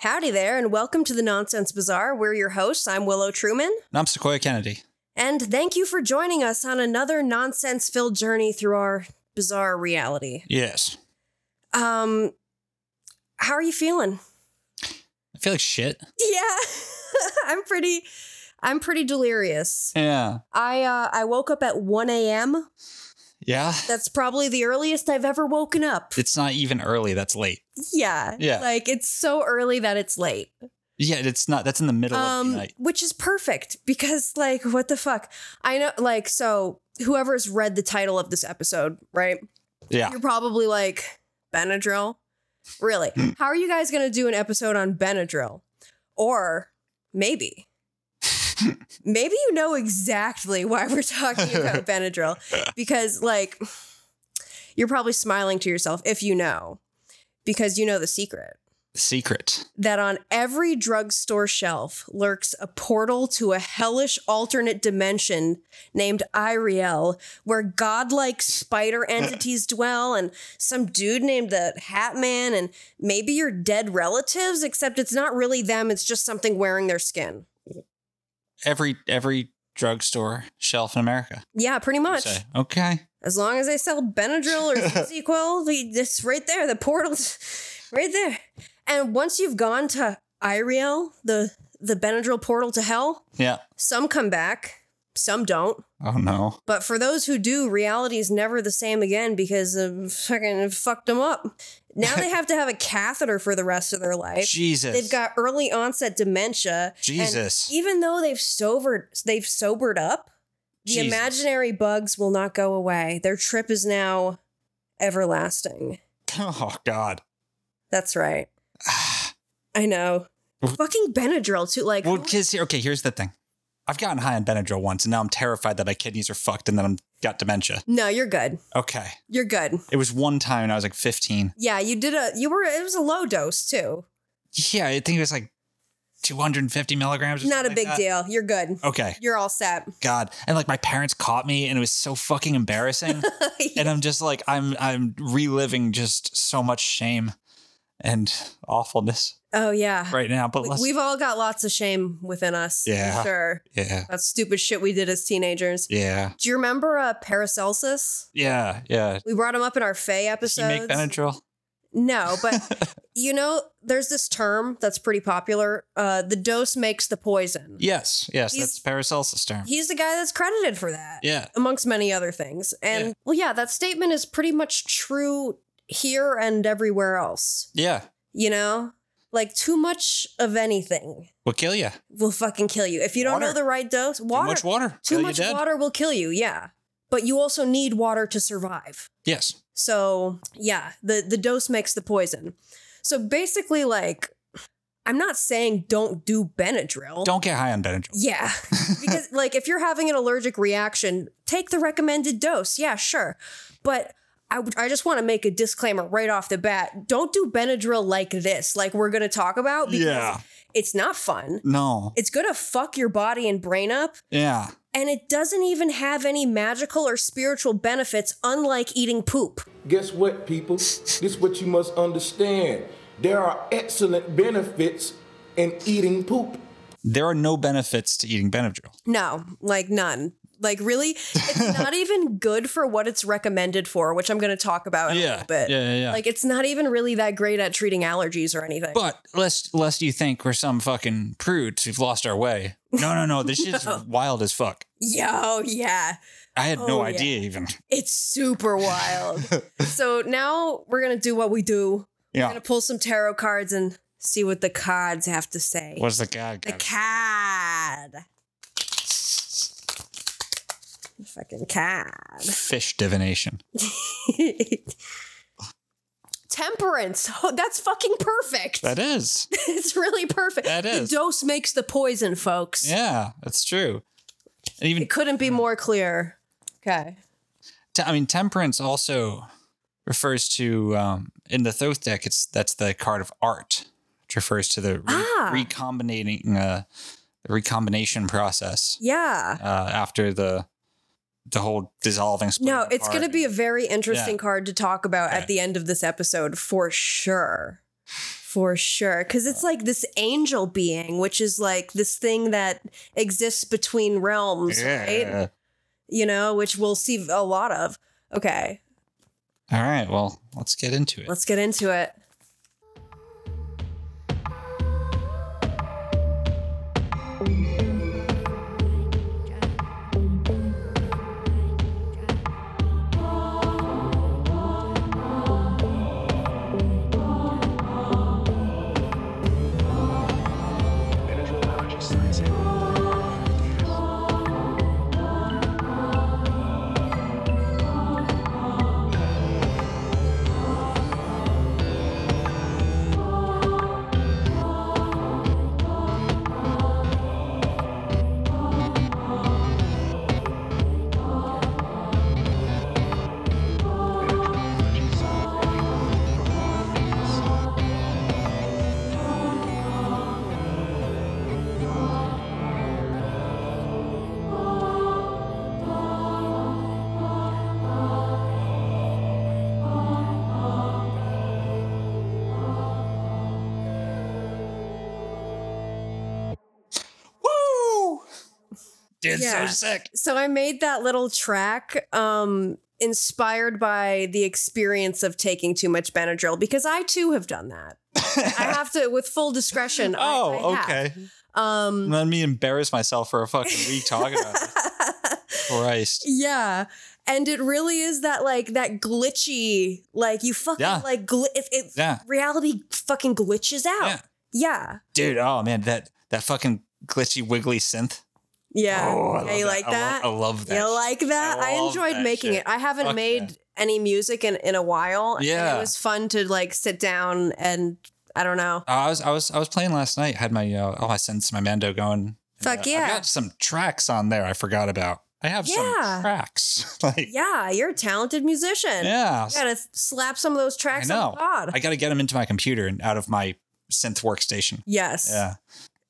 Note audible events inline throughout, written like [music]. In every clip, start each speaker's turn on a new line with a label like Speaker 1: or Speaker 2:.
Speaker 1: Howdy there, and welcome to the Nonsense Bazaar. We're your hosts. I'm Willow Truman.
Speaker 2: And I'm Sequoia Kennedy.
Speaker 1: And thank you for joining us on another nonsense filled journey through our bizarre reality.
Speaker 2: Yes.
Speaker 1: Um, how are you feeling?
Speaker 2: I feel like shit.
Speaker 1: [laughs] Yeah, [laughs] I'm pretty. I'm pretty delirious.
Speaker 2: Yeah.
Speaker 1: I uh, I woke up at 1 a.m.
Speaker 2: Yeah.
Speaker 1: That's probably the earliest I've ever woken up.
Speaker 2: It's not even early. That's late.
Speaker 1: Yeah.
Speaker 2: Yeah.
Speaker 1: Like it's so early that it's late.
Speaker 2: Yeah, it's not. That's in the middle of the night.
Speaker 1: Um, Which is perfect because, like, what the fuck? I know, like, so whoever's read the title of this episode, right?
Speaker 2: Yeah.
Speaker 1: You're probably like, Benadryl? Really? How are you guys going to do an episode on Benadryl? Or maybe. maybe you know exactly why we're talking about Benadryl because, like, you're probably smiling to yourself if you know, because you know the secret
Speaker 2: Secret.
Speaker 1: that on every drugstore shelf lurks a portal to a hellish alternate dimension named Iriel, where godlike spider entities dwell, and some dude named the Hat Man, and maybe your dead relatives, except it's not really them, it's just something wearing their skin.
Speaker 2: Every every drugstore shelf in America.
Speaker 1: Yeah, pretty
Speaker 2: you
Speaker 1: much.
Speaker 2: say. Okay.
Speaker 1: As long as they sell Benadryl or Sequel, it's right there. The portal's [laughs] right there. And once you've gone to Iriel, the the Benadryl portal to hell,
Speaker 2: Yeah.
Speaker 1: Some come back, some don't.
Speaker 2: Oh no.
Speaker 1: But for those who do, reality is never the same again because of fucking fucked them up. Now they have to have a catheter for the rest of their life.
Speaker 2: Jesus.
Speaker 1: They've got early onset dementia. and
Speaker 2: Jesus.
Speaker 1: even though they've sobered, they've sobered up. The
Speaker 2: Jesus.
Speaker 1: imaginary bugs will not go away. Their trip is now everlasting.
Speaker 2: Oh God.
Speaker 1: That's
Speaker 2: [sighs]
Speaker 1: right. I know. Fucking Benadryl too. Like
Speaker 2: Well, because okay, here's the thing. I've gotten high on Benadryl once, and now I'm terrified that my kidneys are fucked, and that I'm got dementia.
Speaker 1: no, you're good.
Speaker 2: Okay.
Speaker 1: You're good.
Speaker 2: It was one time, and I was like 15.
Speaker 1: Yeah, you did a you were it was a low dose too.
Speaker 2: Yeah, I think it was like 250 milligrams. Or
Speaker 1: Not a
Speaker 2: something like
Speaker 1: big
Speaker 2: that.
Speaker 1: deal. You're good.
Speaker 2: Okay.
Speaker 1: You're all set.
Speaker 2: God. And like my parents caught me and it was so
Speaker 1: [laughs]
Speaker 2: fucking embarrassing. And I'm just like I'm I'm reliving just so much shame and awfulness
Speaker 1: oh yeah.
Speaker 2: right now. But
Speaker 1: We-
Speaker 2: let's
Speaker 1: We've all got lots of shame within us. for
Speaker 2: Yeah.
Speaker 1: Sure.
Speaker 2: Yeah.
Speaker 1: That stupid shit we did as teenagers.
Speaker 2: Yeah.
Speaker 1: Do you remember uh, Paracelsus?
Speaker 2: Yeah. Yeah.
Speaker 1: We brought him up in our Faye
Speaker 2: Does he make
Speaker 1: episodes.
Speaker 2: Benadryl?
Speaker 1: no,
Speaker 2: [laughs]
Speaker 1: but you know, there's this term that's pretty popular. Uh, the dose makes the poison.
Speaker 2: Yes. Yes.
Speaker 1: He's-
Speaker 2: that's Paracelsus term.
Speaker 1: He's the guy that's credited for that.
Speaker 2: yeah.
Speaker 1: amongst many other things. And
Speaker 2: Yeah.
Speaker 1: well, yeah, that statement is pretty much true here and everywhere else.
Speaker 2: Yeah.
Speaker 1: You know, like too much of anything
Speaker 2: Will kill you.
Speaker 1: will fucking kill you. If you don't know
Speaker 2: Water.
Speaker 1: the right dose, water,
Speaker 2: Too much water.
Speaker 1: too
Speaker 2: Kill you
Speaker 1: much
Speaker 2: dead.
Speaker 1: water will kill you. Yeah, but you also need water to survive.
Speaker 2: Yes.
Speaker 1: So yeah, the the dose makes the poison. So basically, like, I'm not saying don't do Benadryl.
Speaker 2: Don't get high on Benadryl.
Speaker 1: Yeah. Because like if you're having an allergic reaction, take the recommended dose. Yeah, sure. But I, would- I just want to make a disclaimer right off the bat. Don't do Benadryl like this, like we're going to talk about because
Speaker 2: Yeah.
Speaker 1: it's not fun.
Speaker 2: No.
Speaker 1: It's going to fuck your body and brain up,
Speaker 2: Yeah.
Speaker 1: and it doesn't even have any magical or spiritual benefits unlike eating poop.
Speaker 3: Guess what, people? This is what you must understand. There are excellent benefits in eating poop.
Speaker 2: There are no benefits to eating Benadryl.
Speaker 1: No, like none. Like really,
Speaker 2: [laughs]
Speaker 1: it's not even good for what it's recommended for, which I'm going to talk about in a
Speaker 2: Yeah.
Speaker 1: little bit.
Speaker 2: Yeah, yeah, yeah.
Speaker 1: Like it's not even really that great at treating allergies or anything.
Speaker 2: But lest lest you think we're some fucking prudes who've lost our way. No, no, no.
Speaker 1: [laughs]
Speaker 2: This shit's wild as fuck.
Speaker 1: Yo, yeah,
Speaker 2: I had
Speaker 1: Oh,
Speaker 2: no
Speaker 1: yeah.
Speaker 2: idea even.
Speaker 1: it's super wild.
Speaker 2: [laughs]
Speaker 1: so now we're gonna do what we do. We're
Speaker 2: Yeah.
Speaker 1: gonna pull some tarot cards and see what the cards have to say.
Speaker 2: What's the guy?
Speaker 1: the
Speaker 2: got?
Speaker 1: card? Fucking card.
Speaker 2: Fish divination.
Speaker 1: [laughs] temperance. Oh, that's fucking perfect.
Speaker 2: That is.
Speaker 1: [laughs] it's really perfect.
Speaker 2: That is.
Speaker 1: The dose makes the poison, folks.
Speaker 2: Yeah, that's true. And even
Speaker 1: It couldn't be more clear. Okay.
Speaker 2: te- I mean, temperance also refers to um, in the Thoth deck. It's that's the card of art, which refers to the re-
Speaker 1: Ah.
Speaker 2: recombining uh, the recombination process
Speaker 1: Yeah.
Speaker 2: uh, after the the whole dissolving.
Speaker 1: No,
Speaker 2: splitting
Speaker 1: it's going to
Speaker 2: apart.
Speaker 1: be a very interesting
Speaker 2: Yeah.
Speaker 1: card to talk about
Speaker 2: Okay.
Speaker 1: at the end of this episode for sure. For sure. Because it's like this angel being, which is like this thing that exists between realms, right?
Speaker 2: Yeah.
Speaker 1: You know, which we'll see a lot of. Okay.
Speaker 2: All right. Well, let's get into it.
Speaker 1: Let's get into it.
Speaker 2: Woo! Did
Speaker 1: Yeah.
Speaker 2: so sick.
Speaker 1: So I made that little track um inspired by the experience of taking too much Benadryl because I too have done that. I have to with full discretion. I-
Speaker 2: Oh,
Speaker 1: I have.
Speaker 2: okay.
Speaker 1: Um
Speaker 2: Let me embarrass myself for a fucking week talking about it.
Speaker 1: [laughs]
Speaker 2: Christ.
Speaker 1: Yeah. And it really is that like that glitchy, like you fucking
Speaker 2: Yeah.
Speaker 1: like gl- if, if
Speaker 2: Yeah.
Speaker 1: reality fucking glitches
Speaker 2: Yeah.
Speaker 1: out. Yeah.
Speaker 2: Dude, oh man, that that fucking glitchy wiggly synth.
Speaker 1: Yeah.
Speaker 2: Oh, I
Speaker 1: Yeah,
Speaker 2: love
Speaker 1: you like
Speaker 2: I
Speaker 1: that?
Speaker 2: love- I love that.
Speaker 1: you like that? I,
Speaker 2: love
Speaker 1: enjoyed
Speaker 2: that
Speaker 1: making
Speaker 2: shit.
Speaker 1: it. I haven't
Speaker 2: Fuck
Speaker 1: made
Speaker 2: yeah.
Speaker 1: any music in, in a while. And
Speaker 2: Yeah.
Speaker 1: it was fun to like sit down and I don't know.
Speaker 2: Uh, I was I was I was playing last night. Had my uh, oh I sent my Mando going.
Speaker 1: Fuck
Speaker 2: Uh,
Speaker 1: yeah.
Speaker 2: I got some tracks on there. I forgot about. I have
Speaker 1: Yeah.
Speaker 2: some tracks. [laughs] like
Speaker 1: Yeah, you're a talented musician.
Speaker 2: yeah,
Speaker 1: You gotta slap some of those
Speaker 2: I
Speaker 1: tracks on
Speaker 2: know.
Speaker 1: the pod.
Speaker 2: I got to get them into my computer and out of my synth workstation.
Speaker 1: yes.
Speaker 2: Yeah.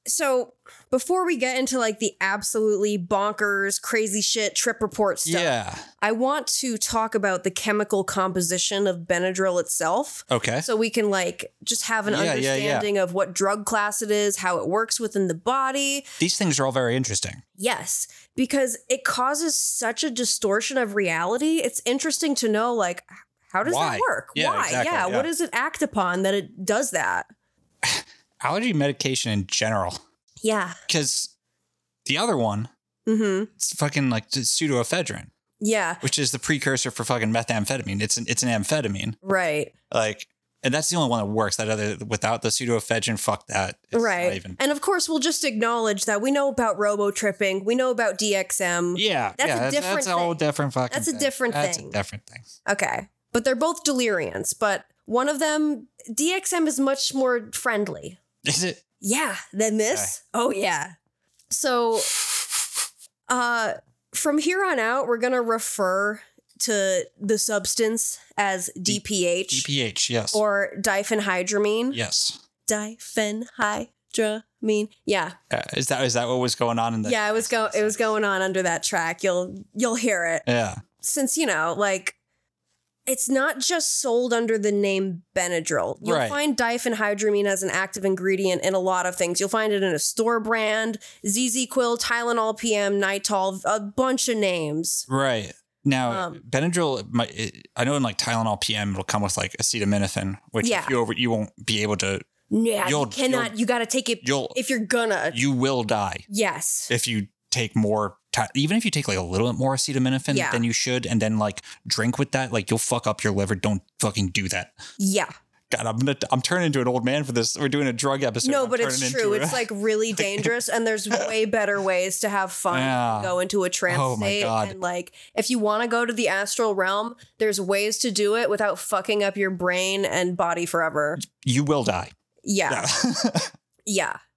Speaker 1: so before we get into like the absolutely bonkers crazy shit trip report stuff
Speaker 2: Yeah.
Speaker 1: i want to talk about the chemical composition of benadryl itself
Speaker 2: Okay.
Speaker 1: so we can like just have an
Speaker 2: Yeah, yeah, yeah.
Speaker 1: understanding of what drug class it is how it works within the body
Speaker 2: These things are all very interesting.
Speaker 1: Yes, because it causes such a distortion of reality. It's interesting to know, like, h- how does
Speaker 2: Why?
Speaker 1: that work?
Speaker 2: Yeah,
Speaker 1: Why?
Speaker 2: exactly,
Speaker 1: yeah.
Speaker 2: yeah.
Speaker 1: What does it act upon that it does that?
Speaker 2: Allergy medication in general,
Speaker 1: Yeah.
Speaker 2: because the other one,
Speaker 1: hmm
Speaker 2: it's fucking like pseudoephedrine,
Speaker 1: Yeah.
Speaker 2: which is the precursor for fucking methamphetamine. It's an it's an amphetamine.
Speaker 1: Right.
Speaker 2: Like, and that's the only one that works. That other without the pseudoephedrine, fuck that. It's not
Speaker 1: right.
Speaker 2: even-
Speaker 1: And of course, we'll just acknowledge that we know about robo tripping. We know about DXM.
Speaker 2: yeah,
Speaker 1: That's a
Speaker 2: yeah,
Speaker 1: different
Speaker 2: That's a whole
Speaker 1: thing.
Speaker 2: different fucking.
Speaker 1: That's a
Speaker 2: thing.
Speaker 1: different
Speaker 2: that's
Speaker 1: thing.
Speaker 2: a different thing.
Speaker 1: Okay. But they're both delirients. But one of them, DXM is much more friendly.
Speaker 2: Is it?
Speaker 1: Yeah, than this. Oh yeah. So uh from here on out we're going to refer to the substance as
Speaker 2: D-
Speaker 1: DPH
Speaker 2: GPH, yes.
Speaker 1: or diphenhydramine.
Speaker 2: yes.
Speaker 1: Diphenhydramine. Yeah.
Speaker 2: Uh, is that is that what was going on in the?
Speaker 1: yeah, it was go it was going on under that track. You'll you'll hear it.
Speaker 2: Yeah.
Speaker 1: Since you know, like it's not just sold under the name Benadryl. You'll
Speaker 2: Right.
Speaker 1: find diphenhydramine as an active ingredient in a lot of things. You'll find it in a store brand, ZZ Quill, Tylenol PM, Nitol, a bunch of names.
Speaker 2: Right. Now,
Speaker 1: Um,
Speaker 2: Benadryl, my, it, I know in like Tylenol PM, it'll come with like acetaminophen, which
Speaker 1: Yeah.
Speaker 2: if you over, you won't be able to,
Speaker 1: Yeah, you
Speaker 2: You'll-
Speaker 1: cannot.
Speaker 2: you'll-
Speaker 1: You got to take it
Speaker 2: you'll,
Speaker 1: if you're gonna.
Speaker 2: you will die
Speaker 1: yes.
Speaker 2: if you take more, ty- even if you take like a little bit more acetaminophen
Speaker 1: Yeah.
Speaker 2: than you should, and then like drink with that, like you'll fuck up your liver. Don't fucking do that.
Speaker 1: Yeah.
Speaker 2: God, I'm gonna, I'm turning into an old man for this. We're doing a drug episode.
Speaker 1: no,
Speaker 2: I'm
Speaker 1: but it's
Speaker 2: turning
Speaker 1: true.
Speaker 2: into a-
Speaker 1: It's like really dangerous, and
Speaker 2: [laughs]
Speaker 1: there's way better ways to have fun.
Speaker 2: Yeah.
Speaker 1: Go into a trance
Speaker 2: Oh my
Speaker 1: state,
Speaker 2: God.
Speaker 1: and like if you want to go to the astral realm, there's ways to do it without fucking up your brain and body forever.
Speaker 2: [laughs] you will die.
Speaker 1: Yeah, yeah.
Speaker 2: Yeah. [laughs]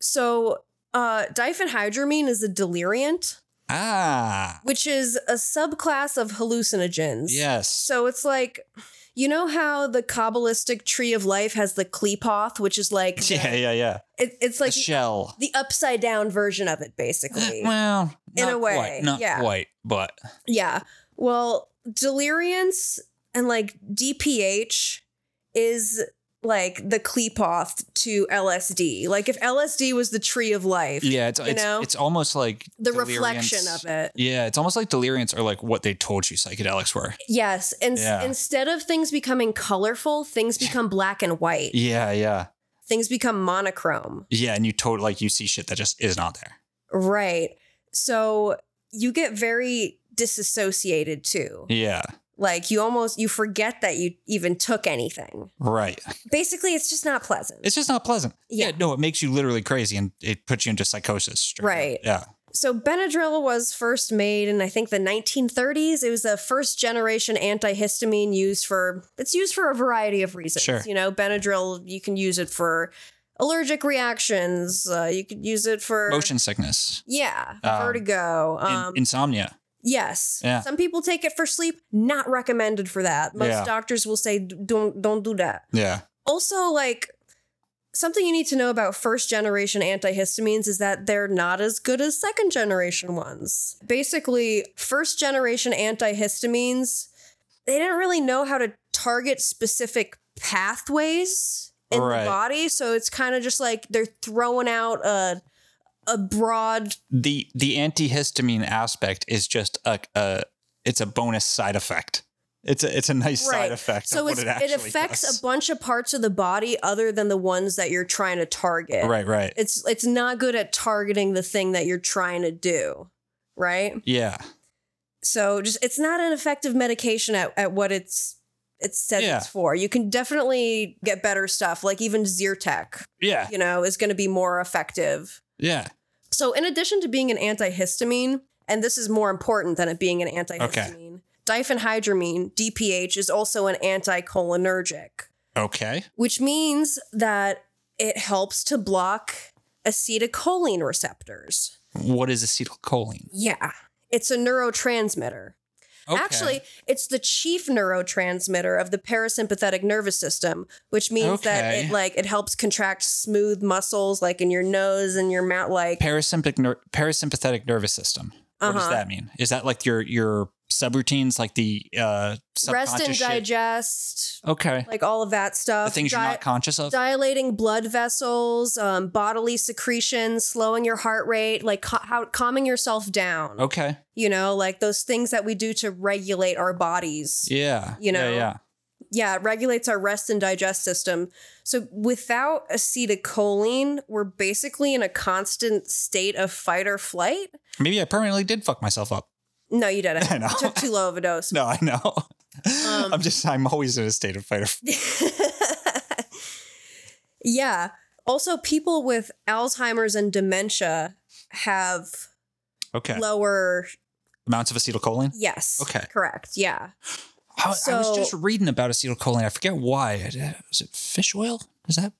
Speaker 1: So, uh, diphenhydramine is a deliriant,
Speaker 2: ah,
Speaker 1: which is a subclass of hallucinogens.
Speaker 2: yes.
Speaker 1: So it's like, you know how the Kabbalistic tree of life has the Klepoth, which is like,
Speaker 2: [laughs]
Speaker 1: the-
Speaker 2: [laughs] Yeah, yeah, yeah.
Speaker 1: it- it's like
Speaker 2: the shell.
Speaker 1: the upside down version of it, basically.
Speaker 2: [laughs] Well,
Speaker 1: In
Speaker 2: not
Speaker 1: a way,
Speaker 2: quite, not
Speaker 1: yeah.
Speaker 2: quite, but
Speaker 1: yeah. Well, delirience and like DPH is like the Klepoth to LSD. Like if LSD was the tree of life,
Speaker 2: yeah, it's
Speaker 1: You
Speaker 2: it's,
Speaker 1: know?
Speaker 2: it's almost like
Speaker 1: the
Speaker 2: deliriums-
Speaker 1: reflection of it.
Speaker 2: Yeah, it's almost like deliriums are like what they told you psychedelics were.
Speaker 1: Yes. And s-
Speaker 2: Yeah.
Speaker 1: instead of things becoming colorful, things become black and white.
Speaker 2: Yeah, yeah,
Speaker 1: Things become monochrome.
Speaker 2: yeah. And you told like you see shit that just is not there.
Speaker 1: Right. So you get very disassociated too.
Speaker 2: Yeah,
Speaker 1: Like you almost you forget that you even took anything.
Speaker 2: right.
Speaker 1: Basically, it's just not pleasant.
Speaker 2: It's just not pleasant.
Speaker 1: Yeah.
Speaker 2: no, it makes you literally crazy and it puts you into psychosis. straight up.
Speaker 1: Right.
Speaker 2: Yeah.
Speaker 1: so Benadryl was first made in I think the 1930s. It was a first generation antihistamine used for it's used for a variety of reasons.
Speaker 2: Sure.
Speaker 1: You know, Benadryl you can use it for allergic reactions. Uh, you could use it for
Speaker 2: Motion sickness,
Speaker 1: Yeah,
Speaker 2: Um,
Speaker 1: vertigo.
Speaker 2: in-
Speaker 1: Um,
Speaker 2: insomnia.
Speaker 1: Yes.
Speaker 2: Yeah.
Speaker 1: Some people take it for sleep. Not recommended for that. Most
Speaker 2: Yeah.
Speaker 1: doctors will say "D- don't don't do that.
Speaker 2: Yeah.
Speaker 1: Also, like something you need to know about first generation antihistamines is that they're not as good as second generation ones. Basically, first generation antihistamines, they didn't really know how to target specific pathways in
Speaker 2: Right.
Speaker 1: the body, so it's kind of just like they're throwing out a a broad
Speaker 2: The the antihistamine aspect is just a, a it's a bonus side effect. It's a it's a nice side effect.
Speaker 1: So
Speaker 2: of what
Speaker 1: it's,
Speaker 2: it,
Speaker 1: it,
Speaker 2: actually
Speaker 1: affects
Speaker 2: does.
Speaker 1: a bunch of parts of the body other than the ones that you're trying to target.
Speaker 2: Right. Right.
Speaker 1: It's it's not good at targeting the thing that you're trying to do. Right.
Speaker 2: Yeah.
Speaker 1: So just it's not an effective medication at, at what it's it says
Speaker 2: Yeah.
Speaker 1: it's for. You can definitely get better stuff, like even Zyrtec,
Speaker 2: Yeah.
Speaker 1: you know, is gonna be more effective.
Speaker 2: Yeah.
Speaker 1: So, in addition to being an antihistamine, and this is more important than it being an antihistamine, diphenhydramine, DPH, is also an anticholinergic,
Speaker 2: Okay.
Speaker 1: which means that it helps to block acetylcholine receptors.
Speaker 2: What is acetylcholine?
Speaker 1: Yeah, it's a neurotransmitter.
Speaker 2: Okay.
Speaker 1: Actually, it's the chief neurotransmitter of the parasympathetic nervous system, which means that
Speaker 2: Okay.
Speaker 1: it like it helps contract smooth muscles like in your nose and your mouth like
Speaker 2: parasympathetic ner- parasympathetic nervous system. What does
Speaker 1: Uh-huh.
Speaker 2: that mean? Is that like your your subroutines, like the uh,
Speaker 1: rest and
Speaker 2: subconscious shit?
Speaker 1: digest,
Speaker 2: Okay,
Speaker 1: like uh, all of that stuff.
Speaker 2: the things you're
Speaker 1: Di-
Speaker 2: not conscious of.
Speaker 1: dilating blood vessels, um, bodily secretions, slowing your heart rate, like ca- how calming yourself down.
Speaker 2: okay,
Speaker 1: You know, like those things that we do to regulate our bodies. Yeah.
Speaker 2: yeah,
Speaker 1: You know,
Speaker 2: yeah, yeah.
Speaker 1: it regulates our rest and digest system. So without acetylcholine, we're basically in a constant state of fight or flight.
Speaker 2: Maybe I permanently did fuck myself up. [laughs]
Speaker 1: No, you didn't.
Speaker 2: I know.
Speaker 1: You took too low of a dose.
Speaker 2: No, I know.
Speaker 1: Um,
Speaker 2: I'm just I'm always in a state
Speaker 1: [laughs]
Speaker 2: of fight or flight.
Speaker 1: yeah. Also, people with Alzheimer's and dementia have
Speaker 2: Okay,
Speaker 1: lower.
Speaker 2: amounts of acetylcholine.
Speaker 1: Yes.
Speaker 2: Okay.
Speaker 1: Correct. Yeah.
Speaker 2: I, was- I was
Speaker 1: So-
Speaker 2: just reading about acetylcholine. I forget why. Is it fish oil? Is that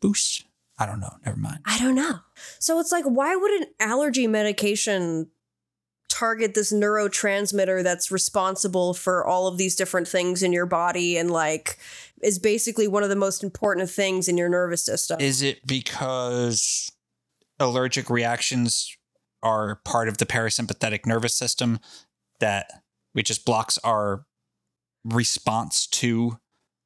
Speaker 2: boost? I don't know. Never mind.
Speaker 1: I don't know. So it's like, why would an allergy medication target this neurotransmitter that's responsible for all of these different things in your body and like is basically one of the most important things in your nervous system?
Speaker 2: Is it because allergic reactions are part of the parasympathetic nervous system that we just blocks our response to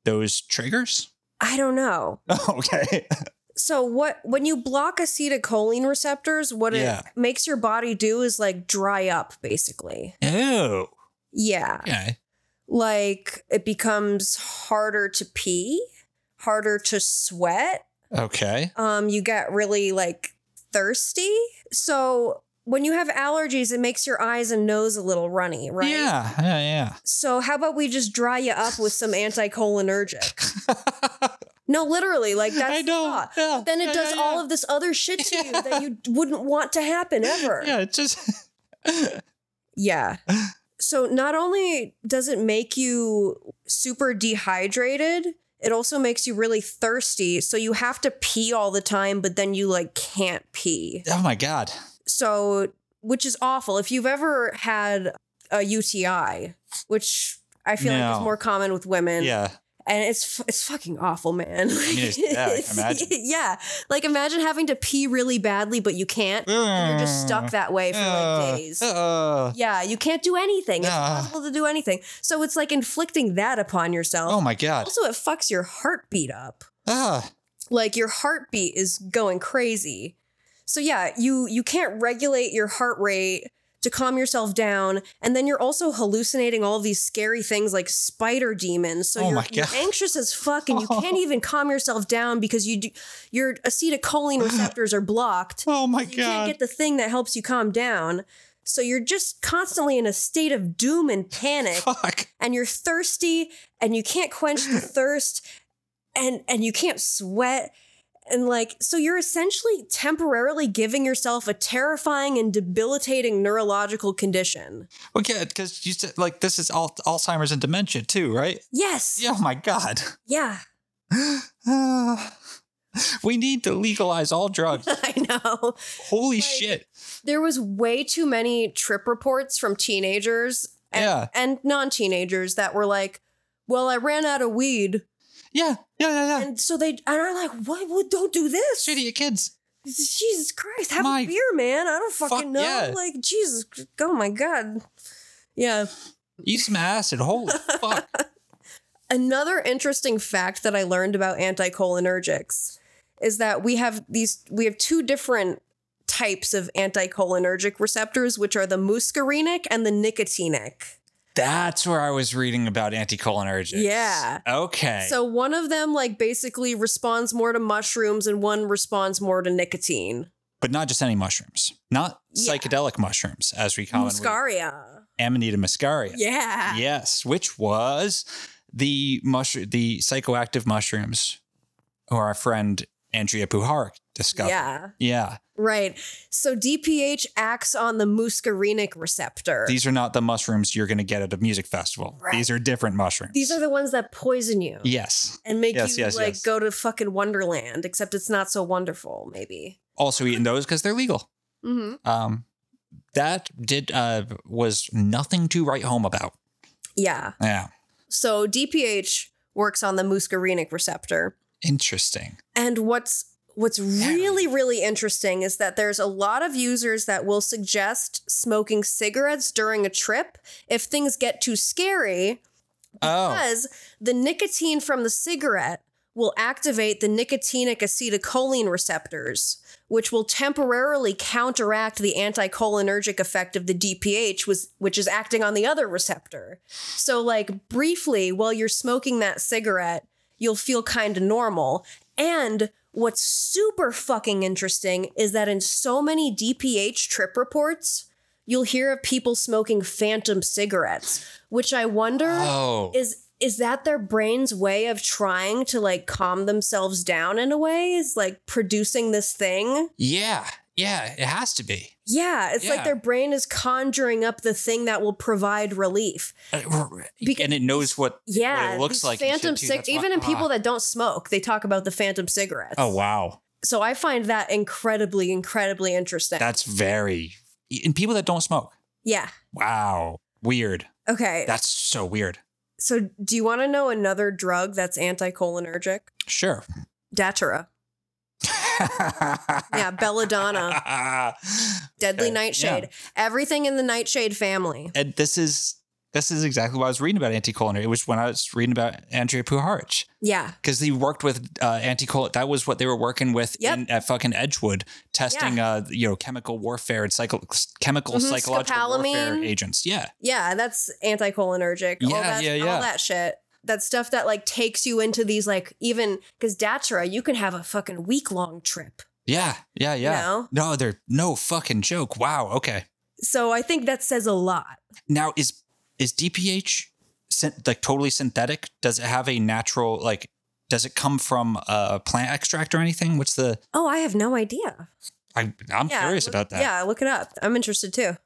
Speaker 2: those triggers? [laughs] Oh,
Speaker 1: I don't know.
Speaker 2: okay.
Speaker 1: so what when you block acetylcholine receptors what
Speaker 2: Yeah.
Speaker 1: it makes your body do is like dry up basically
Speaker 2: Oh.
Speaker 1: yeah
Speaker 2: Okay.
Speaker 1: like it becomes harder to pee harder to sweat
Speaker 2: Okay.
Speaker 1: um you get really like thirsty so when you have allergies, it makes your eyes and nose a little runny, right?
Speaker 2: Yeah, yeah, yeah.
Speaker 1: So how about we just dry you up with some
Speaker 2: [laughs]
Speaker 1: anticholinergic? no, literally, like that's
Speaker 2: I
Speaker 1: the
Speaker 2: know,
Speaker 1: thought.
Speaker 2: yeah,
Speaker 1: But then it
Speaker 2: yeah,
Speaker 1: does
Speaker 2: yeah,
Speaker 1: all
Speaker 2: yeah.
Speaker 1: of this other shit to you that you wouldn't want to
Speaker 2: [laughs]
Speaker 1: happen ever.
Speaker 2: Yeah, it just [laughs]
Speaker 1: Yeah. So not only does it make you super dehydrated, it also makes you really thirsty. So you have to pee all the time, but then you like can't pee.
Speaker 2: Oh my god.
Speaker 1: So, which is awful. If you've ever had a UTI, which I feel like
Speaker 2: No.
Speaker 1: is more common with women,
Speaker 2: Yeah.
Speaker 1: and it's f- it's fucking awful, man. [laughs]
Speaker 2: it's- yeah, I can imagine.
Speaker 1: yeah, like imagine having to pee really badly, but you can't. and you're just
Speaker 2: Mm.
Speaker 1: stuck that way for like days.
Speaker 2: Uh,
Speaker 1: Yeah, you can't do anything. It's
Speaker 2: Ah.
Speaker 1: impossible to do anything. So it's like inflicting that upon yourself.
Speaker 2: oh my god.
Speaker 1: also, it fucks your heartbeat up.
Speaker 2: Ah,
Speaker 1: Like your heartbeat is going crazy. So yeah, you you can't regulate your heart rate to calm yourself down, and then you're also hallucinating all these scary things like spider demons. So
Speaker 2: Oh
Speaker 1: you're,
Speaker 2: my
Speaker 1: you're
Speaker 2: God.
Speaker 1: anxious as fuck,
Speaker 2: [laughs]
Speaker 1: and you can't even calm yourself down because you do, your acetylcholine
Speaker 2: [gasps]
Speaker 1: receptors are blocked
Speaker 2: oh my
Speaker 1: you can't
Speaker 2: god.
Speaker 1: get the thing that helps you calm down. So you're just constantly in a state of doom and panic,
Speaker 2: [laughs] Fuck.
Speaker 1: and you're thirsty, and you can't quench the thirst, and and you can't sweat, and like so you're essentially temporarily giving yourself a terrifying and debilitating neurological condition.
Speaker 2: Well, yeah, because you said like this is all Alzheimer's and dementia too, right?
Speaker 1: Yes.
Speaker 2: Yeah, Oh my god. [sighs]
Speaker 1: Yeah. [laughs]
Speaker 2: Ah. we need to legalize
Speaker 1: [laughs]
Speaker 2: all drugs.
Speaker 1: I know.
Speaker 2: Holy shit.
Speaker 1: There was way too many trip reports from teenagers and,
Speaker 2: Yeah.
Speaker 1: and non-teenagers that were like, "Well, I ran out of weed."
Speaker 2: Yeah, yeah, yeah, yeah.
Speaker 1: And so they and I'm like, what? Well, don't do this.
Speaker 2: Shitty kids.
Speaker 1: Jesus Christ, have
Speaker 2: My-
Speaker 1: a beer, man. I don't fucking
Speaker 2: Fuck,
Speaker 1: know.
Speaker 2: yeah.
Speaker 1: Like Jesus, oh my god. Yeah.
Speaker 2: Eat some acid. Holy
Speaker 1: [laughs]
Speaker 2: fuck.
Speaker 1: Another interesting fact that I learned about anticholinergics is that we have these we have two different types of anticholinergic receptors, which are the muscarinic and the nicotinic.
Speaker 2: That's where I was reading about anticholinergics.
Speaker 1: Yeah.
Speaker 2: Okay.
Speaker 1: So one of them like basically responds more to mushrooms and one responds more to nicotine.
Speaker 2: but not just any mushrooms, not
Speaker 1: Yeah.
Speaker 2: psychedelic mushrooms, as we call them.
Speaker 1: Muscaria.
Speaker 2: Amanita muscaria.
Speaker 1: Yeah.
Speaker 2: Yes, which was the mushroom, the psychoactive mushrooms, who our friend Andrea Puharik discovered.
Speaker 1: Yeah.
Speaker 2: Yeah.
Speaker 1: Right. So DPH acts on the muscarinic receptor. These,
Speaker 2: These are not the mushrooms you're going to get at a music festival.
Speaker 1: Right.
Speaker 2: These are different mushrooms.
Speaker 1: are the ones that poison you
Speaker 2: Yes.
Speaker 1: and make
Speaker 2: Yes,
Speaker 1: you
Speaker 2: yes,
Speaker 1: like
Speaker 2: yes.
Speaker 1: go to fucking Wonderland, except it's not so wonderful, maybe.
Speaker 2: Also eating those because they're legal.
Speaker 1: Mm-hmm.
Speaker 2: Um, that did uh, was nothing to write home about.
Speaker 1: Yeah.
Speaker 2: Yeah.
Speaker 1: So DPH works on the muscarinic receptor.
Speaker 2: Interesting.
Speaker 1: And what's what's really really interesting is that there's a lot of users that will suggest smoking cigarettes during a trip if things get too scary
Speaker 2: Oh.
Speaker 1: because the nicotine from the cigarette will activate the nicotinic acetylcholine receptors, which will temporarily counteract the anticholinergic effect of the DPH, was, which is acting on the other receptor. So, like, briefly, while you're smoking that cigarette, you'll feel kind of normal. And what's super fucking interesting is that in so many DPH trip reports, you'll hear of people smoking phantom cigarettes, which I wonder
Speaker 2: Oh.
Speaker 1: is is that their brain's way of trying to like calm themselves down in a way is like producing this thing
Speaker 2: Yeah. Yeah. It has to be.
Speaker 1: yeah it's
Speaker 2: Yeah.
Speaker 1: like their brain is conjuring up the thing that will provide relief
Speaker 2: Uh, r-
Speaker 1: Because-
Speaker 2: and it knows what
Speaker 1: yeah
Speaker 2: what it looks
Speaker 1: these
Speaker 2: like. and shit,
Speaker 1: phantom
Speaker 2: too.
Speaker 1: cig
Speaker 2: That's why-
Speaker 1: even in people
Speaker 2: ah.
Speaker 1: that don't smoke they talk about the phantom cigarettes
Speaker 2: Oh wow,
Speaker 1: so i find that incredibly incredibly interesting
Speaker 2: that's very in people that don't smoke.
Speaker 1: yeah
Speaker 2: Wow, weird.
Speaker 1: okay
Speaker 2: That's so weird.
Speaker 1: so do you want to know another drug that's anticholinergic
Speaker 2: Sure.
Speaker 1: datura yeah belladonna
Speaker 2: [laughs]
Speaker 1: deadly
Speaker 2: Okay,
Speaker 1: nightshade
Speaker 2: yeah.
Speaker 1: everything in the nightshade family
Speaker 2: [laughs] And this is this is exactly what I was reading about anticholinergic. It was when I was reading about Andrea Puharich
Speaker 1: yeah
Speaker 2: because he worked with uh, anticholinergic. That was what they were working with
Speaker 1: Yep.
Speaker 2: in, at fucking Edgewood, testing uh, you know chemical warfare and psycho- chemical
Speaker 1: Mhm,
Speaker 2: psychological warfare
Speaker 1: scopolamine.
Speaker 2: agents. Yeah.
Speaker 1: Yeah, that's anticholinergic. all
Speaker 2: Yeah,
Speaker 1: that,
Speaker 2: yeah,
Speaker 1: All
Speaker 2: yeah.
Speaker 1: that shit. That stuff that like takes you into these like even because Datura, you can have a fucking week long trip.
Speaker 2: Yeah, yeah, yeah.
Speaker 1: No?
Speaker 2: no, they're no fucking joke. Wow. Okay.
Speaker 1: So I think that says a lot.
Speaker 2: Now is is DPH syn- like totally synthetic? Does it have a natural like? Does it come from a plant extract or anything? What's the?
Speaker 1: Oh, I have no idea.
Speaker 2: I, I'm curious
Speaker 1: look-
Speaker 2: about that.
Speaker 1: Yeah, look it up. I'm interested too.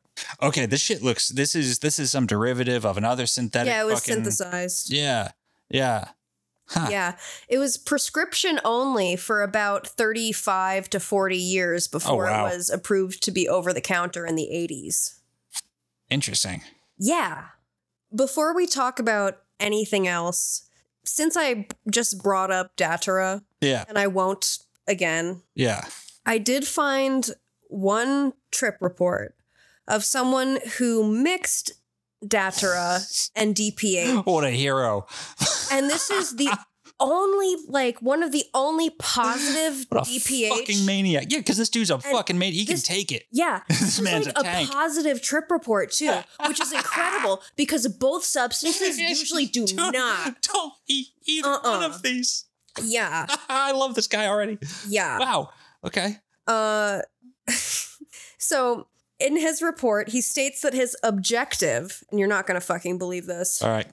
Speaker 2: Okay, this shit looks. This is this is some derivative of another synthetic.
Speaker 1: yeah, it was
Speaker 2: fucking-
Speaker 1: synthesized.
Speaker 2: Yeah, yeah. Huh.
Speaker 1: Yeah. It was prescription only for about 35 to 40 years before
Speaker 2: Oh, wow.
Speaker 1: it was approved to be over the counter in the 80s.
Speaker 2: Interesting.
Speaker 1: Yeah. Before we talk about anything else, since I just brought up Datura,
Speaker 2: Yeah,
Speaker 1: and I won't again,
Speaker 2: yeah.
Speaker 1: I did find one trip report of someone who mixed Datura and
Speaker 2: [gasps]
Speaker 1: DPA.
Speaker 2: What a hero.
Speaker 1: And this is the only, like, one of the only positive
Speaker 2: What a
Speaker 1: DPH.
Speaker 2: fucking maniac. Yeah, because this dude's a fucking maniac. He
Speaker 1: this-
Speaker 2: can take it. [laughs]
Speaker 1: Yeah, this is
Speaker 2: man's
Speaker 1: like
Speaker 2: a
Speaker 1: a,
Speaker 2: tank.
Speaker 1: positive trip report too, which is incredible because both
Speaker 2: [laughs]
Speaker 1: substances usually do not.
Speaker 2: Don't eat either one
Speaker 1: Uh-uh.
Speaker 2: of these. [laughs]
Speaker 1: Yeah,
Speaker 2: I love this guy already.
Speaker 1: yeah.
Speaker 2: Wow. Okay.
Speaker 1: Uh, [laughs] so in his report, he states that his objective, and you're not going to fucking believe this,
Speaker 2: All right.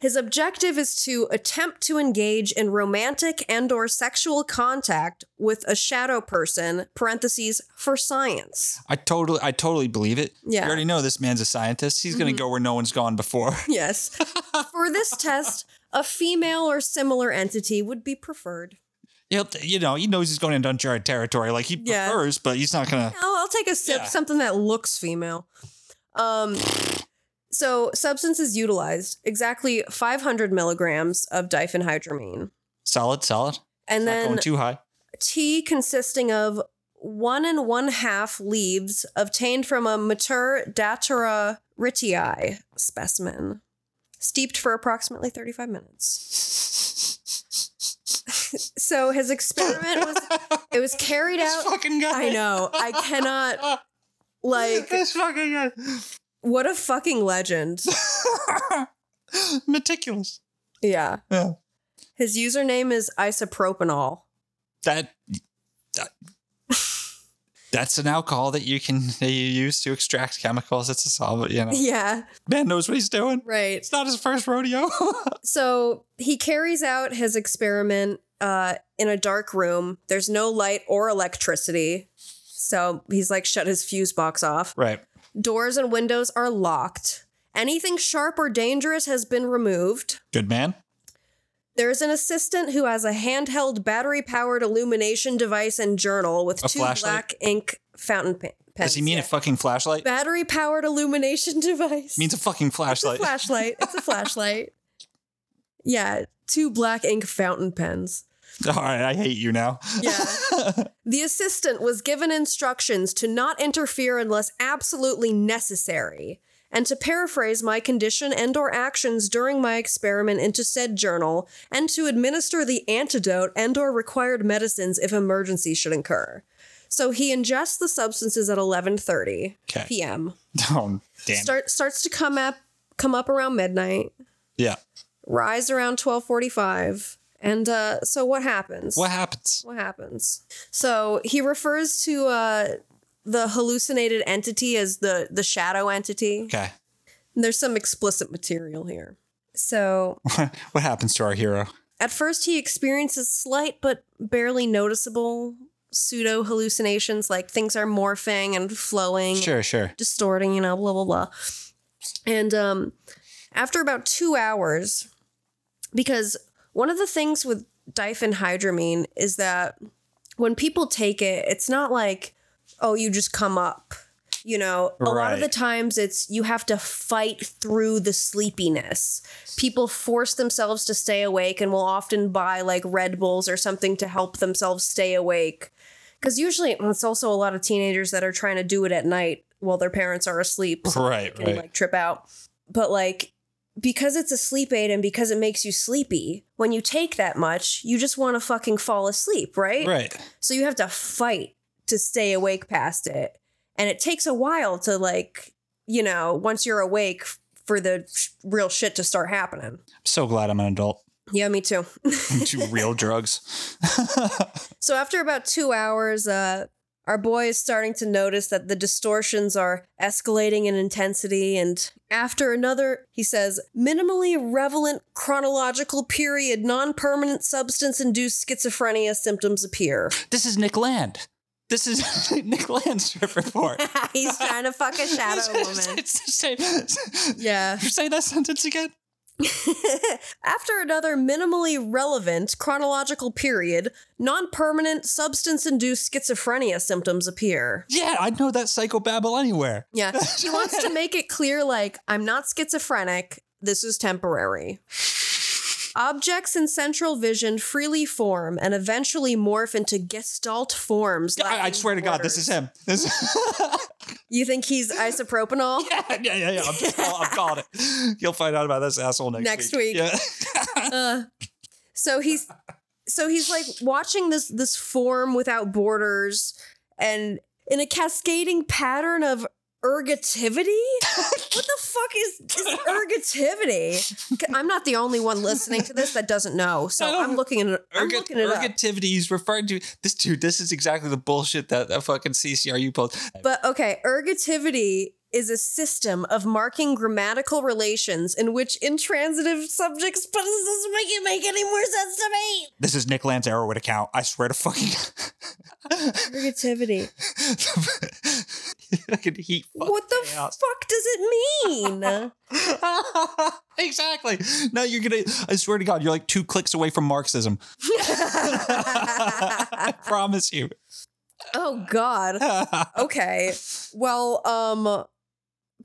Speaker 1: his objective is to attempt to engage in romantic and or sexual contact with a shadow person, parentheses, for science.
Speaker 2: I totally, I totally believe it.
Speaker 1: Yeah. Mm-hmm.
Speaker 2: You already know this man's a scientist. He's gonna go where no one's gone before. [laughs]
Speaker 1: Yes. for this test, a female or similar entity would be preferred.
Speaker 2: He'll, you know, he knows he's going into uncharted territory. Like he
Speaker 1: Yeah.
Speaker 2: prefers, but he's not gonna.
Speaker 1: I'll, I'll take a sip.
Speaker 2: Yeah.
Speaker 1: Something that looks female. Um, so substances utilized exactly 500 milligrams of diphenhydramine,
Speaker 2: Solid, solid.
Speaker 1: and
Speaker 2: not going
Speaker 1: then
Speaker 2: too high.
Speaker 1: tea consisting of one and one half leaves obtained from a mature Datura ritii specimen, steeped for approximately 35 minutes.
Speaker 2: [laughs]
Speaker 1: so his experiment was it was carried out.
Speaker 2: fucking guy.
Speaker 1: I know. I cannot like
Speaker 2: This fucking guy. [gasps]
Speaker 1: What a fucking legend.
Speaker 2: Meticulous.
Speaker 1: yeah.
Speaker 2: Yeah.
Speaker 1: His username is isopropanol.
Speaker 2: That. that
Speaker 1: [laughs]
Speaker 2: That's an alcohol that you can that you use to extract chemicals. It's a solvent,
Speaker 1: [laughs]
Speaker 2: you know.
Speaker 1: Yeah,
Speaker 2: Man knows what he's doing.
Speaker 1: right.
Speaker 2: It's not his first rodeo. [laughs]
Speaker 1: So he carries out his experiment uh, in a dark room. There's no light or electricity. So he's like, shut his fuse box off.
Speaker 2: right.
Speaker 1: Doors and windows are locked. Anything sharp or dangerous has been removed.
Speaker 2: Good man.
Speaker 1: There is an assistant who has a handheld battery powered illumination device and journal with
Speaker 2: A
Speaker 1: two
Speaker 2: flashlight?
Speaker 1: black ink fountain pen- pens.
Speaker 2: Does he mean
Speaker 1: yeah.
Speaker 2: a fucking flashlight?
Speaker 1: battery powered illumination [laughs] device.
Speaker 2: means a fucking
Speaker 1: it's a [laughs]
Speaker 2: flashlight. [laughs]
Speaker 1: flashlight. It's a flashlight. Yeah, two black ink fountain pens.
Speaker 2: [laughs] All right, I hate you now. [laughs]
Speaker 1: Yeah. the assistant was given instructions to not interfere unless absolutely necessary and to paraphrase my condition and or actions during my experiment into said journal and to administer the antidote and or required medicines if emergency should incur. So he ingests the substances at 11:30
Speaker 2: Okay.
Speaker 1: p.m.
Speaker 2: Oh, damn.
Speaker 1: Start starts to come up come up around midnight,
Speaker 2: yeah.
Speaker 1: rise around 12:45. And uh so what happens?
Speaker 2: What happens?
Speaker 1: What happens? So he refers to uh the hallucinated entity as the the shadow entity.
Speaker 2: Okay. [laughs]
Speaker 1: There's some explicit material here. So
Speaker 2: what happens to our hero?
Speaker 1: at first he experiences slight but barely noticeable pseudo hallucinations like things are morphing and flowing
Speaker 2: Sure, sure.
Speaker 1: distorting, you know, blah blah blah. And um after about 2 hours because one of the things with diphenhydramine is that when people take it, it's not like oh you just come up. You know, a lot of the
Speaker 2: Right.
Speaker 1: times it's you have to fight through the sleepiness. People force themselves to stay awake and will often buy like Red Bulls or something to help themselves stay awake because usually well, it's also a lot of teenagers that are trying to do it at night while their parents are asleep so
Speaker 2: Right,
Speaker 1: they can like trip out but like because it's a sleep aid and because it makes you sleepy when you take that much you just want to fucking fall asleep right?
Speaker 2: Right.
Speaker 1: so you have to fight to stay awake past it and it takes a while to like you know once you're awake f- for the sh- real shit to start happening
Speaker 2: I'm so glad I'm an adult.
Speaker 1: Yeah, me too. [laughs]
Speaker 2: into real drugs.
Speaker 1: So after about two hours, uh, our boy is starting to notice that the distortions are escalating in intensity. And after another, he says, minimally relevant chronological period, non permanent substance induced schizophrenia symptoms appear.
Speaker 2: this is Nick Land. This is [laughs] Nick Land's trip
Speaker 1: [laughs]
Speaker 2: report.
Speaker 1: [laughs] He's trying to fuck a
Speaker 2: [laughs]
Speaker 1: shadow woman.
Speaker 2: It's the same-
Speaker 1: [laughs] Yeah.
Speaker 2: Say that sentence again.
Speaker 1: After another minimally relevant chronological period, non permanent substance induced schizophrenia symptoms appear.
Speaker 2: Yeah, I know that psychobabble anywhere.
Speaker 1: Yeah.
Speaker 2: [laughs]
Speaker 1: He wants to make it clear like, I'm not schizophrenic. This is temporary. Objects in central vision freely form and eventually morph into gestalt forms.
Speaker 2: I, I
Speaker 1: lacking
Speaker 2: swear to God, this is
Speaker 1: borders."
Speaker 2: him. This is,
Speaker 1: You think he's isopropanol?
Speaker 2: [laughs] yeah, yeah, yeah.
Speaker 1: [laughs]
Speaker 2: I'm, just, I'm calling it. You'll find out about this asshole next,
Speaker 1: Next week.
Speaker 2: week. Yeah.
Speaker 1: so he's so he's like watching this this form without borders and in a cascading pattern of ergativity what the fuck is, is ergativity C- i'm not the only one listening to this that doesn't know so
Speaker 2: I don't-
Speaker 1: i'm looking at i'm
Speaker 2: Ergot-
Speaker 1: looking it up
Speaker 2: ergativity is referring to this dude. This is exactly the bullshit that, that fucking CCRU pulled.
Speaker 1: But okay, ergativity is a system of marking grammatical relations in which intransitive subjects. But does this make it make any more sense to me?
Speaker 2: This is Nick Land's Arrowhead account. I swear to fucking.
Speaker 1: Ergativity.
Speaker 2: [laughs] fucking heat. fuck
Speaker 1: What the
Speaker 2: chaos.
Speaker 1: fuck does it mean?
Speaker 2: [laughs] exactly. Now you're gonna. I swear to God, you're like two clicks away from Marxism. [laughs] I promise you.
Speaker 1: oh God. Okay. Well, um.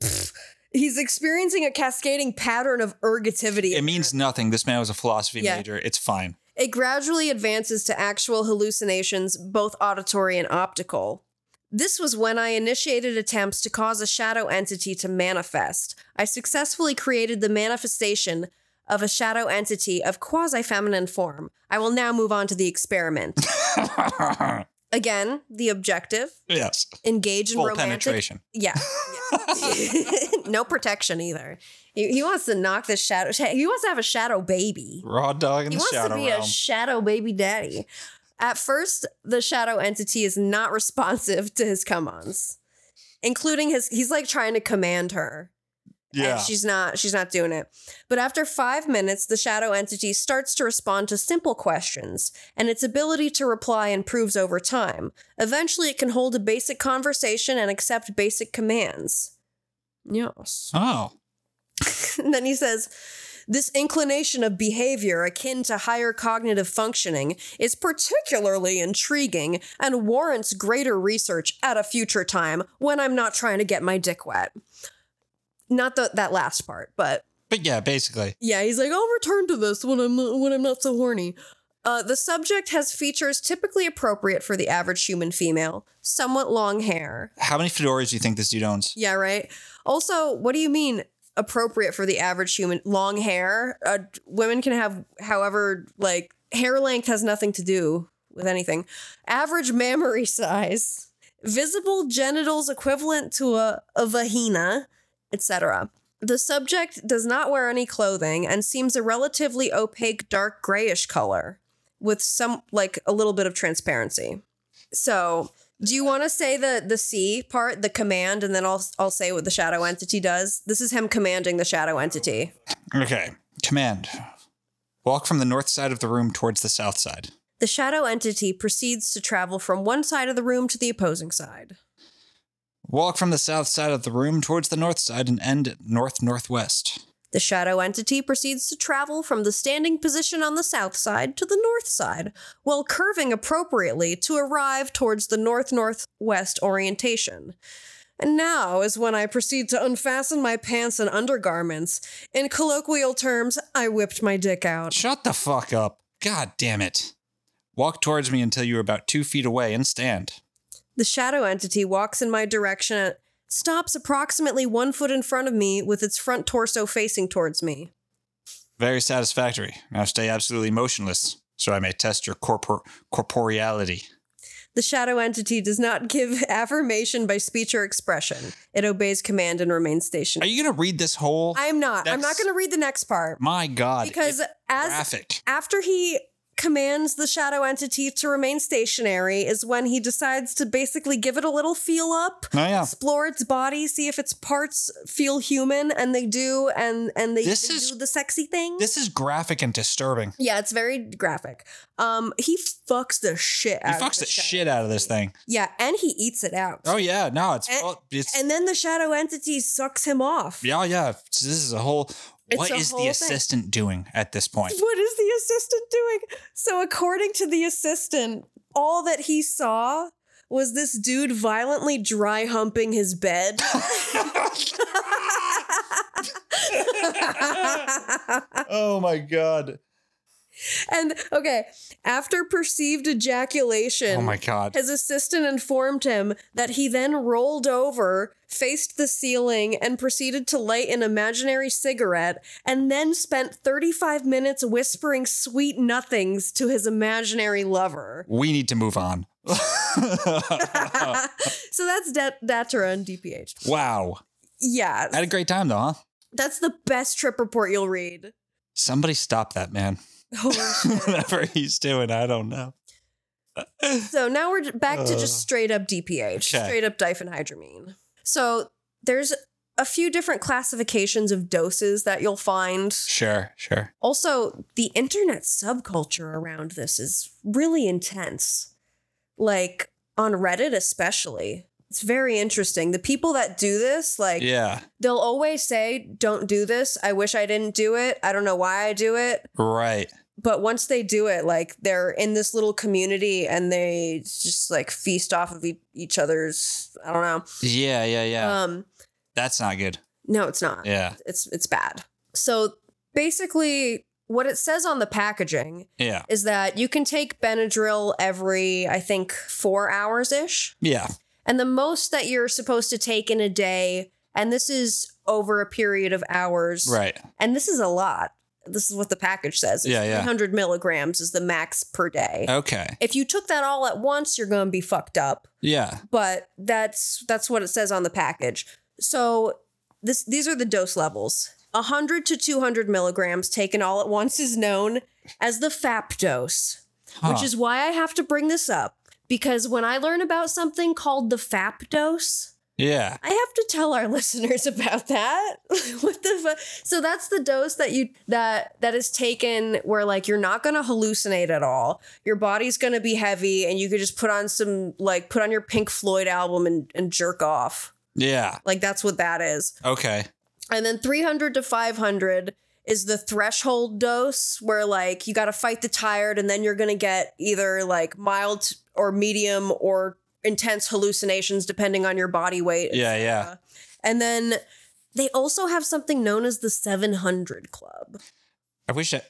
Speaker 1: [laughs] pff, He's experiencing a cascading pattern of ergativity.
Speaker 2: It means nothing. This man was a philosophy
Speaker 1: Yeah.
Speaker 2: major. It's fine.
Speaker 1: It gradually advances to actual hallucinations, both auditory and optical. This was when I initiated attempts to cause a shadow entity to manifest. I successfully created the manifestation of a shadow entity of quasi feminine form. I will now move on to the
Speaker 2: [laughs]
Speaker 1: experiment. Again, the objective
Speaker 2: Yes.
Speaker 1: engage in
Speaker 2: Full
Speaker 1: romantic.
Speaker 2: penetration. [laughs]
Speaker 1: Yeah. yeah. no protection either. He, he wants to knock the shadow, he wants to have a shadow baby
Speaker 2: Raw dog in
Speaker 1: he
Speaker 2: the
Speaker 1: wants
Speaker 2: shadow
Speaker 1: to be
Speaker 2: realm.
Speaker 1: a shadow baby daddy. At first, the shadow entity is not [laughs] responsive to his come-ons, including his. He's like trying to command her,
Speaker 2: yeah.
Speaker 1: and she's not. She's not doing it. But after five minutes, the shadow entity starts to respond to simple questions, and its ability to reply improves over time. Eventually, it can hold a basic conversation and accept basic commands. Yes.
Speaker 2: oh.
Speaker 1: And [laughs] then he says, this inclination of behavior akin to higher cognitive functioning is particularly intriguing and warrants greater research at a future time when I'm not trying to get my dick wet. Not the, that last part, but
Speaker 2: But yeah, basically.
Speaker 1: yeah, he's like, I'll return to this when I'm when I'm not so horny. Uh, the subject has features typically appropriate for the average human female, somewhat long hair.
Speaker 2: How many fedoras do you think this dude owns?
Speaker 1: Yeah, right. Also, what do you mean appropriate for the average human? Long hair? Uh, women can have however, like, hair length has nothing to do with anything. Average mammary [laughs] size, visible genitals equivalent to a, a vagina, etc. The subject does not wear any clothing and seems a relatively opaque dark grayish color with some like a little bit of transparency. So, do you want to say the the C part, the command, and then I'll I'll say what the shadow entity does? This is him commanding the shadow entity.
Speaker 2: Okay. Command. Walk from the north side of the room towards the south side.
Speaker 1: The shadow entity proceeds to travel from one side of the room to the opposing side.
Speaker 2: Walk from the south side of the room towards the north side and end at north northwest.
Speaker 1: The shadow entity proceeds to travel from the standing position on the south side to the north side, while curving appropriately to arrive towards the north northwest orientation. And now is when I proceed to unfasten my pants and undergarments. In colloquial terms, I whipped my dick out.
Speaker 2: Shut the fuck up. God damn it. Walk towards me until you are about two feet away and stand.
Speaker 1: The shadow entity walks in my direction, and stops approximately one foot in front of me with its front torso facing towards me.
Speaker 2: Very satisfactory. Now stay absolutely motionless so I may test your corpor- corporeality.
Speaker 1: The shadow entity does not give [laughs] affirmation by speech or expression. It obeys command and remains
Speaker 2: Are
Speaker 1: stationary.
Speaker 2: you going to read this whole?
Speaker 1: I'm not. I'm not
Speaker 2: That's-
Speaker 1: going to read the next part
Speaker 2: my God.
Speaker 1: because
Speaker 2: it's
Speaker 1: as
Speaker 2: graphic.
Speaker 1: after he commands the shadow entity to remain stationary is when he decides to basically give it a little feel up
Speaker 2: Oh, yeah.
Speaker 1: explore its body see if its parts feel human and they do and and they,
Speaker 2: This
Speaker 1: they
Speaker 2: is-
Speaker 1: do the sexy thing
Speaker 2: This is graphic and disturbing.
Speaker 1: yeah it's very graphic um he fucks the shit
Speaker 2: He
Speaker 1: out of
Speaker 2: fucks
Speaker 1: the
Speaker 2: the
Speaker 1: shadow
Speaker 2: shit out of this thing.
Speaker 1: yeah and he eats it out
Speaker 2: Oh yeah, no, it's
Speaker 1: And-
Speaker 2: oh, it's
Speaker 1: and then the shadow entity sucks him off
Speaker 2: yeah, yeah. This is a whole.
Speaker 1: It's
Speaker 2: What
Speaker 1: a
Speaker 2: is
Speaker 1: whole
Speaker 2: the
Speaker 1: thing.
Speaker 2: assistant doing at this point?
Speaker 1: [laughs] What is the assistant doing? So, according to the assistant, all that he saw was this dude violently dry humping his
Speaker 2: [laughs]
Speaker 1: bed.
Speaker 2: Oh my god.
Speaker 1: and okay, after perceived ejaculation,
Speaker 2: Oh my god.
Speaker 1: his assistant informed him that he then rolled over, faced the ceiling, and proceeded to light an imaginary cigarette, and then spent 35 minutes whispering sweet nothings to his imaginary lover.
Speaker 2: We need to
Speaker 1: [laughs]
Speaker 2: move on. [laughs]
Speaker 1: so that's Dat- Datura and DPH.
Speaker 2: wow.
Speaker 1: Yeah,
Speaker 2: I had a great time though, huh?
Speaker 1: that's the best trip report you'll read.
Speaker 2: Somebody stop that man. [laughs]
Speaker 1: Holy shit.
Speaker 2: Whatever he's doing, I don't know.
Speaker 1: so now we're j- back to
Speaker 2: Ugh.
Speaker 1: just straight up DPH,
Speaker 2: Okay.
Speaker 1: straight up diphenhydramine. So there's a few different classifications of doses that you'll find.
Speaker 2: Sure, sure.
Speaker 1: Also, the internet subculture around this is really intense. Like on Reddit, especially. It's very interesting. The people that do this, like,
Speaker 2: Yeah.
Speaker 1: they'll always say, Don't do this. I wish I didn't do it. I don't know why I do it.
Speaker 2: Right.
Speaker 1: But once they do it, like, they're in this little community and they just like feast off of e- each other's, I don't know.
Speaker 2: Yeah, yeah, yeah.
Speaker 1: Um,
Speaker 2: That's not good.
Speaker 1: no, it's not
Speaker 2: Yeah.
Speaker 1: it's it's bad. So basically what it says on the packaging
Speaker 2: Yeah.
Speaker 1: is that you can take Benadryl every I think 4 hours ish
Speaker 2: Yeah.
Speaker 1: and the most that you're supposed to take in a day and this is over a period of hours.
Speaker 2: Right.
Speaker 1: And this is a lot. This is what the package says. It's
Speaker 2: Yeah, Uh, yeah.
Speaker 1: 300 milligrams is the max per day.
Speaker 2: Okay.
Speaker 1: If you took that all at once, you're going to be fucked up
Speaker 2: Yeah.
Speaker 1: but that's that's what it says on the package. So this these are the dose levels. 100 to 200 milligrams taken all at once is known as the FAP dose, which
Speaker 2: Huh.
Speaker 1: is why I have to bring this up because when I learn about something called the FAP dose,
Speaker 2: Yeah.
Speaker 1: I have to tell our [laughs] listeners about that. [laughs] what the fu- so that's the dose that you that that is taken where like you're not going to hallucinate at all. Your body's going to be heavy and you could just put on some like put on your Pink Floyd album and and jerk off.
Speaker 2: Yeah.
Speaker 1: Like that's what that is.
Speaker 2: Okay.
Speaker 1: And then 300 to 500 is the threshold dose where like you got to fight the tired and then you're going to get either like mild or medium or intense hallucinations depending on your body weight.
Speaker 2: Yeah, yeah.
Speaker 1: And then they also have something known as the 700 Club. [laughs]
Speaker 2: I [laughs] wish that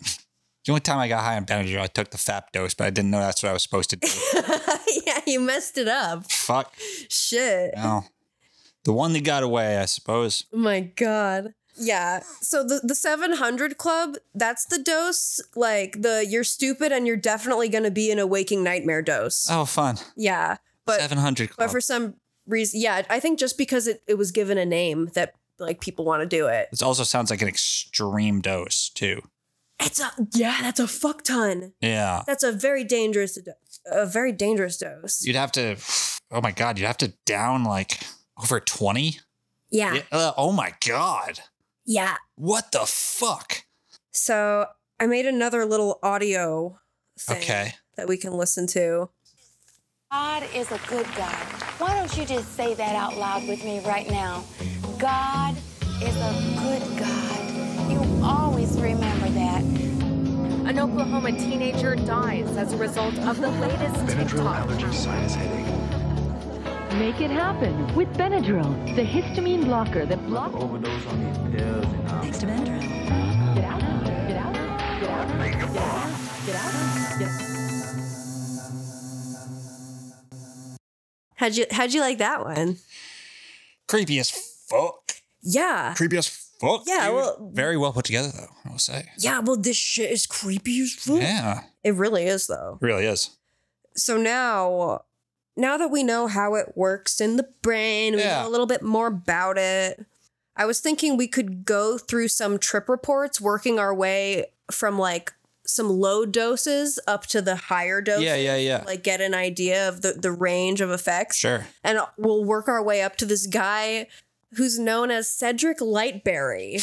Speaker 2: the only time I got high on Benadryl, I took the FAP dose, but I didn't know that's what I was supposed
Speaker 1: [laughs]
Speaker 2: to do.
Speaker 1: yeah, you messed it up.
Speaker 2: Fuck.
Speaker 1: Shit. Oh
Speaker 2: No. The one that got away, I suppose.
Speaker 1: My God. Yeah. So the, the 700 Club, that's the dose, like the you're stupid and you're definitely going to be in a waking nightmare dose.
Speaker 2: Oh, fun.
Speaker 1: Yeah. But
Speaker 2: 700
Speaker 1: but
Speaker 2: Club.
Speaker 1: for some reason, yeah, I think just because it, it was given a name that like people want to do it.
Speaker 2: It also sounds like an extreme dose, too.
Speaker 1: It's a, yeah, that's a fuck ton.
Speaker 2: Yeah.
Speaker 1: That's a very dangerous, do- a very dangerous dose.
Speaker 2: You'd have to, oh my God, you'd have to down like over 20?
Speaker 1: Yeah. Yeah.
Speaker 2: uh, oh my God. What the fuck?
Speaker 1: So I made another little audio thing
Speaker 2: Okay.
Speaker 1: that we can listen to.
Speaker 4: God is a good God. Why don't you just say that out loud with me right now? God is a good God. You always remember that.
Speaker 5: An Oklahoma teenager dies as a result of the latest TikTok.
Speaker 6: Make it happen with Benadryl, the histamine blocker that blocks. Overdose on these pills. Thanks to Benadryl. Get out. Get out. Get out. Get out. Get out. Get out.
Speaker 1: How'd you how'd you like that one?
Speaker 2: Creepy as fuck.
Speaker 1: Yeah.
Speaker 2: Creepy as fuck.
Speaker 1: Yeah,
Speaker 2: dude.
Speaker 1: well-
Speaker 2: very well put together, though, I will say.
Speaker 1: Yeah, well this shit Hmm. is creepy as fuck.
Speaker 2: Yeah.
Speaker 1: It really is though.
Speaker 2: Really is.
Speaker 1: So now now that we know how it works in the brain, we
Speaker 2: Yeah.
Speaker 1: know a little bit more about it. I was thinking we could go through some trip reports, working our way from like some low doses up to the higher dose.
Speaker 2: Yeah, yeah, yeah.
Speaker 1: Like get an idea of the, the range of effects.
Speaker 2: Sure.
Speaker 1: And we'll work our way up to this guy who's known as Cedric Lightberry.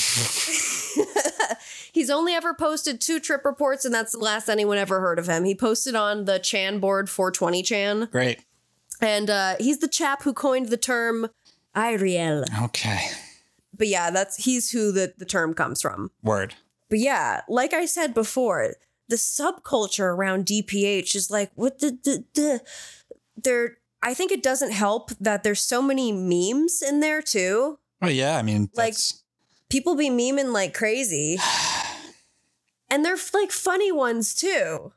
Speaker 1: [laughs] He's only ever posted two trip reports, and that's the last anyone ever heard of him. He posted on the Chan board 420 Chan.
Speaker 2: Great.
Speaker 1: And uh, he's the chap who coined the term Iriel.
Speaker 2: Okay.
Speaker 1: But yeah, that's he's who the, the term comes from.
Speaker 2: Word.
Speaker 1: But yeah, like I said before, the subculture around DPH is like, what the the, the there I think it doesn't help that there's so many memes in there too.
Speaker 2: Oh yeah. I mean,
Speaker 1: Like-
Speaker 2: that's-
Speaker 1: People be memeing like crazy. And they're like funny ones too.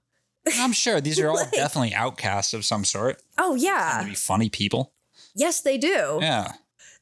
Speaker 2: I'm
Speaker 1: [laughs]
Speaker 2: sure these are all
Speaker 1: Like-
Speaker 2: definitely outcasts of some sort.
Speaker 1: Oh yeah.
Speaker 2: Maybe funny people.
Speaker 1: Yes, they do.
Speaker 2: Yeah.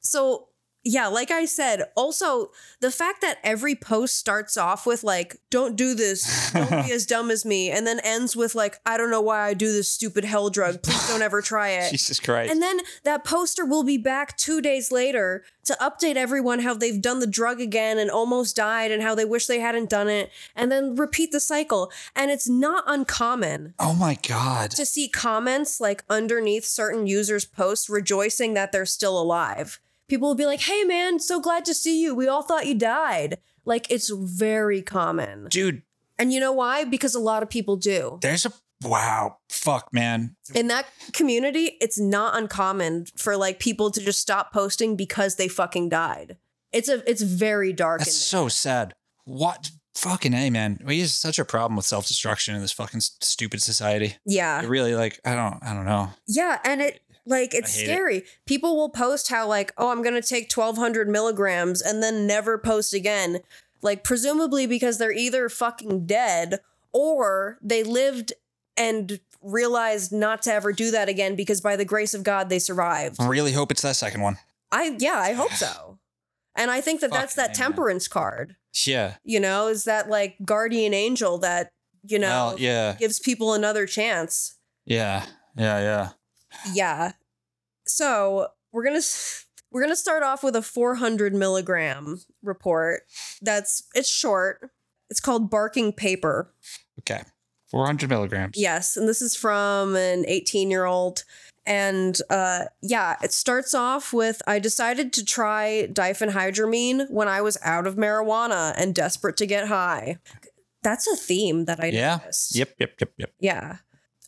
Speaker 1: So, yeah, like I said, also the fact that every post starts off with like, don't do this, don't be as dumb as me, and then ends with like, I don't know why I do this stupid hell drug. Please don't ever try it.
Speaker 2: Jesus Christ.
Speaker 1: And then that poster will be back two days later to update everyone how they've done the drug again and almost died and how they wish they hadn't done it, and then repeat the cycle. And it's not uncommon
Speaker 2: oh my God.
Speaker 1: to see comments like underneath certain users' posts rejoicing that they're still alive. People will be like, hey man, so glad to see you. We all thought you died. Like it's very common.
Speaker 2: Dude,
Speaker 1: And you know why? Because a lot of people do.
Speaker 2: there's a wow. Fuck, man.
Speaker 1: In that community, it's not uncommon for like people to just stop posting because they fucking died. It's a it's very dark
Speaker 2: That's
Speaker 1: in there.
Speaker 2: so sad. What fucking A, man. We have such a problem with self destruction in this fucking s- stupid society.
Speaker 1: yeah.
Speaker 2: I really like, I don't, I don't know.
Speaker 1: Yeah, and it like it's
Speaker 2: hate it.
Speaker 1: scary. People will post how like, oh, I'm gonna take 1,200 milligrams and then never post again, like presumably because they're either fucking dead or they lived and realized not to ever do that again because by the grace of God they survived.
Speaker 2: I really hope it's that second one.
Speaker 1: I yeah, I
Speaker 2: [sighs]
Speaker 1: hope so, and I think that that's
Speaker 2: Fucking
Speaker 1: that
Speaker 2: A, man.
Speaker 1: temperance card.
Speaker 2: Yeah.
Speaker 1: You know, is that like guardian angel that you know
Speaker 2: Well, yeah.
Speaker 1: gives people another chance.
Speaker 2: Yeah. Yeah. Yeah.
Speaker 1: Yeah. So we're gonna s- we're gonna start off with a 400 milligram report. That's it's short. It's called Barking Paper.
Speaker 2: Okay. 400 milligrams.
Speaker 1: Yes, and this is from an 18 year old. And uh, yeah, it starts off with I decided to try diphenhydramine when I was out of marijuana and desperate to get high. That's a theme that I
Speaker 2: Yeah.
Speaker 1: noticed.
Speaker 2: Yep. Yep. Yep. Yep.
Speaker 1: Yeah.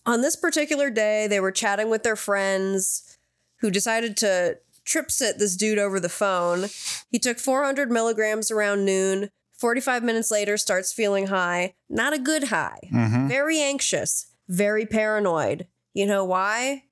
Speaker 1: On this particular day, they were chatting with their friends who decided to trip sit this dude over the phone. He took 400 milligrams around noon. 45 minutes later, starts feeling high. Not a good high.
Speaker 2: Mm-hmm.
Speaker 1: Very anxious, very paranoid. You know why?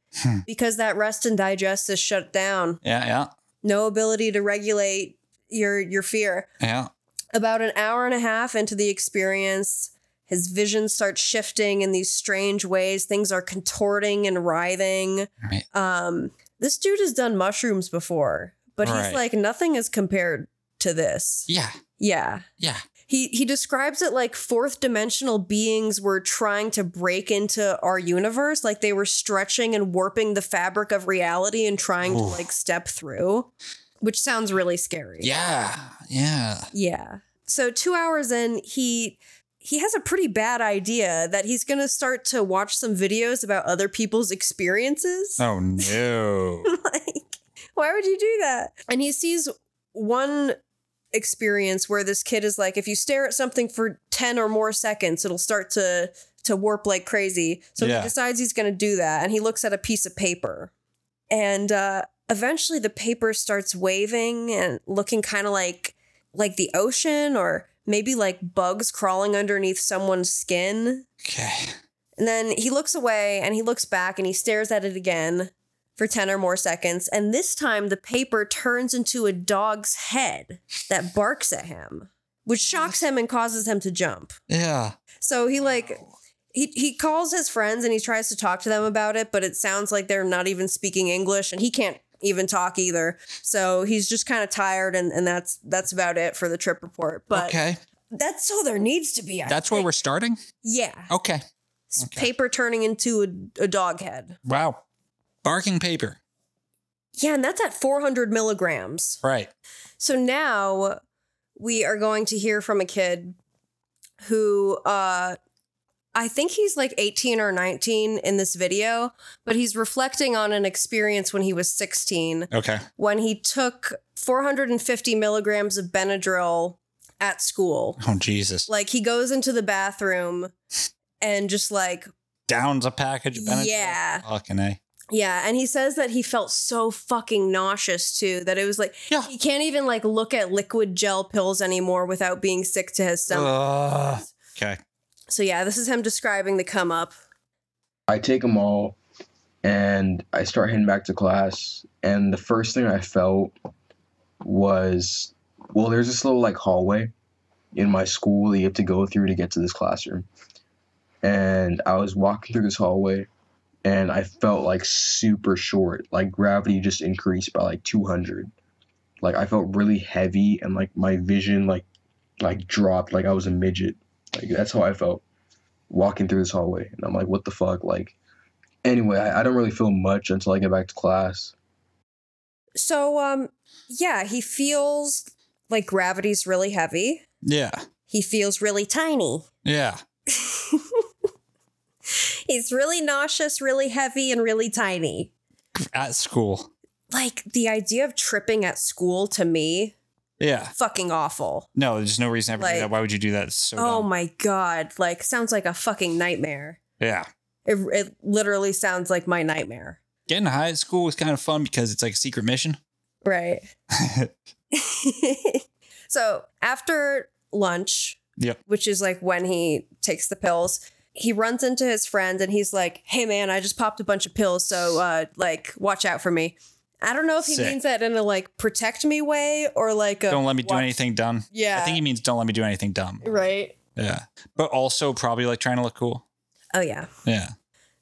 Speaker 1: because that rest and digest is shut down.
Speaker 2: Yeah. Yeah.
Speaker 1: No ability to regulate your your fear.
Speaker 2: Yeah.
Speaker 1: About an hour and a half into the experience, his vision starts shifting in these strange ways. Things are contorting and writhing.
Speaker 2: Right.
Speaker 1: Um, this dude has done mushrooms before, but
Speaker 2: Right.
Speaker 1: he's like, nothing is compared to this.
Speaker 2: Yeah.
Speaker 1: Yeah.
Speaker 2: Yeah.
Speaker 1: He, he describes it like fourth dimensional beings were trying to break into our universe, like they were stretching and warping the fabric of reality and trying to
Speaker 2: Oof.
Speaker 1: like step through, which sounds really scary.
Speaker 2: Yeah. Yeah.
Speaker 1: Yeah. So two hours in, he he has a pretty bad idea that he's gonna start to watch some videos about other people's experiences.
Speaker 2: Oh no.
Speaker 1: [laughs] like, why would you do that? And he sees one experience where this kid is like, if you stare at something for 10 or more seconds, it'll start to to warp like crazy. So
Speaker 2: Yeah.
Speaker 1: he decides he's gonna do that and he looks at a piece of paper. And uh eventually the paper starts waving and looking kind of like like the ocean or maybe like bugs crawling underneath someone's skin.
Speaker 2: [laughs] okay.
Speaker 1: And then he looks away and he looks back and he stares at it again for 10 or more seconds. And this time the paper turns into a dog's head that barks at him, which shocks him and causes him to jump.
Speaker 2: Yeah.
Speaker 1: So he like he he calls his friends and he tries to talk to them about it, but it sounds like they're not even speaking English and he can't even talk either. So he's just kind of tired and, and that's that's about it for the trip report. But
Speaker 2: okay.
Speaker 1: Uh, that's all there needs to be. I
Speaker 2: That's where
Speaker 1: think.
Speaker 2: we're starting.
Speaker 1: Yeah.
Speaker 2: Okay.
Speaker 1: Paper turning into a, a dog head.
Speaker 2: Wow. Barking paper.
Speaker 1: Yeah, and that's at 400 milligrams.
Speaker 2: Right.
Speaker 1: So now we are going to hear from a kid who uh I think he's like 18 or 19 in this video, but he's reflecting on an experience when he was 16
Speaker 2: Okay.
Speaker 1: when he took 450 milligrams of Benadryl at school.
Speaker 2: Oh Jesus.
Speaker 1: Like he goes into the bathroom and just like
Speaker 2: Downs a package of Benadryl.
Speaker 1: Yeah.
Speaker 2: Fucking A.
Speaker 1: yeah, and he says that he felt so fucking nauseous too that it was like
Speaker 2: Yeah.
Speaker 1: he can't even like look at liquid gel pills anymore without being sick to his stomach.
Speaker 2: Ugh. okay.
Speaker 1: So yeah, this is him describing the come up.
Speaker 7: I take them all and I start heading back to class. And the first thing I felt was well, there's this little like hallway in my school that you have to go through to get to this classroom. And I was walking through this hallway and I felt like super short. Like gravity just increased by like 200. Like I felt really heavy and like my vision like like dropped like I was a midget. Like that's how I felt walking through this hallway and i'm like what the fuck like anyway i, I don't really feel much until i get back to class
Speaker 1: So um yeah, he feels like gravity's really heavy.
Speaker 2: Yeah.
Speaker 1: He feels really tiny.
Speaker 2: Yeah.
Speaker 1: He's really nauseous, really heavy and really tiny.
Speaker 2: At school.
Speaker 1: Like the idea of tripping at school to me,
Speaker 2: Yeah.
Speaker 1: fucking awful.
Speaker 2: No, there's no reason to ever do that.
Speaker 1: Like-
Speaker 2: Why would you do that? It's so
Speaker 1: oh
Speaker 2: dumb.
Speaker 1: my god, like sounds like a fucking nightmare.
Speaker 2: Yeah.
Speaker 1: It, it literally sounds like my nightmare.
Speaker 2: Getting high at school was kind of fun because it's like a secret mission. [laughs]
Speaker 1: Right. so after lunch,
Speaker 2: Yep.
Speaker 1: which is like when he takes the pills, he runs into his friend and he's like, "Hey man, I just popped a bunch of pills, so uh, like watch out for me." I don't know if he
Speaker 2: Sick.
Speaker 1: means that in a like protect me way or like a
Speaker 2: Don't let me do
Speaker 1: watch-
Speaker 2: anything dumb.
Speaker 1: Yeah.
Speaker 2: I think he means don't let me do anything dumb.
Speaker 1: Right.
Speaker 2: Yeah. But also probably like trying to look cool.
Speaker 1: Oh yeah.
Speaker 2: Yeah.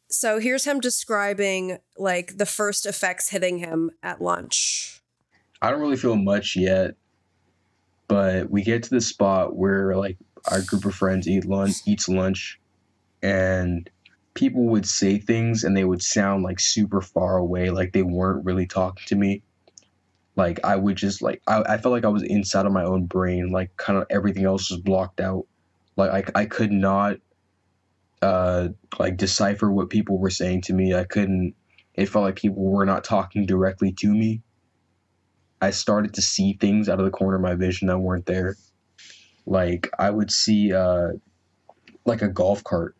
Speaker 1: So here's him describing like the first effects hitting him at lunch.
Speaker 7: i don't really feel much yet but we get to the spot where like our group of friends eat lunch eats lunch and people would say things and they would sound like super far away like they weren't really talking to me like i would just like i, I felt like i was inside of my own brain like kind of everything else was blocked out like i, I could not uh like decipher what people were saying to me i couldn't it felt like people were not talking directly to me i started to see things out of the corner of my vision that weren't there like i would see uh like a golf cart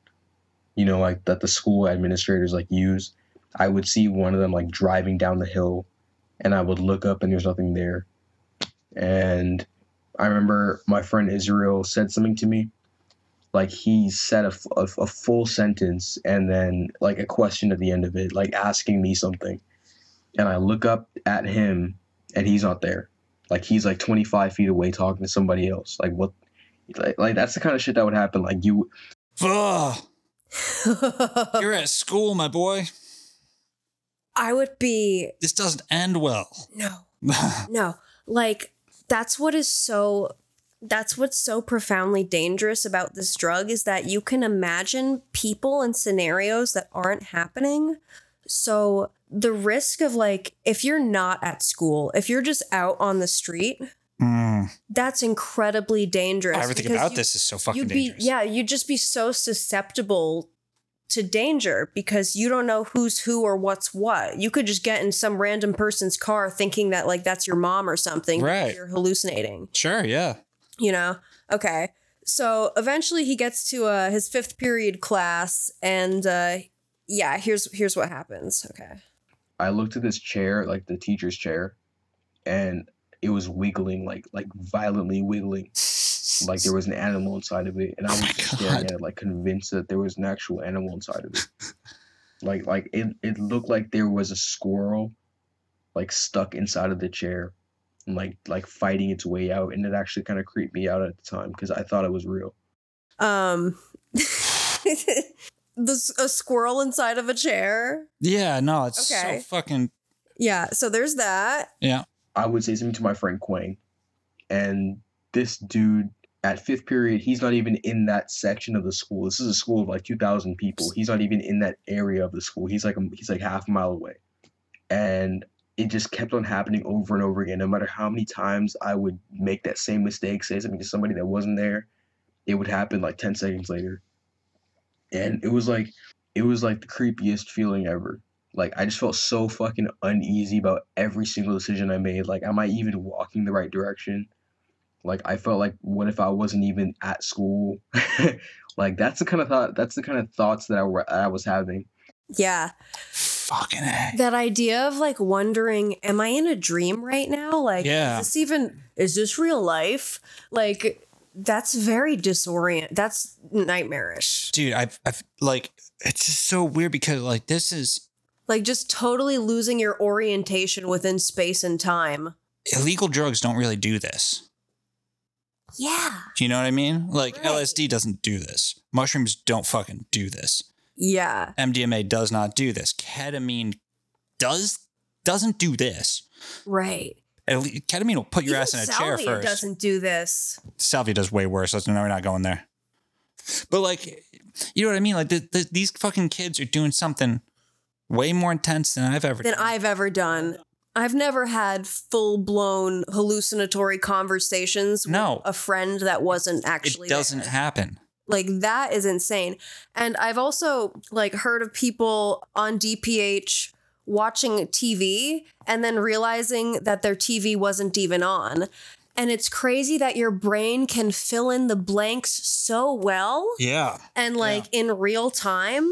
Speaker 7: you know like that the school administrators like use i would see one of them like driving down the hill and i would look up and there's nothing there and i remember my friend israel said something to me like he said a, f- a f- a full sentence and then like a question at the end of it like asking me something and i look up at him and he's not there like he's like 25 feet away talking to somebody else like what like, like that's the kind of shit that would happen like you
Speaker 2: Ugh.
Speaker 1: [laughs]
Speaker 2: You're at school, my boy.
Speaker 1: I would be
Speaker 2: This doesn't end well. [laughs]
Speaker 1: no. No, like that's what is so that's what's so profoundly dangerous about this drug is that you can imagine people and scenarios that aren't happening. So the risk of like if you're not at school, if you're just out on the street,
Speaker 2: Mm.
Speaker 1: that's incredibly dangerous.
Speaker 2: Everything
Speaker 1: because
Speaker 2: about
Speaker 1: you-
Speaker 2: this is so fucking
Speaker 1: you'd be
Speaker 2: dangerous.
Speaker 1: yeah, you'd just be so susceptible to danger because you don't know who's who or what's what. You could just get in some random person's car thinking that like that's your mom or something.
Speaker 2: Right.
Speaker 1: You're hallucinating,
Speaker 2: Sure. Yeah.
Speaker 1: you know? Okay. So eventually he gets to uh, his fifth period class and uh, yeah, here's here's what happens. Okay.
Speaker 7: I looked at this chair, like the teacher's chair, and it was wiggling, like like violently wiggling, like there was an animal inside of it, and I was
Speaker 2: Oh my
Speaker 7: just staring
Speaker 2: God.
Speaker 7: at it, like convinced that there was an actual animal inside of it.
Speaker 2: [laughs]
Speaker 7: like like it it looked like there was a squirrel, like stuck inside of the chair, and like like fighting its way out, and it actually kind of creeped me out at the time because I thought it was real.
Speaker 1: Um [laughs] this a squirrel inside of a chair.
Speaker 2: Yeah. No, it's
Speaker 1: Okay.
Speaker 2: so fucking.
Speaker 1: Yeah, so there's that.
Speaker 2: Yeah.
Speaker 7: I would say something to my friend Quang, and this dude at fifth period, he's not even in that section of the school. This is a school of like two thousand people. He's not even in that area of the school. He's like a, he's like half a mile away. and it just kept on happening over and over again. No matter how many times I would make that same mistake, say something to somebody that wasn't there, it would happen like 10 seconds later. And it was like, it was like the creepiest feeling ever. Like, I just felt so fucking uneasy about every single decision I made. Like, am I even walking the right direction? Like, I felt like, what if I wasn't even at school? [laughs] like, that's the kind of thought, that's the kind of thoughts that I, were, I was having.
Speaker 1: Yeah.
Speaker 2: Fucking A.
Speaker 1: That idea of like wondering, am I in a dream right now? Like,
Speaker 2: Yeah.
Speaker 1: is this even, is this real life? Like, that's very disorient. That's nightmarish.
Speaker 2: Dude, I've, I've like, it's just so weird because like this is
Speaker 1: Like, just totally losing your orientation within space and time.
Speaker 2: illegal drugs don't really do this.
Speaker 1: Yeah.
Speaker 2: Do you know what I mean? Like LSD doesn't do this. Mushrooms don't fucking do this.
Speaker 1: Yeah.
Speaker 2: MDMA does not do this. Ketamine does doesn't do this.
Speaker 1: Right.
Speaker 2: At le- ketamine will put your ass in a chair
Speaker 1: Salvia
Speaker 2: first.
Speaker 1: doesn't do this.
Speaker 2: Salvia does way worse. Let's no, we're not going there. But like, you know what I mean? Like the, the, these fucking kids are doing something way more intense than I've ever.
Speaker 1: than I've ever done. I've never had full blown hallucinatory conversations
Speaker 2: No.
Speaker 1: with a friend that wasn't actually
Speaker 2: it doesn't
Speaker 1: there.
Speaker 2: happen.
Speaker 1: Like that is insane. And I've also like heard of people on DPH watching TV and then realizing that their TV wasn't even on. And it's crazy that your brain can fill in the blanks so well
Speaker 2: Yeah.
Speaker 1: and like in real time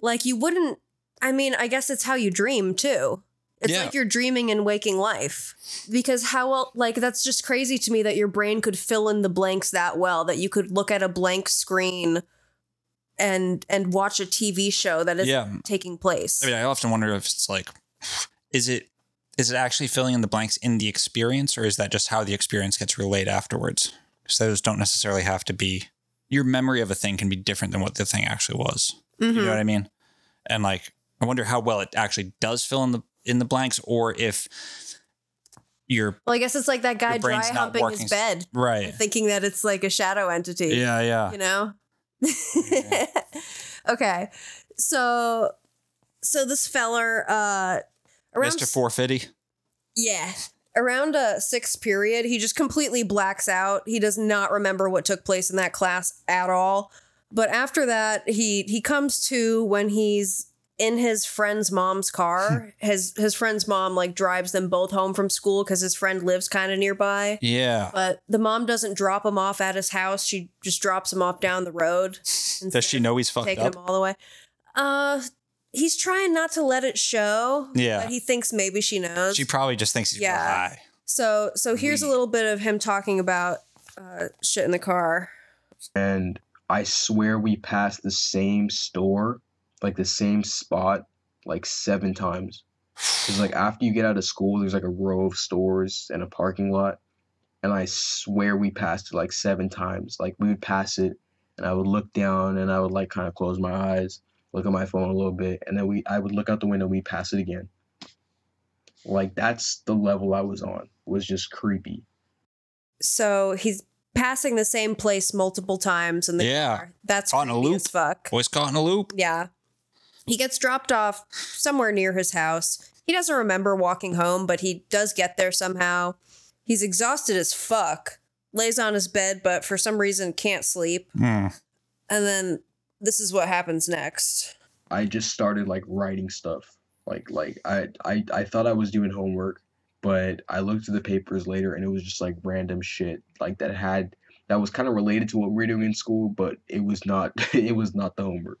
Speaker 1: like you wouldn't i mean i guess it's how you dream too it's
Speaker 2: Yeah.
Speaker 1: like you're dreaming in waking life because how el- like that's just crazy to me that your brain could fill in the blanks that well that you could look at a blank screen and and watch a tv show that is
Speaker 2: Yeah.
Speaker 1: taking place
Speaker 2: I mean, I often wonder if it's like, is it is it actually filling in the blanks in the experience, or is that just how the experience gets relayed afterwards? Because those don't necessarily have to be. Your memory of a thing can be different than what the thing actually was. You
Speaker 1: Mm-hmm.
Speaker 2: know what I mean? And like, I wonder how well it actually does fill in the in the blanks, or if you're
Speaker 1: well i guess it's like that guy
Speaker 2: Your
Speaker 1: dry
Speaker 2: brain's not
Speaker 1: humping
Speaker 2: working
Speaker 1: his
Speaker 2: s-
Speaker 1: bed
Speaker 2: right.
Speaker 1: thinking that it's like a shadow entity
Speaker 2: Yeah, yeah.
Speaker 1: you know [laughs] okay so so this feller uh around
Speaker 2: Mr. 450.
Speaker 1: yeah around a sixth period he just completely blacks out he does not remember what took place in that class at all but after that he he comes to when he's in his friend's mom's car
Speaker 2: Hmm.
Speaker 1: his his friend's mom like drives them both home from school because his friend lives kind of nearby
Speaker 2: Yeah.
Speaker 1: but the mom doesn't drop him off at his house she just drops him off down the road
Speaker 2: Does she know he's fucked
Speaker 1: taking
Speaker 2: up?
Speaker 1: him all the way. Uh, he's trying not to let it show.
Speaker 2: Yeah.
Speaker 1: but he thinks maybe she knows.
Speaker 2: She probably just thinks he's
Speaker 1: Yeah.
Speaker 2: yeah. high.
Speaker 1: so, so here's a little bit of him talking about uh, shit in the car.
Speaker 7: and I swear we passed the same store, like the same spot, like seven times. Cause like after you get out of school, there's like a row of stores and a parking lot, and I swear we passed it like seven times. Like we would pass it, and I would look down, and I would like kind of close my eyes, look at my phone a little bit, and then we I would look out the window, we pass it again. Like that's the level I was on. Was just creepy.
Speaker 1: So he's passing the same place multiple times in the
Speaker 2: Yeah.
Speaker 1: car. That's
Speaker 2: Caught in a
Speaker 1: creepy
Speaker 2: loop.
Speaker 1: as fuck.
Speaker 2: Boy's caught in a loop.
Speaker 1: Yeah, he gets dropped off somewhere near his house. He doesn't remember walking home, but he does get there somehow. He's exhausted as fuck. Lays on his bed, but for some reason can't sleep.
Speaker 2: Hmm.
Speaker 1: And then this is what happens next.
Speaker 7: I just started like writing stuff. Like like I I I thought I was doing homework, but I looked at the papers later and it was just like random shit like that had that was kind of related to what we are doing in school, but it was not [laughs] it was not the homework.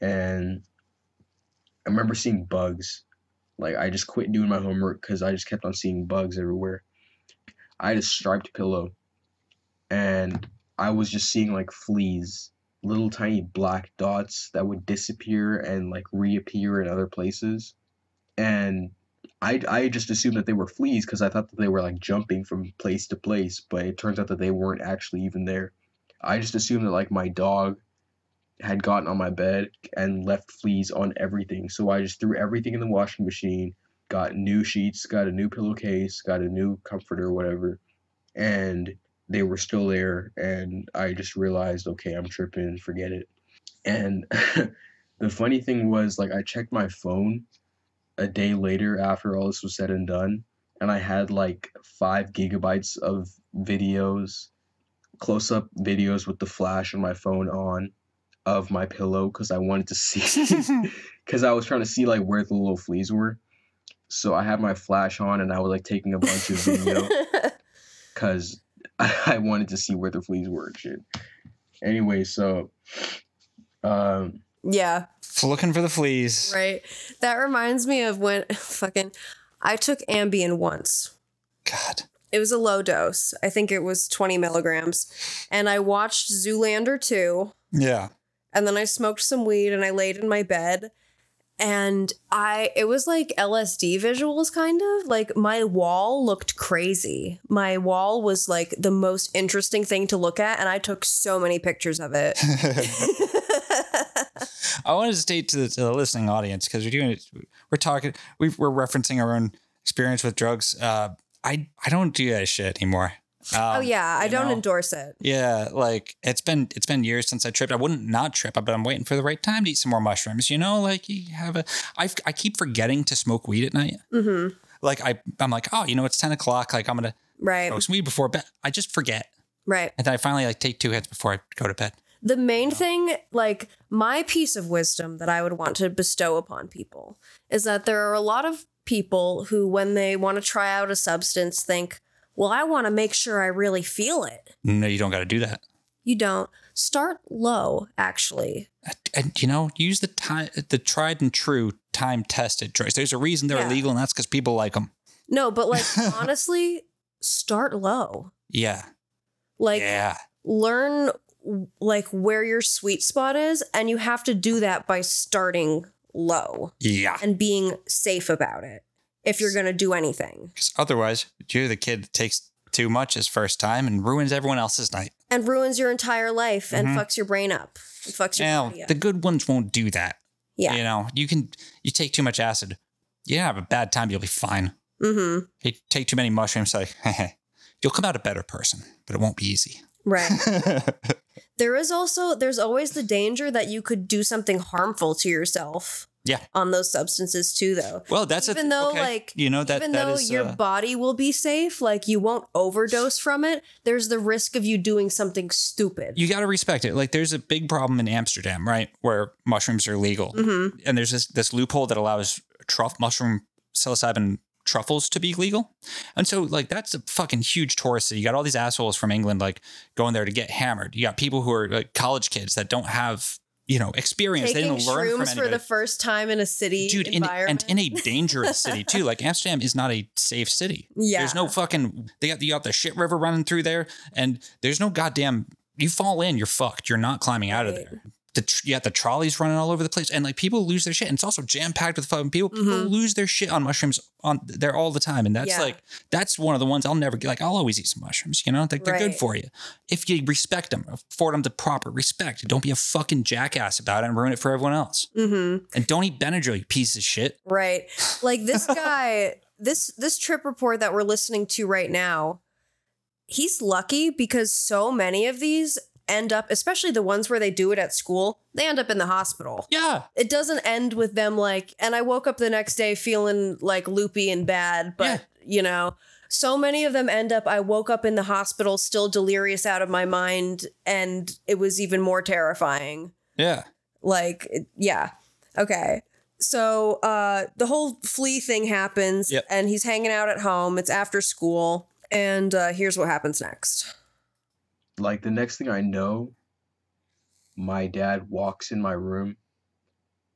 Speaker 7: And I remember seeing bugs. Like I just quit doing my homework cuz I just kept on seeing bugs everywhere. I had a striped pillow and I was just seeing like fleas little tiny black dots that would disappear and like reappear in other places. And I I just assumed that they were fleas because I thought that they were like jumping from place to place, but it turns out that they weren't actually even there. I just assumed that like my dog had gotten on my bed and left fleas on everything. So I just threw everything in the washing machine, got new sheets, got a new pillowcase, got a new comforter, whatever. And they were still there and i just realized okay i'm tripping [laughs] forget it and the funny thing was like i checked my phone a day later after all this was said and done and i had like five gigabytes of videos close up videos with the flash on my phone on of my pillow because i wanted to see [laughs] because i was trying to see like where the little fleas were so i had my flash on and i was like taking a bunch of video because I wanted to see where the fleas were and shit. Anyway, so um
Speaker 1: [laughs] Yeah.
Speaker 2: looking for the fleas.
Speaker 1: Right. That reminds me of when [laughs] fucking I took Ambien once.
Speaker 2: God.
Speaker 1: It was a low dose. I think it was 20 milligrams. And I watched Zoolander 2.
Speaker 2: Yeah.
Speaker 1: And then I smoked some weed and I laid in my bed. And I it was like LSD visuals kind of. Like my wall looked crazy. My wall was like the most interesting thing to look at, and I took so many pictures of
Speaker 2: [laughs]
Speaker 1: it.
Speaker 2: Um, I want to state to the, to the listening audience because we're doing it. We're talking. we we're referencing our own experience with drugs. Uh, I I don't do that shit anymore.
Speaker 1: oh
Speaker 2: Um,
Speaker 1: yeah, I
Speaker 2: you
Speaker 1: don't
Speaker 2: know.
Speaker 1: endorse it.
Speaker 2: Yeah, like it's been it's been years since I tripped. I wouldn't not trip, but I'm waiting for the right time to eat some more mushrooms. You know, like you have a. I I keep forgetting to smoke weed at night.
Speaker 1: Mm-hmm.
Speaker 2: Like I I'm like oh you know it's ten o'clock like I'm gonna
Speaker 1: Right.
Speaker 2: smoke some weed before bed. I just forget,
Speaker 1: Right.
Speaker 2: and then I finally like take two hits before I go to bed.
Speaker 1: The main thing, like my piece of wisdom that I would want to bestow upon people, is that there are a lot of people who, when they want to try out a substance, think, well, I want to make sure I really feel it.
Speaker 2: No, you don't got to do that.
Speaker 1: You don't. Start low, actually.
Speaker 2: and you know, use the time, the tried and true, time tested drugs. There's a reason they're
Speaker 1: Yeah.
Speaker 2: illegal, and that's because people like them.
Speaker 1: No, but like, honestly, start low.
Speaker 2: Yeah,
Speaker 1: Like,
Speaker 2: yeah,
Speaker 1: learn like where your sweet spot is and you have to do that by starting low
Speaker 2: yeah.
Speaker 1: and being safe about it if you're going to do anything
Speaker 2: Because otherwise, you're the kid that takes too much his first time and ruins everyone else's night.
Speaker 1: and ruins your entire life and
Speaker 2: Mhm.
Speaker 1: fucks your brain up and fucks your
Speaker 2: Now,
Speaker 1: body up.
Speaker 2: the good ones won't do that.
Speaker 1: yeah
Speaker 2: You know, you can you take too much acid, you have a bad time, you'll be fine.
Speaker 1: mm-hmm
Speaker 2: You take too many mushrooms, like [laughs] you'll come out a better person, but it won't be easy.
Speaker 1: right
Speaker 2: [laughs]
Speaker 1: there is also there's always the danger that you could do something harmful to yourself
Speaker 2: Yeah.
Speaker 1: on those substances too though
Speaker 2: Well, that's a-
Speaker 1: even though
Speaker 2: okay.
Speaker 1: like
Speaker 2: you know that
Speaker 1: even
Speaker 2: that
Speaker 1: though
Speaker 2: is,
Speaker 1: your
Speaker 2: uh,
Speaker 1: body will be safe like you won't overdose from it there's the risk of you doing something stupid
Speaker 2: you got to respect it. Like there's a big problem in Amsterdam, right, where mushrooms are legal,
Speaker 1: Mhm.
Speaker 2: and there's this this loophole that allows truff mushroom psilocybin truffles to be legal, and so like that's a fucking huge tourist city. You got all these assholes from England like going there to get hammered. You got people who are like college kids that don't have you know experience.
Speaker 1: taking
Speaker 2: they didn't learn from
Speaker 1: shrooms for
Speaker 2: anybody.
Speaker 1: the first time in a city
Speaker 2: Dude, in, and
Speaker 1: environment
Speaker 2: in a
Speaker 1: [laughs]
Speaker 2: dangerous city too. Like Amsterdam is not a safe city.
Speaker 1: Yeah.
Speaker 2: there's no fucking. They got, you got the shit river running through there, and there's no goddamn. You fall in, you're fucked. You're not climbing out of there. The tr- you got the trolleys running all over the place, and like people lose their shit. And it's also jam packed with fucking people. People
Speaker 1: Mhm.
Speaker 2: lose their shit on mushrooms on there all the time, and that's
Speaker 1: Yeah.
Speaker 2: like that's one of the ones I'll never get. Like I'll always eat some mushrooms. You know, like they're good
Speaker 1: Right.
Speaker 2: for you if you respect them, afford them the proper respect. Don't be a fucking jackass about it and ruin it for everyone else.
Speaker 1: mm-hmm.
Speaker 2: And don't eat Benadryl, you piece of shit.
Speaker 1: right like this guy this this trip report that we're listening to right now he's lucky because so many of these end up especially the ones where they do it at school they end up in the hospital
Speaker 2: Yeah.
Speaker 1: it doesn't end with them like and i woke up the next day feeling like loopy and bad but you know so many of them end up i woke up in the hospital still delirious out of my mind and it was even more terrifying
Speaker 2: Yeah.
Speaker 1: like it- yeah okay so uh the whole flea thing happens
Speaker 2: Yep.
Speaker 1: and he's hanging out at home it's after school and uh here's what happens next [laughs]
Speaker 7: like the next thing I know, my dad walks in my room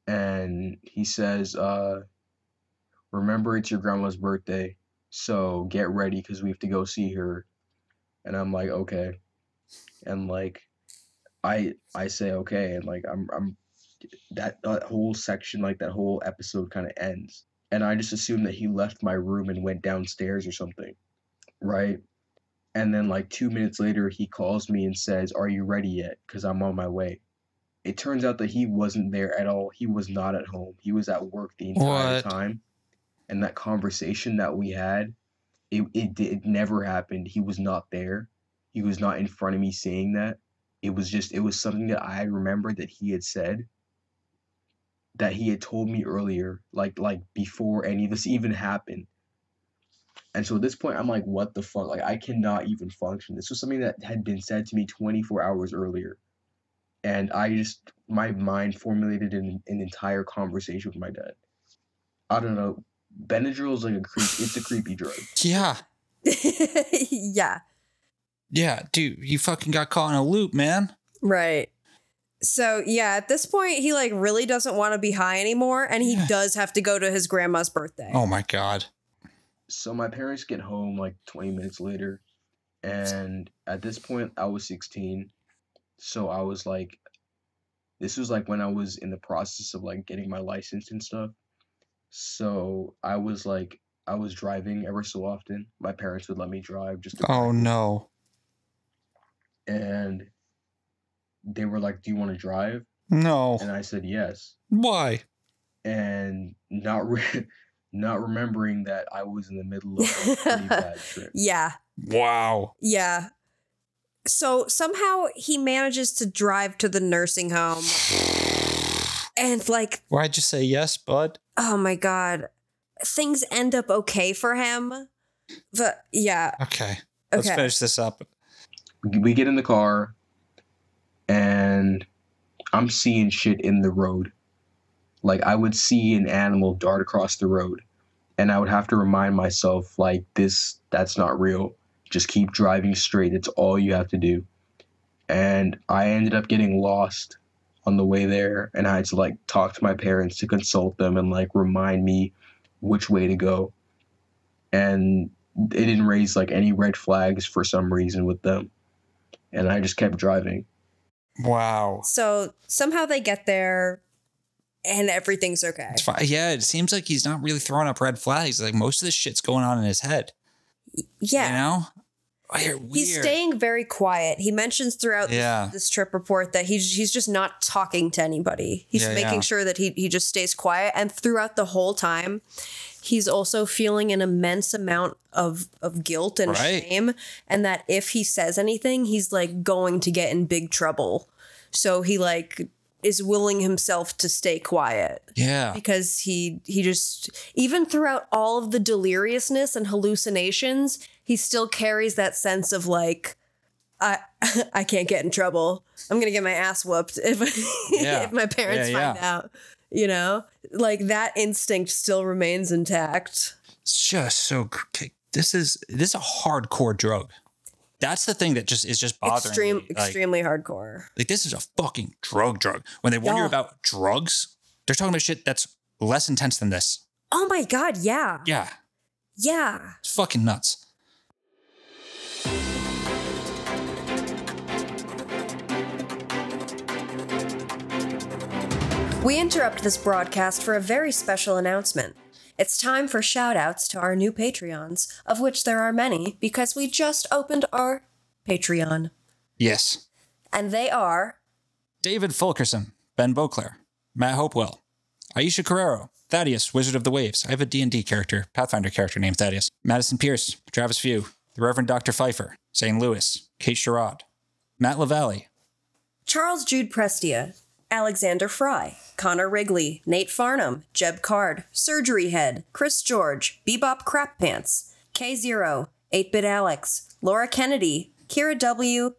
Speaker 7: and he says, uh, remember it's your grandma's birthday, so get ready because we have to go see her. And I'm like, okay. And like I I say okay, and like I'm I'm that, that whole section, like that whole episode kind of ends. And I just assume that he left my room and went downstairs or something. Right? And then, like, two minutes later, he calls me and says, Are you ready yet? Because I'm on my way. It turns out that he wasn't there at all. He was not at home. He was at work the entire
Speaker 2: What?
Speaker 7: time. And that conversation that we had, it, it, di- it never happened. He was not there. He was not in front of me saying that. It was just, it was something that I remembered that he had said. that he had told me earlier, like like before any of this even happened. And so at this point, I'm like, what the fuck? Like, I cannot even function. This was something that had been said to me 24 hours earlier. And I just, my mind formulated an, an entire conversation with my dad. I don't know. Benadryl is like a creep. It's a creepy drug.
Speaker 2: Yeah.
Speaker 1: yeah.
Speaker 2: Yeah, dude, you fucking got caught in a loop, man.
Speaker 1: Right. So yeah, at this point he like really doesn't want to be high anymore and he does have to go to his grandma's birthday.
Speaker 2: Oh my god.
Speaker 7: So my parents get home like 20 minutes later. And at this point, I was 16. So I was like, this was like when I was in the process of like getting my license and stuff. So I was like, I was driving ever so often. My parents would let me drive just to
Speaker 2: Oh no.
Speaker 7: and they were like, "Do you want to drive?"
Speaker 2: No.
Speaker 7: And I said yes,
Speaker 2: Why?
Speaker 7: and not re- not remembering that I was in the middle of
Speaker 1: [laughs]
Speaker 7: a pretty bad trip.
Speaker 1: Yeah.
Speaker 2: Wow.
Speaker 1: Yeah. So somehow he manages to drive to the nursing
Speaker 2: [sighs]
Speaker 1: home. And like,
Speaker 2: Why'd you say yes, bud?
Speaker 1: oh my God, things end up okay for him. But yeah.
Speaker 2: Okay. Let's
Speaker 1: Okay.
Speaker 2: finish this up.
Speaker 7: We get in the car, and I'm seeing shit in the road. Like I would see an animal dart across the road, and I would have to remind myself, like, this that's not real. Just keep driving straight. That's all you have to do. And I ended up getting lost on the way there, and I had to like talk to my parents to consult them and like remind me which way to go. And it didn't raise like any red flags for some reason with them. And I just kept driving.
Speaker 2: Wow.
Speaker 1: So somehow they get there and everything's okay.
Speaker 2: It's fine. Yeah, it seems like he's not really throwing up red flags. Like most of this shit's going on in his head.
Speaker 1: Yeah.
Speaker 2: You know? Weird, weird.
Speaker 1: He's staying very quiet. He mentions throughout this-
Speaker 2: Yeah.
Speaker 1: this, trip report that he's he's just not talking to anybody. He's
Speaker 2: Yeah,
Speaker 1: making
Speaker 2: yeah.
Speaker 1: sure that he he just stays quiet. And throughout the whole time, he's also feeling an immense amount of of guilt and
Speaker 2: Right.
Speaker 1: shame, and that if he says anything, he's like going to get in big trouble. So he like is willing himself to stay quiet
Speaker 2: Yeah.
Speaker 1: because he he just even throughout all of the deliriousness and hallucinations he still carries that sense of like i [laughs] i can't get in trouble i'm gonna get my ass whooped if [laughs]
Speaker 2: Yeah.
Speaker 1: if my parents
Speaker 2: Yeah,
Speaker 1: find out you know like that instinct still remains intact
Speaker 2: It's just so cr- okay, this is this is a hardcore drug. That's the thing that just is just bothering
Speaker 1: extreme
Speaker 2: me. Like,
Speaker 1: extremely hardcore
Speaker 2: like this is a fucking drug drug. When they wonder
Speaker 1: Yeah.
Speaker 2: about drugs, they're talking about shit that's less intense than this.
Speaker 1: oh my god yeah
Speaker 2: Yeah.
Speaker 1: yeah
Speaker 2: It's fucking nuts.
Speaker 1: We interrupt this broadcast for a very special announcement. It's time for shoutouts to our new Patreons, of which there are many because we just opened our Patreon.
Speaker 2: Yes.
Speaker 1: And they are
Speaker 2: David Fulkerson, Ben Beauclair, Matt Hopewell, Aisha Carrero, Thaddeus, Wizard of the Waves. I have a D&D character, Pathfinder character named Thaddeus. Madison Pierce, Travis Few, the Reverend Dr. Pfeiffer, St. Louis, Kate Sherrod, Matt LaValle,
Speaker 1: Charles Jude Prestia, Alexander Fry, Connor Wrigley, Nate Farnham, Jeb Card, Surgery Head, Chris George, Bebop Crap Pants, K Zero, 8-Bit Alex, Laura Kennedy, Kira W,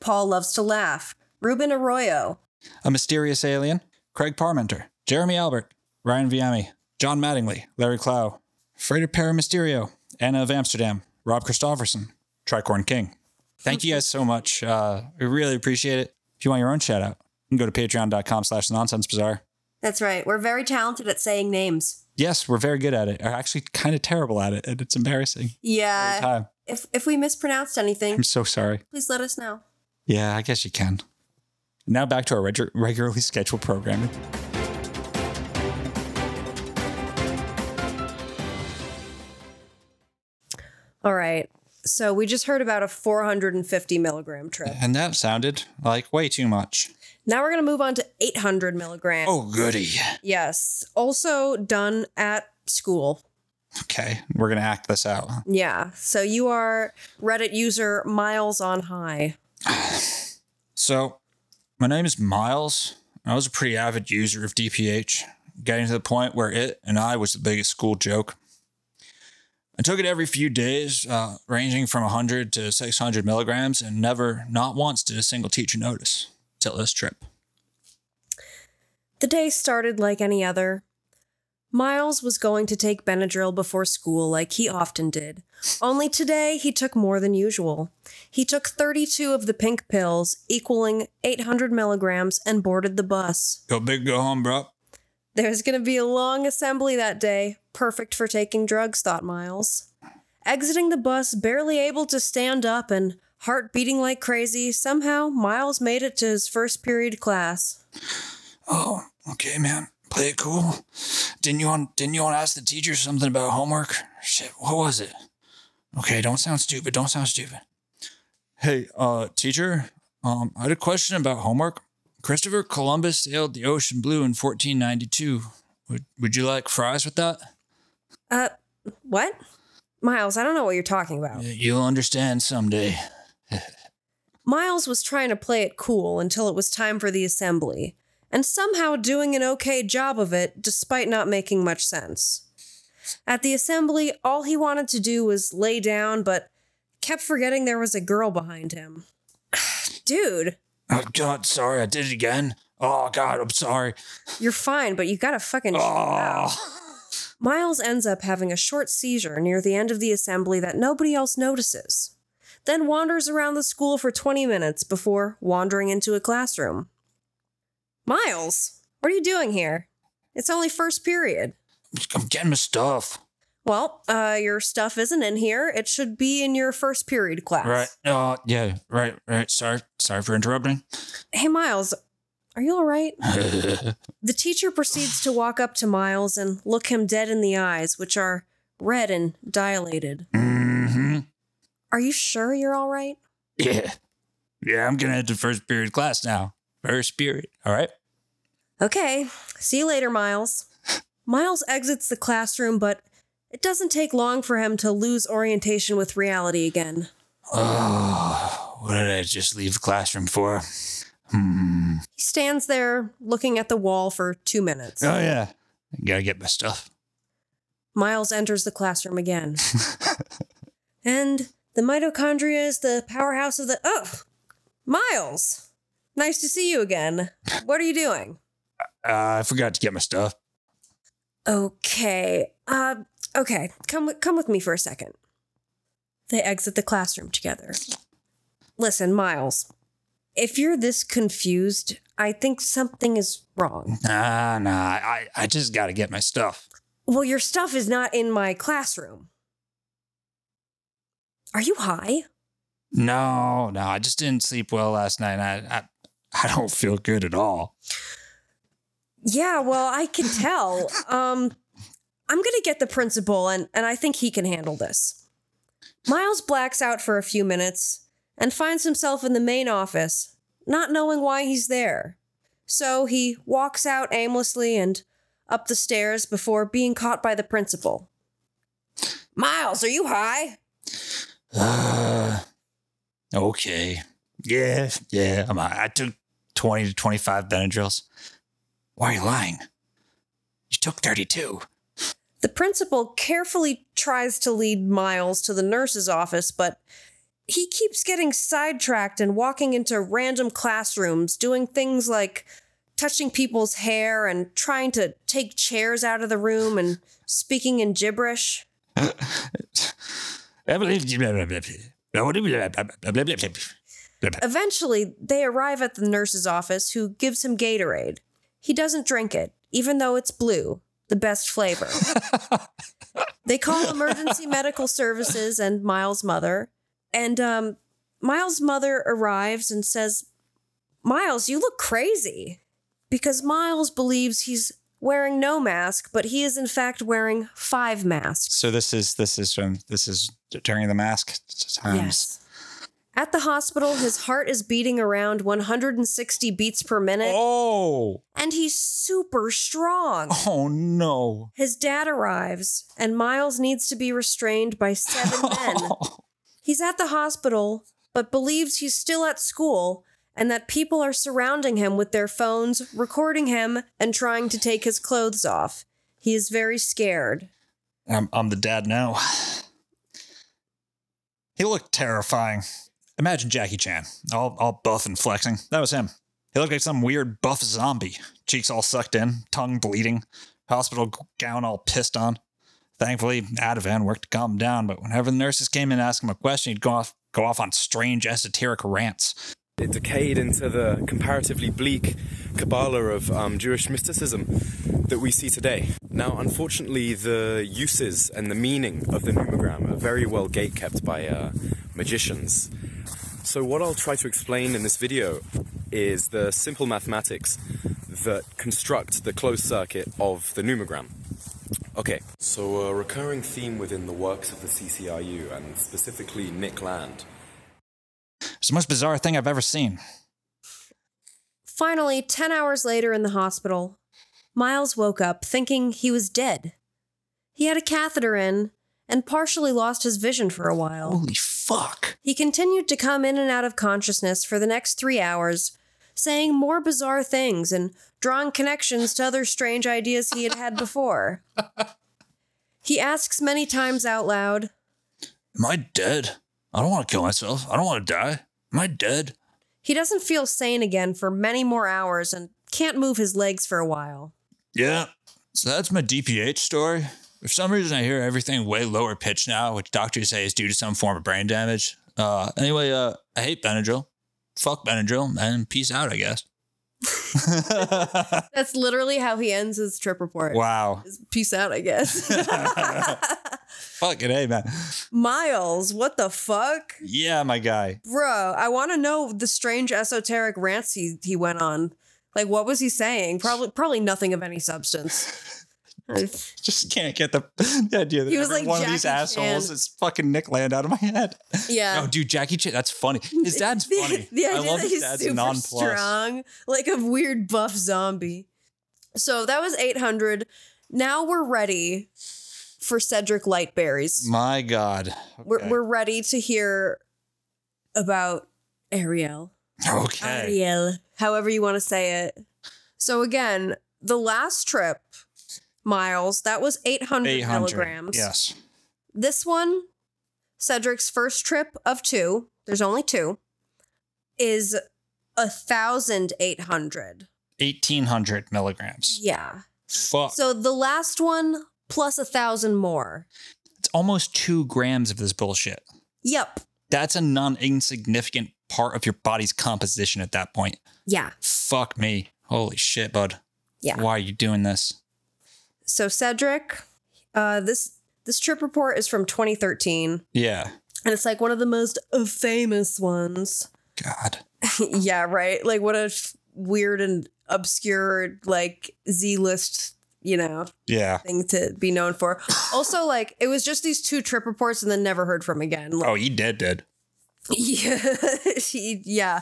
Speaker 1: Paul Loves to Laugh, Ruben Arroyo,
Speaker 2: A Mysterious Alien, Craig Parmenter, Jeremy Albert, Ryan Viami, John Mattingly, Larry Clow, Freighter Paramisterio, Anna of Amsterdam, Rob Christofferson, Tricorn King. Thank you guys so much. Uh, we really appreciate it. If you want your own shout out, you can go to patreon.com slash nonsense bazaar.
Speaker 1: That's right. We're very talented at saying names.
Speaker 2: Yes, we're very good at it. We're actually kind of terrible at it, and it's embarrassing.
Speaker 1: Yeah.
Speaker 2: Time.
Speaker 1: If if we mispronounced anything,
Speaker 2: I'm so sorry.
Speaker 1: please let us know.
Speaker 2: Yeah, I guess you can. Now back to our regu- regularly scheduled programming.
Speaker 1: All right. So we just heard about a 450 milligram trip.
Speaker 2: And that sounded like way too much.
Speaker 1: Now we're gonna move on to 800 milligrams.
Speaker 2: Oh, goody.
Speaker 1: Yes. Also done at school.
Speaker 2: Okay, we're going to act this out.
Speaker 1: Yeah. So you are Reddit user Miles on High.
Speaker 2: So, my name is Miles. I was a pretty avid user of DPH. getting to the point where it and I was the biggest school joke. I took it every few days, uh, ranging from 100 to 600 milligrams, and never, not once, did a single teacher notice till this trip.
Speaker 1: The day started like any other. Miles was going to take Benadryl before school like he often did, only today he took more than usual. He took 32 of the pink pills, equaling 800 milligrams, and boarded the bus.
Speaker 2: Go big, go home, bro.
Speaker 1: There's going to be a long assembly that day, perfect for taking drugs, thought Miles. Exiting the bus, barely able to stand up and heart beating like crazy, somehow Miles made it to his first period class.
Speaker 2: Oh, okay, man. Play it cool. Didn't you want? Didn't you want to ask the teacher something about homework? Shit, what was it? Okay, don't sound stupid. Don't sound stupid. Hey, uh, teacher. Um, I had a question about homework. Christopher Columbus sailed the ocean blue in 1492. Would Would you like fries with that?
Speaker 1: Uh, what? Miles, I don't know what you're talking about.
Speaker 2: You'll understand someday.
Speaker 1: Miles was trying to play it cool until it was time for the assembly, and somehow doing an okay job of it despite not making much sense. At the assembly, all he wanted to do was lay down, but kept forgetting there was a girl behind him. [sighs] Dude,
Speaker 2: Oh God, sorry, I did it again. Oh God, I'm sorry.
Speaker 1: you're fine, but you gotta fucking.
Speaker 2: Oh,
Speaker 1: Miles ends up having a short seizure near the end of the assembly that nobody else notices, then wanders around the school for 20 minutes before wandering into a classroom. Miles, what are you doing here? It's only first period.
Speaker 2: I'm getting my stuff.
Speaker 1: Well, uh, your stuff isn't in here. It should be in your first period class.
Speaker 2: Right. Oh yeah. Right. Right. Sorry. Sorry for interrupting.
Speaker 1: Hey, Miles, are you all right? The teacher proceeds to walk up to Miles and look him dead in the eyes, which are red and dilated.
Speaker 2: hmm
Speaker 1: Are you sure you're all right?
Speaker 2: Yeah. Yeah. I'm gonna head to first period class now. First period. All right.
Speaker 1: Okay, see you later, Miles. Miles exits the classroom, but it doesn't take long for him to lose orientation with reality again.
Speaker 2: Oh, what did I just leave the classroom for? Hmm.
Speaker 1: He stands there looking at the wall for two minutes.
Speaker 2: Oh yeah. I gotta get my stuff.
Speaker 1: Miles enters the classroom again. and the mitochondria is the powerhouse of the. Oh! Miles! Nice to see you again. What are you doing?
Speaker 2: Uh, I forgot to get my stuff.
Speaker 1: Okay. Uh, okay. Come with, come with me for a second. They exit the classroom together. Listen, Miles. If you're this confused, I think something is wrong.
Speaker 2: Nah, nah. I I just gotta get my stuff.
Speaker 1: Well, your stuff is not in my classroom. Are you high?
Speaker 2: No, no, I just didn't sleep well last night. and I, I, I don't feel good at all. [sighs]
Speaker 1: Yeah, well, I can tell. Um I'm going to get the principal and and I think he can handle this. Miles blacks out for a few minutes and finds himself in the main office, not knowing why he's there. So he walks out aimlessly and up the stairs before being caught by the principal. Miles, are you high?
Speaker 2: Uh, okay. Yeah, yeah. I'm. I took twenty to twenty-five Benadryls. Why are you lying? You took thirty-two.
Speaker 1: The principal carefully tries to lead Miles to the nurse's office, but he keeps getting sidetracked and walking into random classrooms, doing things like touching people's hair and trying to take chairs out of the room and speaking in gibberish. Eventually, they arrive at the nurse's office, who gives him Gatorade. He doesn't drink it, even though it's blue, the best flavor. they call emergency medical services and Miles' mother. And um, Miles' mother arrives and says, Miles, you look crazy. Because Miles believes he's wearing no mask, but he is in fact wearing five masks.
Speaker 2: So this is this is from this is during the mask times.
Speaker 1: Yes. At the hospital, his heart is beating around 160 beats per minute,
Speaker 2: Oh,
Speaker 1: and he's super strong.
Speaker 2: oh no.
Speaker 1: His dad arrives, and Miles needs to be restrained by
Speaker 2: [laughs]
Speaker 1: seven men. He's at the hospital, but believes he's still at school and that people are surrounding him with their phones, recording him, and trying to take his clothes off. He is very scared.
Speaker 2: I'm, I'm the dad now. He looked terrifying. Imagine Jackie Chan, all, all buff and flexing. That was him. He looked like some weird buff zombie, cheeks all sucked in, tongue bleeding, hospital g- gown all pissed on. Thankfully, Ativan worked to calm him down, but whenever the nurses came in and asked him a question, he'd go off, go off on strange esoteric rants.
Speaker 8: It decayed into the comparatively bleak Kabbalah of um, Jewish mysticism that we see today. Now, unfortunately, the uses and the meaning of the numogram are very well gatekept by uh, magicians. So, what I'll try to explain in this video is the simple mathematics that construct the closed circuit of the numogram. Okay, so a recurring theme within the works of the CCRU, and specifically Nick Land,
Speaker 2: It's the most bizarre thing I've ever seen.
Speaker 1: Finally, 10 hours later in the hospital, Miles woke up thinking he was dead. He had a catheter in and partially lost his vision for a while.
Speaker 2: Holy fuck.
Speaker 1: He continued to come in and out of consciousness for the next three hours, saying more bizarre things and drawing connections to other strange ideas he had had before. he asks many times out loud,
Speaker 9: Am I dead? I don't want to kill myself. I don't want to die. Am I dead?
Speaker 1: He doesn't feel sane again for many more hours and can't move his legs for a while.
Speaker 9: Yeah.
Speaker 2: So that's my DPH story. For some reason, I hear everything way lower pitch now, which doctors say is due to some form of brain damage. Uh, anyway, uh, I hate Benadryl. Fuck Benadryl, and peace out, I guess. [laughs]
Speaker 1: That's literally how he ends his trip report.
Speaker 2: Wow.
Speaker 1: Peace out, I guess. [laughs]
Speaker 2: Fucking hey, man.
Speaker 1: Miles, what the fuck?
Speaker 2: Yeah, my guy.
Speaker 1: Bro, I want to know the strange esoteric rants he, he went on. Like, what was he saying?
Speaker 2: [laughs]
Speaker 1: Probably probably nothing of any substance.
Speaker 2: Just can't get the, the idea that
Speaker 1: He was
Speaker 2: every
Speaker 1: like
Speaker 2: one of these
Speaker 1: Jackie
Speaker 2: assholes
Speaker 1: Chan.
Speaker 2: is fucking Nick Land out of my head.
Speaker 1: Yeah.
Speaker 2: No, dude, Jackie Chan, that's funny.
Speaker 1: [laughs]
Speaker 2: His dad's funny.
Speaker 1: the idea
Speaker 2: I love
Speaker 1: that
Speaker 2: his
Speaker 1: he's
Speaker 2: dad's
Speaker 1: super
Speaker 2: nonplussed.
Speaker 1: strong, like a weird buff zombie. So that was 800. Now we're ready for Cedric Lightberries.
Speaker 2: My God.
Speaker 1: We're,
Speaker 2: Okay.
Speaker 1: we're ready to hear about Ariel.
Speaker 2: Okay.
Speaker 1: Ariel, however you want to say it. So again, the last trip, Miles, that was 800,
Speaker 2: 800.
Speaker 1: milligrams.
Speaker 2: Yes.
Speaker 1: This one, Cedric's first trip of two, there's only two, is a thousand eight hundred.
Speaker 2: 1800 milligrams.
Speaker 1: Yeah.
Speaker 2: Fuck.
Speaker 1: So the last one plus a thousand more.
Speaker 2: it's almost two grams of this bullshit.
Speaker 1: Yep.
Speaker 2: That's a non insignificant part of your body's composition at that point.
Speaker 1: Yeah.
Speaker 2: Fuck me. Holy shit, bud.
Speaker 1: Yeah.
Speaker 2: Why are you doing this?
Speaker 1: So Cedric, uh, this this trip report is from 2013,
Speaker 2: Yeah.
Speaker 1: and it's like one of the most uh, famous ones.
Speaker 2: God.
Speaker 1: yeah, right. Like what a f- weird and obscure like Z list, you know,
Speaker 2: Yeah.
Speaker 1: thing to be known for. also, like it was just these two trip reports, and then never heard from again. Like,
Speaker 2: Oh, you dead, dead.
Speaker 1: [laughs] yeah, he, yeah.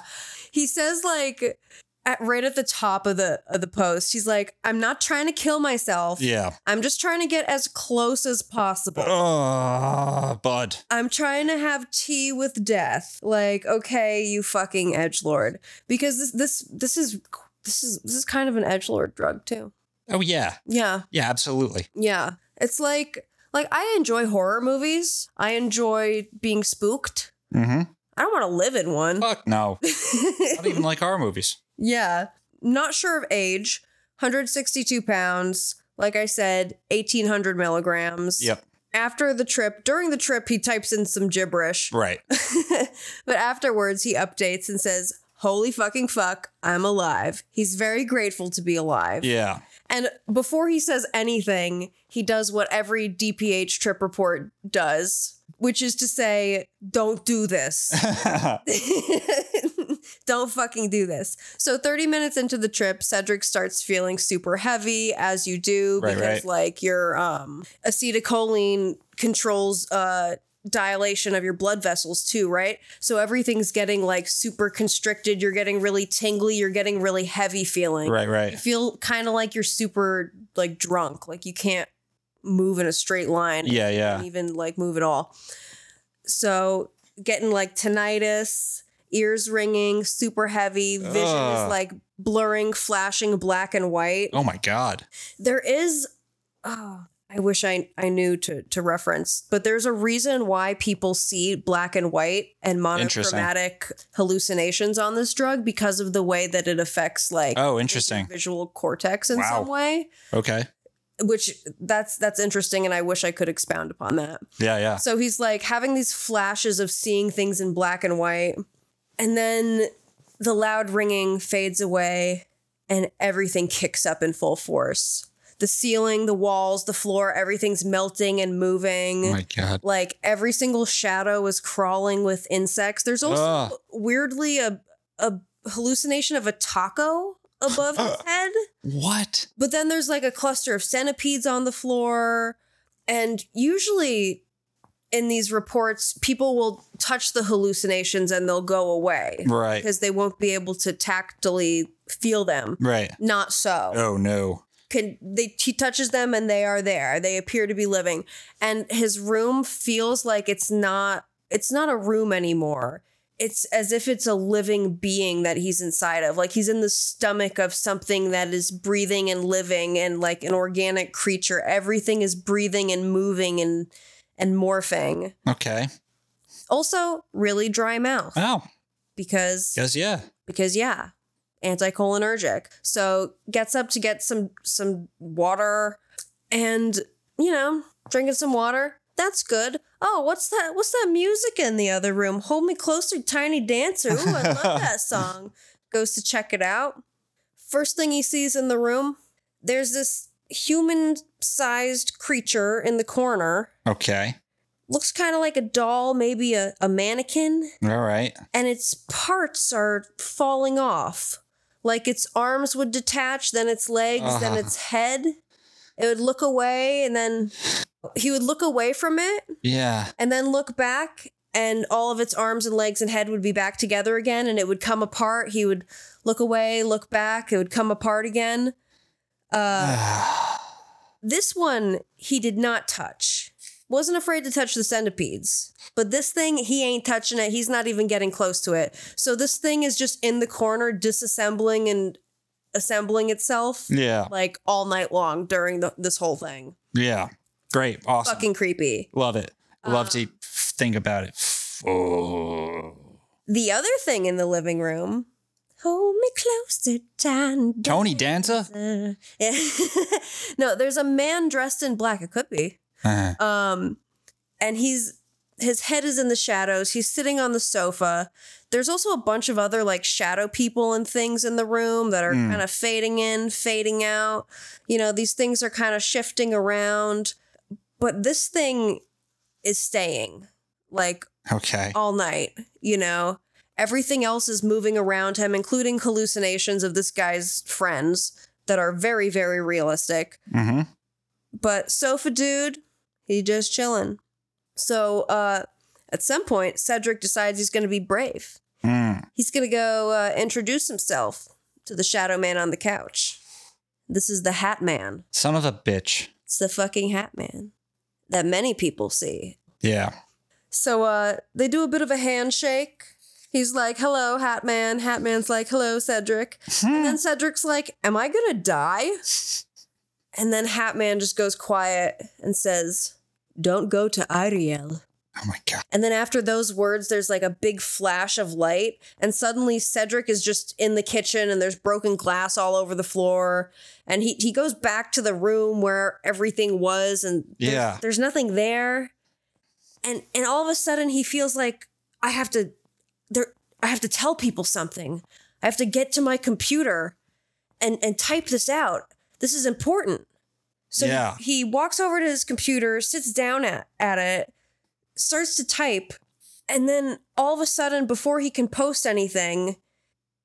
Speaker 1: He says like at, right at the top of the of the post, he's like, "I'm not trying to kill myself.
Speaker 2: Yeah.
Speaker 1: I'm just trying to get as close as possible."
Speaker 2: Oh, bud.
Speaker 1: I'm trying to have tea with death. Like, okay, you fucking edge lord, because this this this is this is this is kind of an edge lord drug too.
Speaker 2: Oh, yeah.
Speaker 1: Yeah,
Speaker 2: Yeah, absolutely.
Speaker 1: yeah. It's like like I enjoy horror movies. I enjoy being spooked.
Speaker 2: Mm hmm.
Speaker 1: I don't want to live in one.
Speaker 2: Fuck
Speaker 1: [laughs]
Speaker 2: no. Not even like horror movies.
Speaker 1: Yeah. Not sure of age. 162 pounds. Like I said, 1800 milligrams.
Speaker 2: Yep.
Speaker 1: After the trip, during the trip, he types in some gibberish.
Speaker 2: Right.
Speaker 1: [laughs] but afterwards, he updates and says, Holy fucking fuck, I'm alive. He's very grateful to be alive. [laughs]
Speaker 2: Yeah.
Speaker 1: And before he says anything, he does what every DPH trip report does, which is to say, Don't do
Speaker 2: [laughs]
Speaker 1: this. [laughs] Don't fucking do this. So 30 minutes into the trip, Cedric starts feeling super heavy as you do
Speaker 2: Right,
Speaker 1: because
Speaker 2: right.
Speaker 1: like your um acetylcholine controls uh dilation of your blood vessels too, right? So everything's getting like super constricted, you're getting really tingly, you're getting really heavy feeling.
Speaker 2: Right, right.
Speaker 1: You feel kind of like you're super like drunk, like you can't move in a straight line.
Speaker 2: Yeah, yeah.
Speaker 1: Can't even like move at all. So getting like tinnitus, ears ringing, super heavy, vision
Speaker 2: Ugh.
Speaker 1: is like blurring, flashing black and white.
Speaker 2: Oh my god.
Speaker 1: There is oh, I wish I I knew to to reference, but there's a reason why people see black and white and
Speaker 2: Interesting.
Speaker 1: monochromatic hallucinations on this drug because of the way that it affects like
Speaker 2: Oh, interesting.
Speaker 1: visual cortex in
Speaker 2: Wow.
Speaker 1: some way,
Speaker 2: Okay.
Speaker 1: which that's that's interesting and I wish I could expound upon that.
Speaker 2: Yeah, yeah.
Speaker 1: So he's like having these flashes of seeing things in black and white. And then the loud ringing fades away and everything kicks up in full force. The ceiling, the walls, the floor, everything's melting and moving.
Speaker 2: Oh my God.
Speaker 1: Like every single shadow is crawling with insects. There's also
Speaker 2: Ugh.
Speaker 1: weirdly a a hallucination of a taco above
Speaker 2: [gasps]
Speaker 1: his head.
Speaker 2: What?
Speaker 1: But then there's like a cluster of centipedes on the floor. And usually in these reports, people will touch the hallucinations and they'll go away.
Speaker 2: Right.
Speaker 1: Because they won't be able to tactily feel them.
Speaker 2: Right.
Speaker 1: Not so.
Speaker 2: Oh no.
Speaker 1: Can they he touches them and they are there. They appear to be living. And his room feels like it's not it's not a room anymore. It's as if it's a living being that he's inside of. Like he's in the stomach of something that is breathing and living and like an organic creature. Everything is breathing and moving and and morphing.
Speaker 2: Okay.
Speaker 1: Also, really dry mouth
Speaker 2: Oh.
Speaker 1: because
Speaker 2: Guess yeah.
Speaker 1: because yeah anticholinergic so gets up to get some some water and you know drinking some water that's good oh what's that what's that music in the other room hold me closer tiny dancer ooh i love that song goes to check it out first thing he sees in the room there's this human sized creature in the corner
Speaker 2: Okay.
Speaker 1: looks kind of like a doll maybe a, a mannequin
Speaker 2: All right.
Speaker 1: and its parts are falling off. Like its arms would detach, then its legs, then
Speaker 2: Ah.
Speaker 1: its head. It would look away and then he would look away from it
Speaker 2: Yeah.
Speaker 1: and then look back and all of its arms and legs and head would be back together again and it would come apart. He would look away, look back, it would come apart again. Uh, this one he did not touch. Wasn't afraid to touch the centipedes. But this thing, he ain't touching it. He's not even getting close to it. So this thing is just in the corner disassembling and assembling itself.
Speaker 2: Yeah.
Speaker 1: Like all night long during the, this whole thing.
Speaker 2: Yeah. Great. Awesome.
Speaker 1: Fucking uh, creepy.
Speaker 2: Love it. Love to think about it. Oh.
Speaker 1: The other thing in the living room. Hold me closer, Tan.
Speaker 2: Tony Danza?
Speaker 1: Danza. Yeah. [laughs] no, there's a man dressed in black. It could be.
Speaker 2: Uh,
Speaker 1: Um, and he's his head is in the shadows. He's sitting on the sofa. There's also a bunch of other like shadow people and things in the room that are
Speaker 6: Hmm.
Speaker 1: kind of fading in, fading out. You know, these things are kind of shifting around, but this thing is staying. Like
Speaker 2: okay.
Speaker 1: all night, you know. Everything else is moving around him, including hallucinations of this guy's friends that are very, very realistic.
Speaker 2: Mm-hmm.
Speaker 1: But sofa dude, he just chilling. So uh, at some point, Cedric decides he's going to be brave.
Speaker 2: Mm.
Speaker 1: He's going to go uh, introduce himself to the shadow man on the couch. This is the hat man.
Speaker 2: Son of a bitch.
Speaker 1: It's the fucking hat man that many people see
Speaker 2: Yeah.
Speaker 1: so uh, they do a bit of a handshake. He's like, hello, Hat Man. Hat Man's like, hello, Cedric. and then Cedric's like, am I going to die? And then Hat Man just goes quiet and says, don't go to Ariel.
Speaker 2: Oh my God.
Speaker 1: And then after those words, there's like a big flash of light. And suddenly Cedric is just in the kitchen and there's broken glass all over the floor. And he, he goes back to the room where everything was and there's-
Speaker 2: Yeah.
Speaker 1: there's nothing there. And and all of a sudden he feels like I have to there I have to tell people something. I have to get to my computer and and type this out. This is important. So he-
Speaker 6: Yeah.
Speaker 1: he, walks over to his computer, sits down at, at it, starts to type, and then all of a sudden, before he can post anything,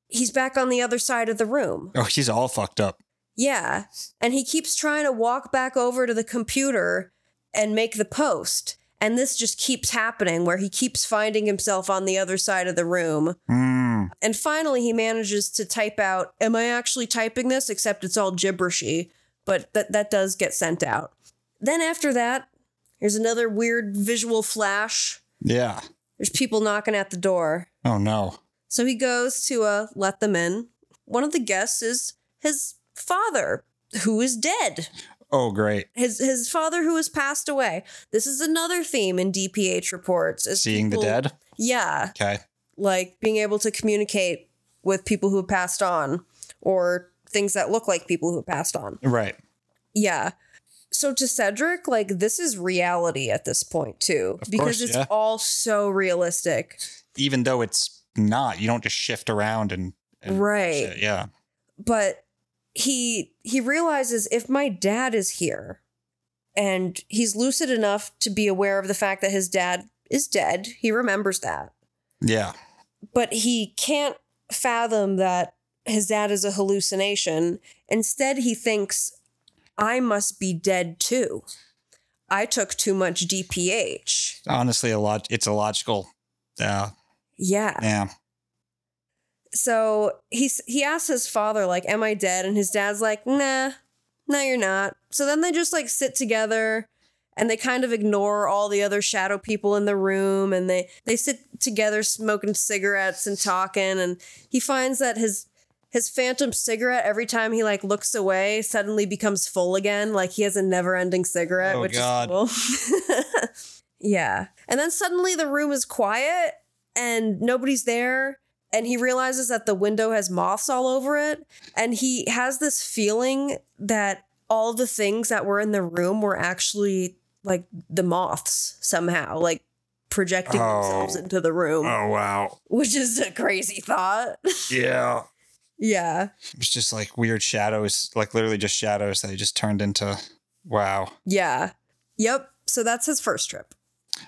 Speaker 1: he's back on the other side of the room.
Speaker 2: Oh, he's all fucked up.
Speaker 1: Yeah. And he keeps trying to walk back over to the computer and make the post. And this just keeps happening where he keeps finding himself on the other side of the room.
Speaker 2: Mm.
Speaker 1: And finally, he manages to type out, Am I actually typing this? Except it's all gibberishy, but that, that does get sent out. Then after that, there's another weird visual flash.
Speaker 2: Yeah.
Speaker 1: There's people knocking at the door.
Speaker 2: Oh no.
Speaker 1: So he goes to uh, let them in. One of the guests is his father, who is dead.
Speaker 2: Oh, great.
Speaker 1: His his father who has passed away. This is another theme in DPH reports. is
Speaker 2: Seeing the
Speaker 1: people-
Speaker 2: dead.
Speaker 1: Yeah,
Speaker 2: Okay.
Speaker 1: like being able to communicate with people who have passed on, or things that look like people who have passed on.
Speaker 2: Right.
Speaker 1: Yeah. So to Cedric, like this is reality at this point too,
Speaker 2: Of
Speaker 1: because
Speaker 2: course,
Speaker 1: it's
Speaker 2: yeah.
Speaker 1: all so realistic.
Speaker 2: Even though it's not, you don't just shift around and, and
Speaker 1: Right.
Speaker 2: shit, Yeah.
Speaker 1: but he he realizes if my dad is here and he's lucid enough to be aware of the fact that his dad is dead he remembers that
Speaker 2: Yeah.
Speaker 1: but he can't fathom that his dad is a hallucination instead he thinks i must be dead too i took too much dph
Speaker 2: Honestly, a lot. It's illogical. Uh,
Speaker 1: yeah
Speaker 2: yeah.
Speaker 1: so he's he asks his father like am i dead and his dad's like nah no you're not so then they just like sit together and they kind of ignore all the other shadow people in the room and they they sit together smoking cigarettes and talking and he finds that his his phantom cigarette every time he like looks away suddenly becomes full again like he has a never-ending cigarette
Speaker 2: Oh,
Speaker 1: which
Speaker 2: God.
Speaker 1: is cool [laughs] yeah and then suddenly the room is quiet and nobody's there and he realizes that the window has moths all over it and he has this feeling that all the things that were in the room were actually like the moths somehow like projecting
Speaker 2: Oh.
Speaker 1: themselves into the room
Speaker 2: Oh wow.
Speaker 1: which is a crazy thought [laughs]
Speaker 2: Yeah.
Speaker 1: yeah
Speaker 2: It's just like weird shadows, like literally just shadows that he just turned into. Wow.
Speaker 1: yeah yep so that's his first trip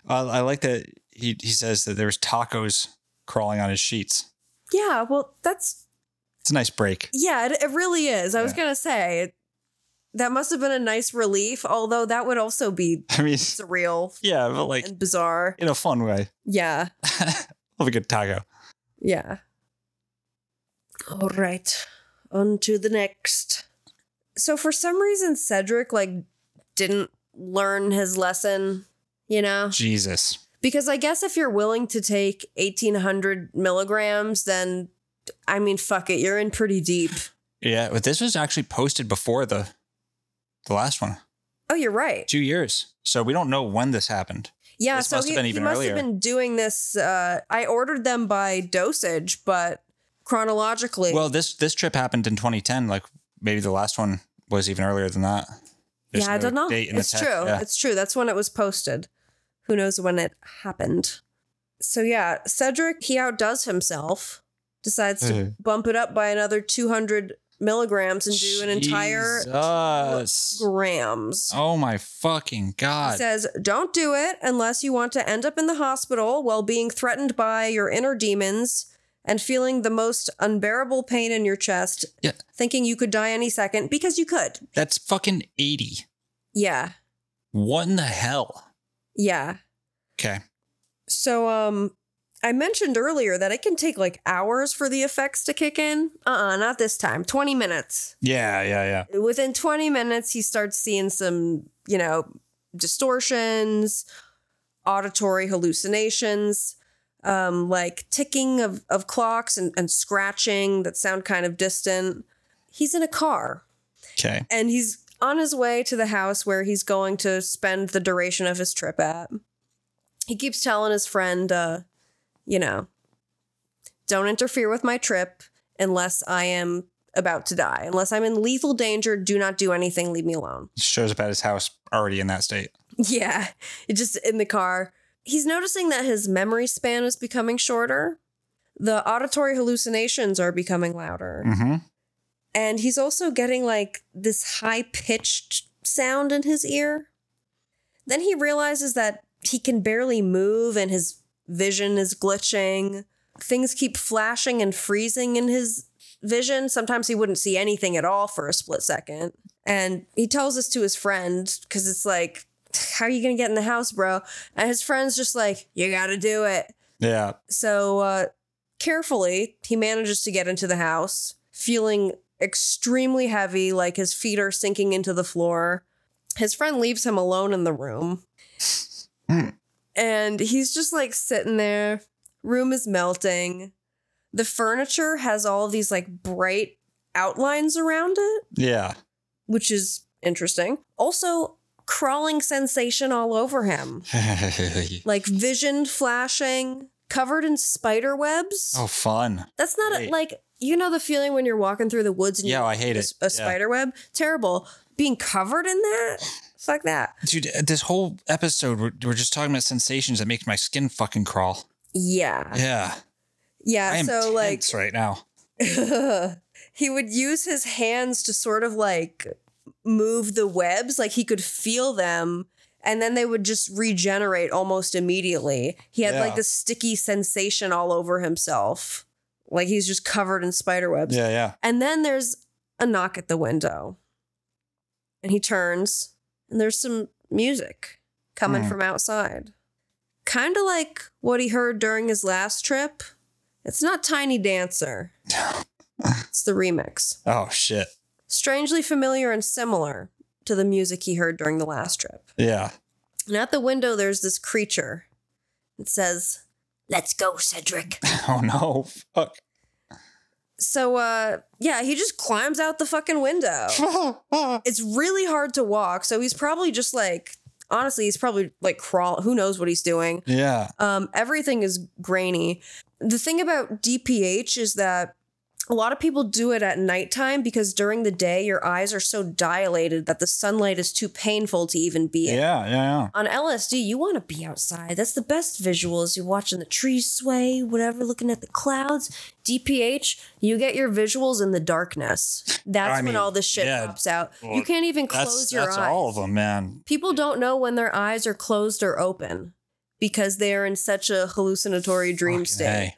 Speaker 2: Uh, I like that he he says that there's tacos crawling on his sheets.
Speaker 1: yeah well that's
Speaker 2: It's a nice break. [laughs]
Speaker 1: Yeah, it, it really is. I was gonna say it- that must have been a nice relief, although that would also be
Speaker 2: I mean,
Speaker 1: surreal
Speaker 2: yeah, but like
Speaker 1: and bizarre.
Speaker 2: in a fun way. [laughs]
Speaker 1: Yeah,
Speaker 2: Love a good taco.
Speaker 1: yeah. All right, on to the next. So for some reason, Cedric like didn't learn his lesson. You know,
Speaker 2: Jesus.
Speaker 1: because I guess if you're willing to take eighteen hundred milligrams, then I mean, fuck it, you're in pretty deep.
Speaker 2: Yeah, but this was actually posted before the the last one.
Speaker 1: Oh, you're right.
Speaker 2: Two years. So we don't know when this happened.
Speaker 1: Yeah,
Speaker 2: This
Speaker 1: so
Speaker 2: must
Speaker 1: he,
Speaker 2: have been
Speaker 1: he
Speaker 2: even
Speaker 1: must
Speaker 2: earlier.
Speaker 1: have been doing this. Uh, I ordered them by dosage, but chronologically,
Speaker 2: Well, this this trip happened in 2010. Like maybe the last one was even earlier than that. There's
Speaker 1: yeah, I
Speaker 2: no
Speaker 1: don't know.
Speaker 2: date in the
Speaker 1: It's
Speaker 2: text.
Speaker 1: true.
Speaker 2: Yeah.
Speaker 1: It's true. That's when it was posted. Who knows when it happened? So yeah, Cedric he outdoes himself, decides to
Speaker 2: Mhm.
Speaker 1: bump it up by another two hundred milligrams and do an entire
Speaker 2: Jesus.
Speaker 1: grams.
Speaker 2: Oh my fucking
Speaker 1: He
Speaker 2: god.
Speaker 1: says, don't do it unless you want to end up in the hospital while being threatened by your inner demons and feeling the most unbearable pain in your chest,
Speaker 2: Yeah.
Speaker 1: thinking you could die any second because you could.
Speaker 2: That's fucking 80.
Speaker 1: Yeah.
Speaker 2: What in the hell?
Speaker 1: Yeah.
Speaker 2: Okay.
Speaker 1: So, um, I mentioned earlier that it can take like hours for the effects to kick in. Uh uh not this time. 20 minutes.
Speaker 2: Yeah, yeah, yeah.
Speaker 1: Within 20 minutes, he starts seeing some, you know, distortions, auditory hallucinations, um, like ticking of, of clocks and, and scratching that sound kind of distant. He's in a car
Speaker 2: Okay.
Speaker 1: and he's on his way to the house where he's going to spend the duration of his trip at. He keeps telling his friend, uh, you know, don't interfere with my trip unless I am about to die. Unless I'm in lethal danger, do not do anything, leave me alone.
Speaker 2: Shows up at his house already in that state.
Speaker 1: Yeah, just in the car. He's noticing that his memory span is becoming shorter. The auditory hallucinations are becoming louder.
Speaker 2: Mm-hmm.
Speaker 1: And he's also getting like this high pitched sound in his ear. Then he realizes that he can barely move and his vision is glitching. Things keep flashing and freezing in his vision. Sometimes he wouldn't see anything at all for a split second. And he tells this to his friend because it's like, how are you going to get in the house, bro? And his friend's just like, you got to do it.
Speaker 2: Yeah.
Speaker 1: So uh, carefully, he manages to get into the house, feeling extremely heavy, like his feet are sinking into the floor. His friend leaves him alone in the room.
Speaker 2: Hmm.
Speaker 1: And he's just like sitting there. Room is melting. the furniture has all these like bright outlines around it,
Speaker 2: Yeah. [laughs]
Speaker 1: which is interesting. Also, crawling sensation all over him, like vision flashing, covered in spider webs.
Speaker 2: oh, fun.
Speaker 1: That's not a,
Speaker 2: Great.
Speaker 1: like you know the feeling when you're walking through the woods and
Speaker 2: Yeah,
Speaker 1: you
Speaker 2: I hate
Speaker 1: a,
Speaker 2: it.
Speaker 1: a
Speaker 2: Yeah.
Speaker 1: spider web. Terrible. Being covered in that. Fuck that.
Speaker 2: Dude, uh, this whole episode, we're, we're just talking about sensations that make my skin fucking crawl.
Speaker 1: Yeah.
Speaker 2: Yeah.
Speaker 1: Yeah.
Speaker 2: I am
Speaker 1: so like
Speaker 2: tense right now.
Speaker 1: he would use his hands to sort of like move the webs, like he could feel them, and then they would just regenerate almost immediately. He had like
Speaker 2: Yeah.
Speaker 1: this sticky sensation all over himself, like he's just covered in spider webs.
Speaker 2: Yeah, yeah.
Speaker 1: And then there's a knock at the window, and he turns, and there's some music coming
Speaker 6: Hmm.
Speaker 1: from outside, kind of like what he heard during his last trip. It's not Tiny Dancer. It's the remix.
Speaker 2: Oh, shit.
Speaker 1: Strangely familiar and similar to the music he heard during the last trip.
Speaker 2: Yeah. [laughs]
Speaker 1: And at the window, there's this creature. It says, Let's go, Cedric.
Speaker 2: Oh, no. Fuck.
Speaker 1: so, uh, yeah, he just climbs out the fucking window. it's really hard to walk. So he's probably just like, honestly, he's probably like crawl. Who knows what he's doing?
Speaker 2: Yeah.
Speaker 1: Um, everything is grainy. The thing about DPH is that a lot of people do it at nighttime because during the day your eyes are so dilated that the sunlight is too painful to even be
Speaker 2: Yeah,
Speaker 1: in.
Speaker 2: yeah, yeah.
Speaker 1: On LSD, you want to be outside. That's the best visual is you're watching the trees sway, whatever, looking at the clouds. DPH, you get your visuals in the darkness. That's
Speaker 2: I
Speaker 1: when
Speaker 2: mean,
Speaker 1: all this shit
Speaker 2: yeah.
Speaker 1: pops out. you
Speaker 2: Well,
Speaker 1: can't even close
Speaker 2: that's,
Speaker 1: your
Speaker 2: that's
Speaker 1: eyes.
Speaker 2: all of them, man.
Speaker 1: People don't know when their eyes are closed or open because they are in such a hallucinatory dream state.
Speaker 2: Hey.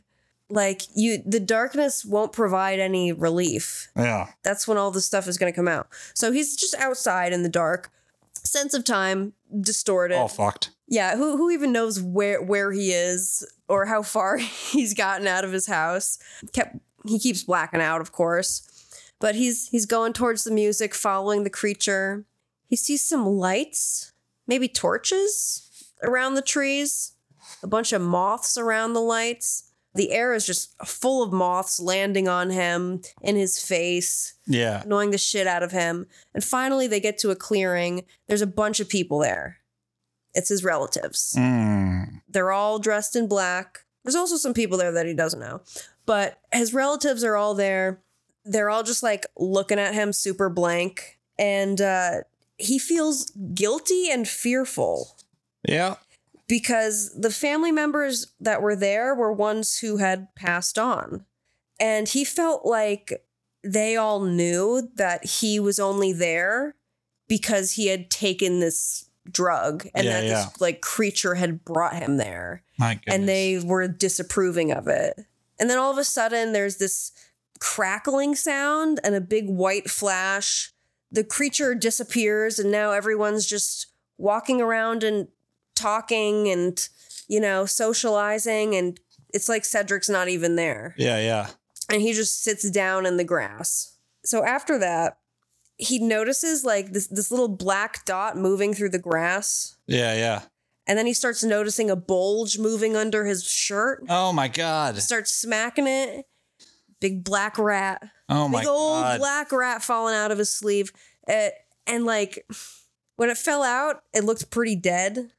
Speaker 1: Like you the darkness won't provide any relief.
Speaker 2: Yeah.
Speaker 1: That's when all this stuff is going to come out. So he's just outside in the dark. Sense of time distorted.
Speaker 2: All fucked.
Speaker 1: Yeah, who who even knows where where he is or how far [laughs] he's gotten out of his house? Kept he keeps blacking out, of course. But he's he's going towards the music, following the creature. He sees some lights, maybe torches around the trees, a bunch of moths around the lights. The air is just full of moths landing on him in his face
Speaker 2: Yeah.
Speaker 1: annoying the shit out of him. And finally, they get to a clearing. There's a bunch of people there. It's his relatives.
Speaker 2: Mm.
Speaker 1: They're all dressed in black. There's also some people there that he doesn't know, but his relatives are all there. They're all just like looking at him super blank. And uh, he feels guilty and fearful
Speaker 2: Yeah.
Speaker 1: because the family members that were there were ones who had passed on. And he felt like they all knew that he was only there because he had taken this drug and
Speaker 2: Yeah,
Speaker 1: that
Speaker 2: yeah.
Speaker 1: this like creature had brought him there
Speaker 2: My goodness.
Speaker 1: and they were disapproving of it. And then all of a sudden, there's this crackling sound and a big white flash. The creature disappears, and now everyone's just walking around and talking and, you know, socializing. And it's like Cedric's not even there
Speaker 2: yeah, yeah.
Speaker 1: and he just sits down in the grass. So after that, he notices like this this little black dot moving through the grass,
Speaker 2: Yeah, yeah.
Speaker 1: and then he starts noticing a bulge moving under his shirt.
Speaker 2: Oh my god.
Speaker 1: Starts smacking it. Big black rat.
Speaker 2: Oh my
Speaker 1: Big old
Speaker 2: god.
Speaker 1: black rat falling out of his sleeve. Uh, and like when it fell out, it looked pretty dead.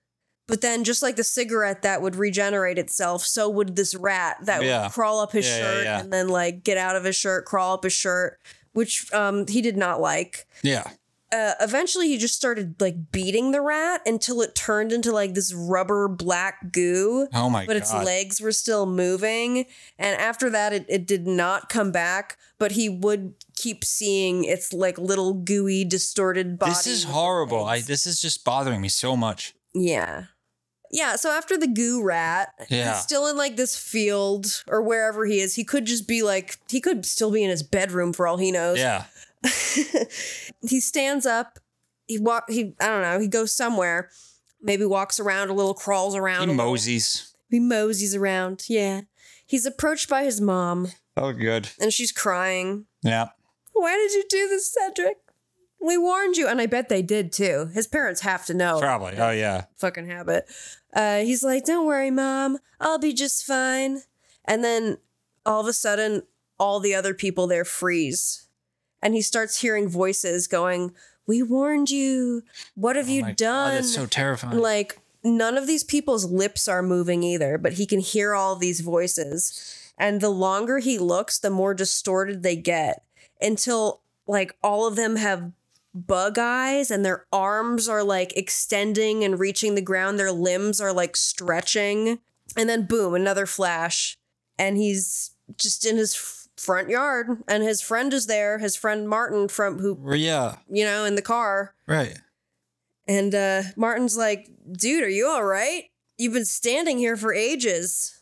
Speaker 1: But then just like the cigarette that would regenerate itself, so would this rat that
Speaker 6: Yeah.
Speaker 1: would crawl up his
Speaker 6: Yeah, yeah,
Speaker 1: shirt
Speaker 6: yeah.
Speaker 1: and then like get out of his shirt, crawl up his shirt, which um he did not like.
Speaker 2: yeah.
Speaker 1: Uh, eventually he just started like beating the rat until it turned into like this rubber black goo
Speaker 2: Oh my
Speaker 1: but its
Speaker 2: God.
Speaker 1: legs were still moving and after that it, it did not come back but he would keep seeing its like little gooey distorted body
Speaker 2: This is horrible. I this is just bothering me so much.
Speaker 1: yeah yeah so after the goo rat
Speaker 2: Yeah.
Speaker 1: he's still in like this field or wherever he is he could just be like he could still be in his bedroom for all he knows
Speaker 2: Yeah.
Speaker 1: [laughs] he stands up. He walk. He I don't know. He goes somewhere. Maybe walks around a little, crawls around.
Speaker 2: He
Speaker 1: a little.
Speaker 2: moseys.
Speaker 1: He moseys around. Yeah. He's approached by his mom,
Speaker 2: Oh good.
Speaker 1: and she's crying.
Speaker 2: Yeah.
Speaker 1: Why did you do this, Cedric? We warned you, and I bet they did too. His parents have to know.
Speaker 2: Probably. Oh yeah.
Speaker 1: Fucking habit. Uh, he's like, "Don't worry, mom. I'll be just fine." And then all of a sudden all the other people there freeze and he starts hearing voices going we warned you what have you
Speaker 2: Oh my God,
Speaker 1: done
Speaker 2: that's so terrifying.
Speaker 1: like none of these people's lips are moving either but he can hear all these voices and the longer he looks the more distorted they get until like all of them have bug eyes and their arms are like extending and reaching the ground their limbs are like stretching and then boom another flash and he's just in his f- front yard and his friend is there his friend martin from who
Speaker 2: Yeah.
Speaker 1: you know in the car
Speaker 2: Right. Oh,
Speaker 1: and uh martin's like dude are you all right you've been standing here for ages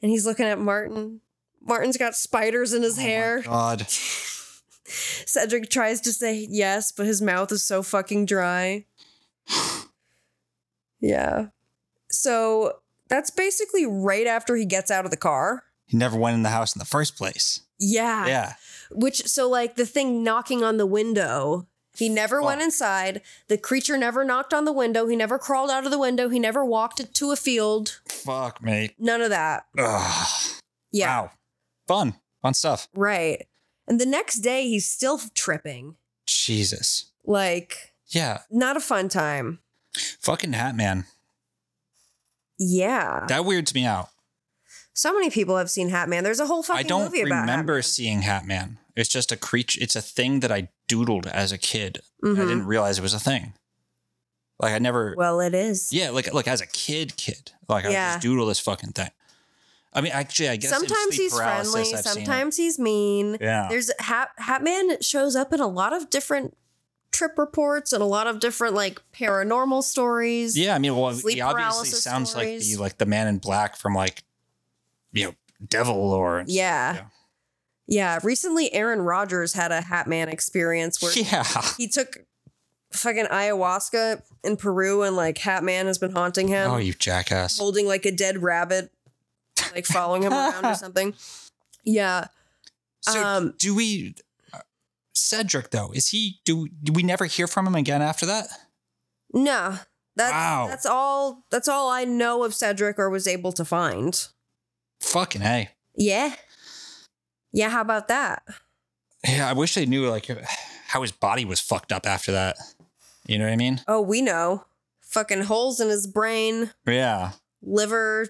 Speaker 1: and he's looking at martin martin's got spiders in his hair
Speaker 2: Oh God.
Speaker 1: Cedric tries to say yes, but his mouth is so fucking dry. [sighs] yeah. So that's basically right after he gets out of the car.
Speaker 2: He never went in the house in the first place.
Speaker 1: Yeah.
Speaker 2: Yeah.
Speaker 1: Which, so like the thing knocking on the window, he never
Speaker 2: Oh.
Speaker 1: went inside. The creature never knocked on the window. He never crawled out of the window. He never walked to a field.
Speaker 2: Fuck me.
Speaker 1: None of that.
Speaker 2: Ugh.
Speaker 1: Yeah.
Speaker 2: Wow. Fun. Fun stuff.
Speaker 1: Right. And the next day, he's still tripping.
Speaker 2: Jesus.
Speaker 1: Like,
Speaker 2: Yeah.
Speaker 1: not a fun time.
Speaker 2: Fucking Hat Man.
Speaker 1: Yeah.
Speaker 2: That weirds me out.
Speaker 1: So many people have seen Hat Man. There's a whole fucking
Speaker 2: I don't
Speaker 1: movie about Hat
Speaker 2: remember seeing Hat Man. It's just a creature. It's a thing that I doodled as a kid. I
Speaker 1: Mhm.
Speaker 2: didn't realize it was a thing. Like I never.
Speaker 1: Well, it is.
Speaker 2: Yeah, like like as a kid, kid. Like I
Speaker 1: Yeah.
Speaker 2: would just doodle this fucking thing. I mean, actually, I guess in
Speaker 1: Sometimes
Speaker 2: sleep
Speaker 1: he's
Speaker 2: paralysis,
Speaker 1: friendly,
Speaker 2: I've seen it.
Speaker 1: sometimes he's mean.
Speaker 2: Yeah.
Speaker 1: There's Hat Hat Man shows up in a lot of different trip reports and a lot of different like paranormal stories.
Speaker 2: Yeah, I mean, well,
Speaker 1: Sleep
Speaker 2: he obviously
Speaker 1: paralysis
Speaker 2: sounds like
Speaker 1: stories.
Speaker 2: the like the Man in Black from like, you know, Devil or
Speaker 1: Yeah. Yeah. Recently Aaron Rodgers had a Hat Man experience where
Speaker 2: yeah,
Speaker 1: he took fucking ayahuasca in Peru and like Hat Man has been haunting him.
Speaker 2: oh you jackass.
Speaker 1: holding like a dead rabbit, like following him around
Speaker 2: [laughs]
Speaker 1: or something. Yeah.
Speaker 2: So
Speaker 1: um,
Speaker 2: do we? uh, Cedric though, is he? Do, do we never hear from him again after that?
Speaker 1: No. That's
Speaker 2: Wow.
Speaker 1: that's all that's all I know of Cedric or was able to find.
Speaker 2: Fucking hey.
Speaker 1: Yeah. Yeah, how about that?
Speaker 2: Yeah, I wish they knew like how his body was fucked up after that. You know what I mean?
Speaker 1: Oh, we know. Fucking holes in his brain,
Speaker 2: Yeah.
Speaker 1: liver.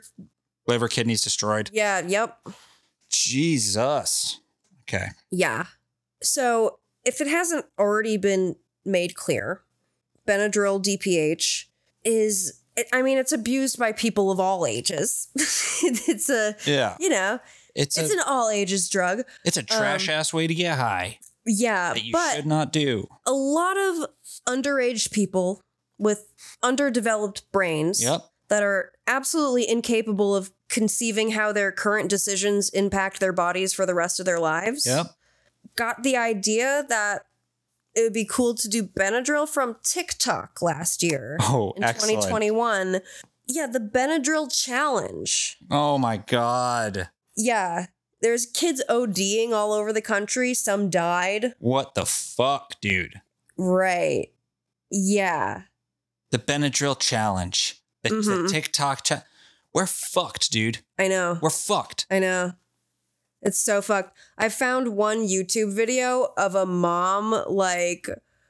Speaker 2: Liver, kidneys destroyed.
Speaker 1: Yeah, yep.
Speaker 2: Jesus. Okay.
Speaker 1: Yeah. So, if it hasn't already been made clear, Benadryl DPH is, it, I mean, it's abused by people of all ages. [laughs] it's a,
Speaker 2: Yeah.
Speaker 1: you know,
Speaker 2: It's
Speaker 1: it's,
Speaker 2: a-
Speaker 1: an all ages drug.
Speaker 2: It's a trash ass way to get high
Speaker 1: Yeah.
Speaker 2: that you
Speaker 1: but
Speaker 2: should not do.
Speaker 1: a lot of underage people with underdeveloped brains
Speaker 2: Yep.
Speaker 1: that are absolutely incapable of conceiving how their current decisions impact their bodies for the rest of their lives
Speaker 2: Yep.
Speaker 1: got the idea that it would be cool to do Benadryl from TikTok last year.
Speaker 2: [laughs] Oh,
Speaker 1: in
Speaker 2: excellent.
Speaker 1: 2021. Yeah, the Benadryl challenge.
Speaker 2: Oh my God.
Speaker 1: Yeah, there's kids ODing all over the country. Some died.
Speaker 2: What the fuck, dude?
Speaker 1: Right. Yeah.
Speaker 2: The Benadryl challenge. The, the TikTok challenge. We're fucked, dude.
Speaker 1: I know.
Speaker 2: We're fucked.
Speaker 1: I know. It's so fucked. I found one YouTube video of a mom like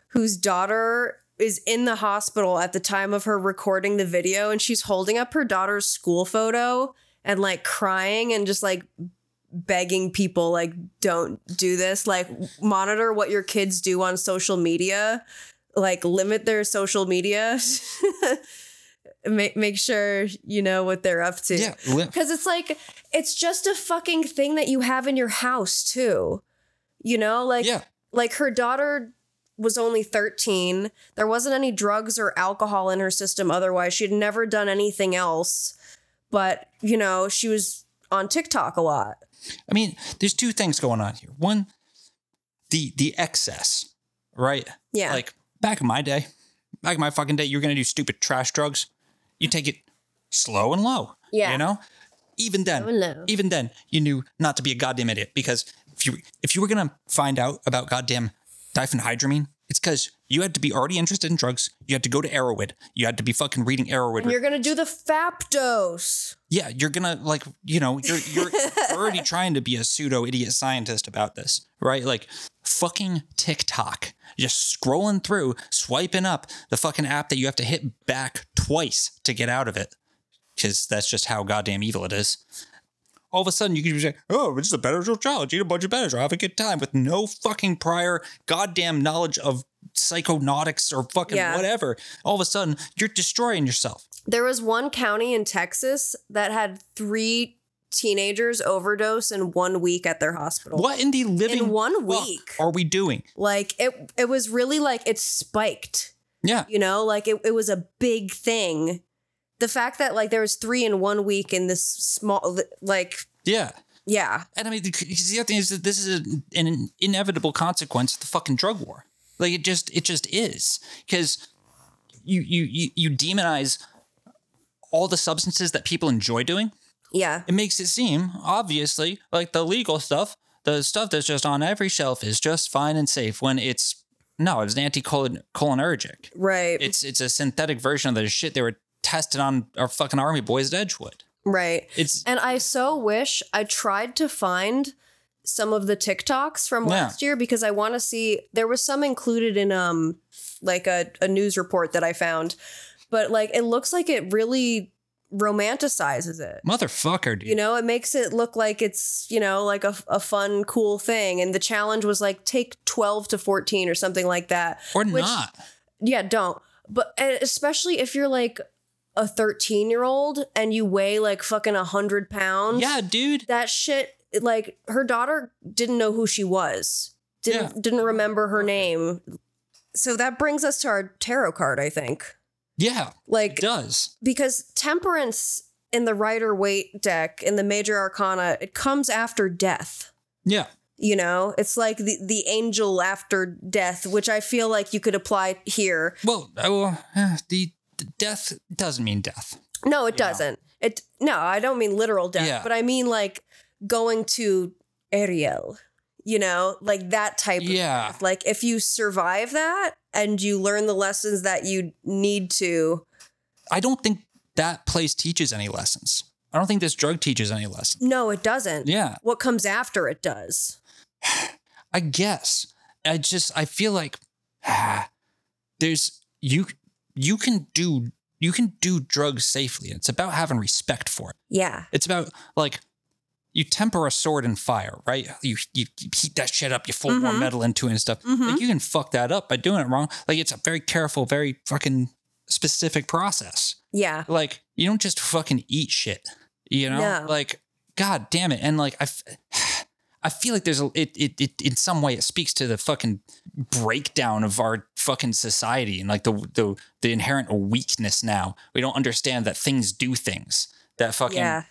Speaker 1: whose daughter is in the hospital at the time of her recording the video and she's holding up her daughter's school photo and like crying and just like begging people like don't do this like monitor what your kids do on social media like limit their social media [laughs] make make sure you know what they're up to
Speaker 2: Yeah, li-
Speaker 1: because it's like it's just a fucking thing that you have in your house too you know like
Speaker 2: Yeah.
Speaker 1: like her daughter was only 13 there wasn't any drugs or alcohol in her system otherwise she'd never done anything else but you know she was on tiktok a lot
Speaker 2: I mean, there's two things going on here. One, the the excess, right?
Speaker 1: Yeah.
Speaker 2: Like back in my day, back in my fucking day, you're gonna do stupid trash drugs. You take it slow and low.
Speaker 1: Yeah.
Speaker 2: You know? Even then,
Speaker 1: Slow and low.
Speaker 2: even then, you knew not to be a goddamn idiot because if you if you were gonna find out about goddamn diphenhydramine, It's because you had to be already interested in drugs. You had to go to Arrowhead. You had to be fucking reading Arrowhead.
Speaker 1: And you're gonna do the FAP dose.
Speaker 2: yeah, you're gonna like you know you're you're already trying to be a pseudo idiot scientist about this, right? Like fucking TikTok, just scrolling through, swiping up the fucking app that you have to hit back twice to get out of it, because that's just how goddamn evil it is. All of a sudden, you can be like, "Oh, it's a Benadryl challenge. Eat a bunch of Benadryl, have a good time," with no fucking prior goddamn knowledge of psychonautics or fucking
Speaker 1: Yeah.
Speaker 2: whatever. All of a sudden, you're destroying yourself.
Speaker 1: There was one county in Texas that had three teenagers overdose in one week at their hospital.
Speaker 2: What in the living
Speaker 1: In one
Speaker 2: fuck
Speaker 1: week.
Speaker 2: are we doing?
Speaker 1: Like it it was really like it spiked.
Speaker 2: Yeah.
Speaker 1: You know, like it, it was a big thing. The fact that like there was three in one week in this small like
Speaker 2: Yeah.
Speaker 1: yeah.
Speaker 2: And I mean, the, 'cause the other thing is that this is an, an inevitable consequence of the fucking drug war. Like it just, it just is because you, you, you, you demonize all the substances that people enjoy doing.
Speaker 1: Yeah.
Speaker 2: It makes it seem obviously like the legal stuff, the stuff that's just on every shelf is just fine and safe when it's no, it's an anticholinergic.
Speaker 1: Right.
Speaker 2: It's it's a synthetic version of the shit they were testing on our fucking army boys at Edgewood.
Speaker 1: Right.
Speaker 2: It's-
Speaker 1: and I so wish I tried to find some of the TikToks from
Speaker 2: Yeah.
Speaker 1: last year because I want to see there was some included in um like a, a news report that I found. But like it looks like it really romanticizes it.
Speaker 2: Motherfucker, dude.
Speaker 1: You know, it makes it look like it's, you know, like a, a fun, cool thing. And the challenge was like take 12 to 14 or something like that.
Speaker 2: Or not.
Speaker 1: Yeah, don't. But and especially if you're like a 13 year old and you weigh like fucking 100 pounds.
Speaker 2: Yeah, dude.
Speaker 1: That shit, like her daughter didn't know who she was, didn't, didn't remember her name. So that brings us to our tarot card, I think
Speaker 2: Yeah.
Speaker 1: Like-
Speaker 2: it does.
Speaker 1: because temperance in the rider weight deck in the major arcana it comes after death
Speaker 2: Yeah.
Speaker 1: you know it's like the, the angel after death which i feel like you could apply here
Speaker 2: Well, I will- eh, the, the death doesn't mean death.
Speaker 1: no it doesn't it no i don't mean literal death
Speaker 2: Yeah.
Speaker 1: but i mean like going to ariel you know like that type
Speaker 2: Yeah.
Speaker 1: of death. like if you survive that and you learn the lessons that you need to
Speaker 2: I don't think that place teaches any lessons. I don't think this drug teaches any lessons.
Speaker 1: no it doesn't
Speaker 2: Yeah.
Speaker 1: what comes after it does
Speaker 2: I guess. I just I feel like ah, there's you you can do you can do drugs safely. It's about having respect for it.
Speaker 1: yeah
Speaker 2: It's about like you temper a sword in fire, right? You you, you heat that shit up, you fold more
Speaker 1: Mhm.
Speaker 2: metal into it and stuff.
Speaker 1: Mhm.
Speaker 2: Like you can fuck that up by doing it wrong. Like it's a very careful, very fucking specific process.
Speaker 1: yeah
Speaker 2: Like you don't just fucking eat shit, you know?
Speaker 1: No.
Speaker 2: Like god damn it. And like I f- [sighs] I feel like there's a it, it it in some way it speaks to the fucking breakdown of our fucking society and like the the the inherent weakness now. We don't understand that things do things. That fucking
Speaker 1: yeah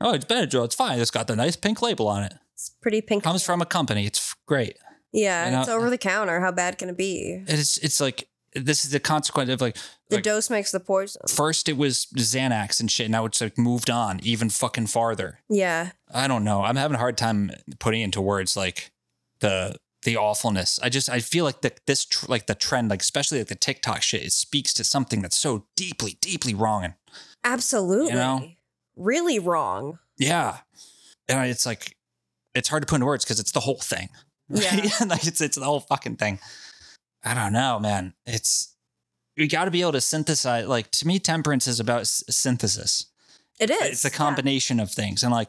Speaker 2: Oh, it's Benadryl. It's fine. It's got the nice pink label on it.
Speaker 1: It's pretty pink.
Speaker 2: Comes from a company. It's f- great.
Speaker 1: Yeah,
Speaker 2: And
Speaker 1: it's
Speaker 2: I-
Speaker 1: over the counter. How bad can it be?
Speaker 2: It's it's like this is the consequence of like
Speaker 1: The dose makes the poison.
Speaker 2: first it was Xanax and shit. Now it's like moved on even fucking farther.
Speaker 1: Yeah.
Speaker 2: I don't know. I'm having a hard time putting into words like the the awfulness. I just I feel like the this tr- like the trend like especially like the TikTok shit. It speaks to something that's so deeply deeply wrong and
Speaker 1: Absolutely.
Speaker 2: you know
Speaker 1: Really wrong.
Speaker 2: yeah, and I- it's like it's hard to put into words because it's the whole thing. [laughs]
Speaker 1: Yeah.
Speaker 2: like it's it's the whole fucking thing. I don't know, man. It's we got to be able to synthesize. Like to me, temperance is about s- synthesis.
Speaker 1: It is.
Speaker 2: It's a combination of things, and like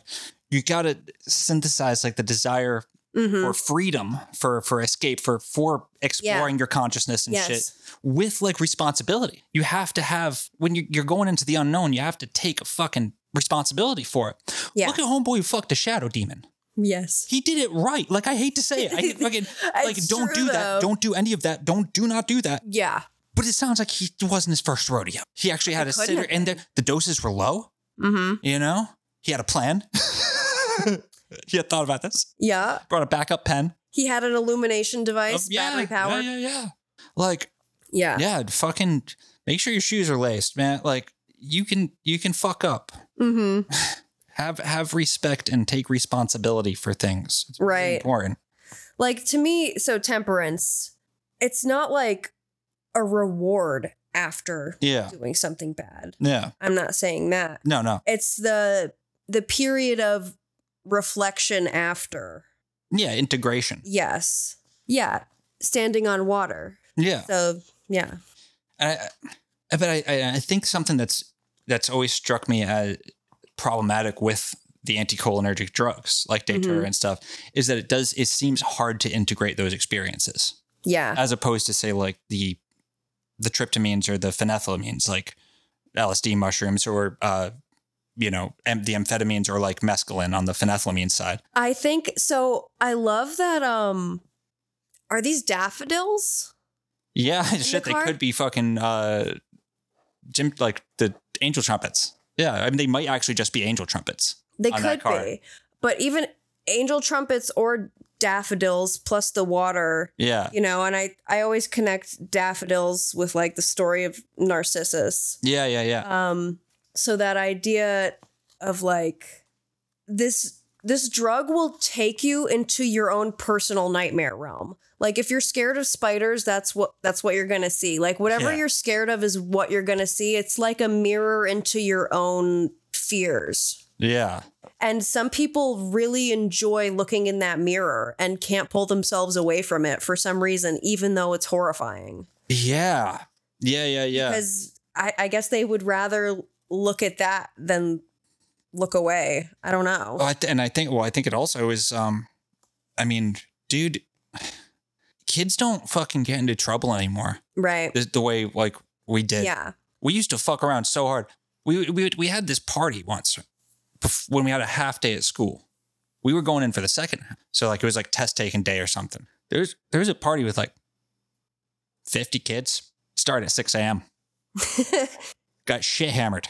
Speaker 2: you got to synthesize like the desire
Speaker 1: Mhm.
Speaker 2: for freedom, for for escape, for for exploring your consciousness and
Speaker 1: Yes.
Speaker 2: shit with like responsibility. You have to have when you- you're going into the unknown. You have to take a fucking responsibility for it.
Speaker 1: Yeah.
Speaker 2: Look at homeboy who fucked a shadow demon.
Speaker 1: Yes.
Speaker 2: He did it right. Like I hate to say it. I
Speaker 1: [laughs]
Speaker 2: fucking like
Speaker 1: It's
Speaker 2: don't
Speaker 1: true,
Speaker 2: do that.
Speaker 1: though.
Speaker 2: Don't do any of that. Don't do not do that.
Speaker 1: Yeah.
Speaker 2: But it sounds like he wasn't his first rodeo. He actually had
Speaker 1: It
Speaker 2: a
Speaker 1: couldn't
Speaker 2: sitter
Speaker 1: have
Speaker 2: and there the doses were low,
Speaker 1: Mm-hmm.
Speaker 2: you know? He had a plan. [laughs] he had thought about this.
Speaker 1: Yeah.
Speaker 2: Brought a backup pen.
Speaker 1: He had an illumination device,
Speaker 2: Oh, yeah,
Speaker 1: battery Uh. powered.
Speaker 2: yeah, yeah. Like,
Speaker 1: Yeah.
Speaker 2: yeah, fucking make sure your shoes are laced, man. Like you can you can fuck up.
Speaker 1: Mm-hmm.
Speaker 2: [sighs] Have have respect and take responsibility for things. It's really
Speaker 1: Right.
Speaker 2: important.
Speaker 1: Like to me, so temperance it's not like a reward after
Speaker 2: Yeah.
Speaker 1: doing something bad.
Speaker 2: Yeah.
Speaker 1: I'm not saying that.
Speaker 2: No, no.
Speaker 1: It's the the period of reflection after.
Speaker 2: Yeah, integration.
Speaker 1: Yes. Yeah. Standing on water.
Speaker 2: Yeah.
Speaker 1: So yeah.
Speaker 2: And I, I, but I, I, I think something that's that's always struck me as problematic with the anticholinergic drugs like Datura
Speaker 1: Mhm.
Speaker 2: and stuff is that it does it seems hard to integrate those experiences
Speaker 1: Yeah.
Speaker 2: as opposed to say like the the tryptamines or the phenethylamines like LSD mushrooms or uh you know am- the amphetamines or like mescaline on the phenethylamine side
Speaker 1: I think so I love that um are these daffodils?
Speaker 2: yeah [laughs] shit
Speaker 1: the
Speaker 2: they
Speaker 1: car?
Speaker 2: could be fucking uh Jim like the angel trumpets yeah I mean they might actually just be angel trumpets
Speaker 1: They
Speaker 2: on that
Speaker 1: could
Speaker 2: card.
Speaker 1: be. But even angel trumpets or daffodils plus the water.
Speaker 2: Yeah.
Speaker 1: You know, and I I always connect daffodils with like the story of Narcissus.
Speaker 2: Yeah, yeah, yeah.
Speaker 1: Um so that idea of like this this drug will take you into your own personal nightmare realm. Like if you're scared of spiders, that's what that's what you're going to see. Like whatever
Speaker 5: Yeah.
Speaker 1: you're scared of is what you're going to see. It's like a mirror into your own fears.
Speaker 2: yeah.
Speaker 1: And some people really enjoy looking in that mirror and can't pull themselves away from it for some reason, even though it's horrifying.
Speaker 2: Yeah. Yeah, yeah, yeah.
Speaker 1: Because I, I guess they would rather look at that than look away. I don't know.
Speaker 2: Well, Oh, I th- and I think well, I think it also is um I mean, dude, [sighs] kids don't fucking get into trouble anymore.
Speaker 1: Right.
Speaker 2: The, the way like we did.
Speaker 1: Yeah.
Speaker 2: We used to fuck around so hard. We we we had this party once bef- when we had a half day at school. We were going in for the second. half. So like it was like test taking day or something. There's there's a party with like 50 kids. Started at 6 a.m. Got shit hammered.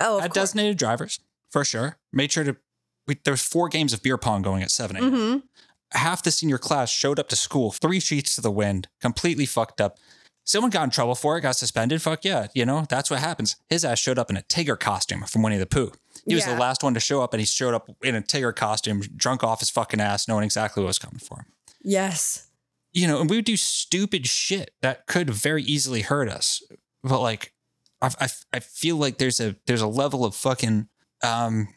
Speaker 1: Oh,
Speaker 2: had designated drivers for sure. Made sure to. We, there was four games of beer pong going at seven a.m.
Speaker 1: Mm-hmm.
Speaker 2: Half the senior class showed up to school, three sheets to the wind, completely fucked up. Someone got in trouble for it, got suspended. Fuck yeah, you know that's what happens. His ass showed up in a tiger costume from Winnie the Pooh. He was
Speaker 1: Yeah.
Speaker 2: the last one to show up, and he showed up in a tiger costume, drunk off his fucking ass, knowing exactly what was coming for him.
Speaker 1: Yes.
Speaker 2: You know, and we would do stupid shit that could very easily hurt us. But like, I, I, I feel like there's a there's a level of fucking um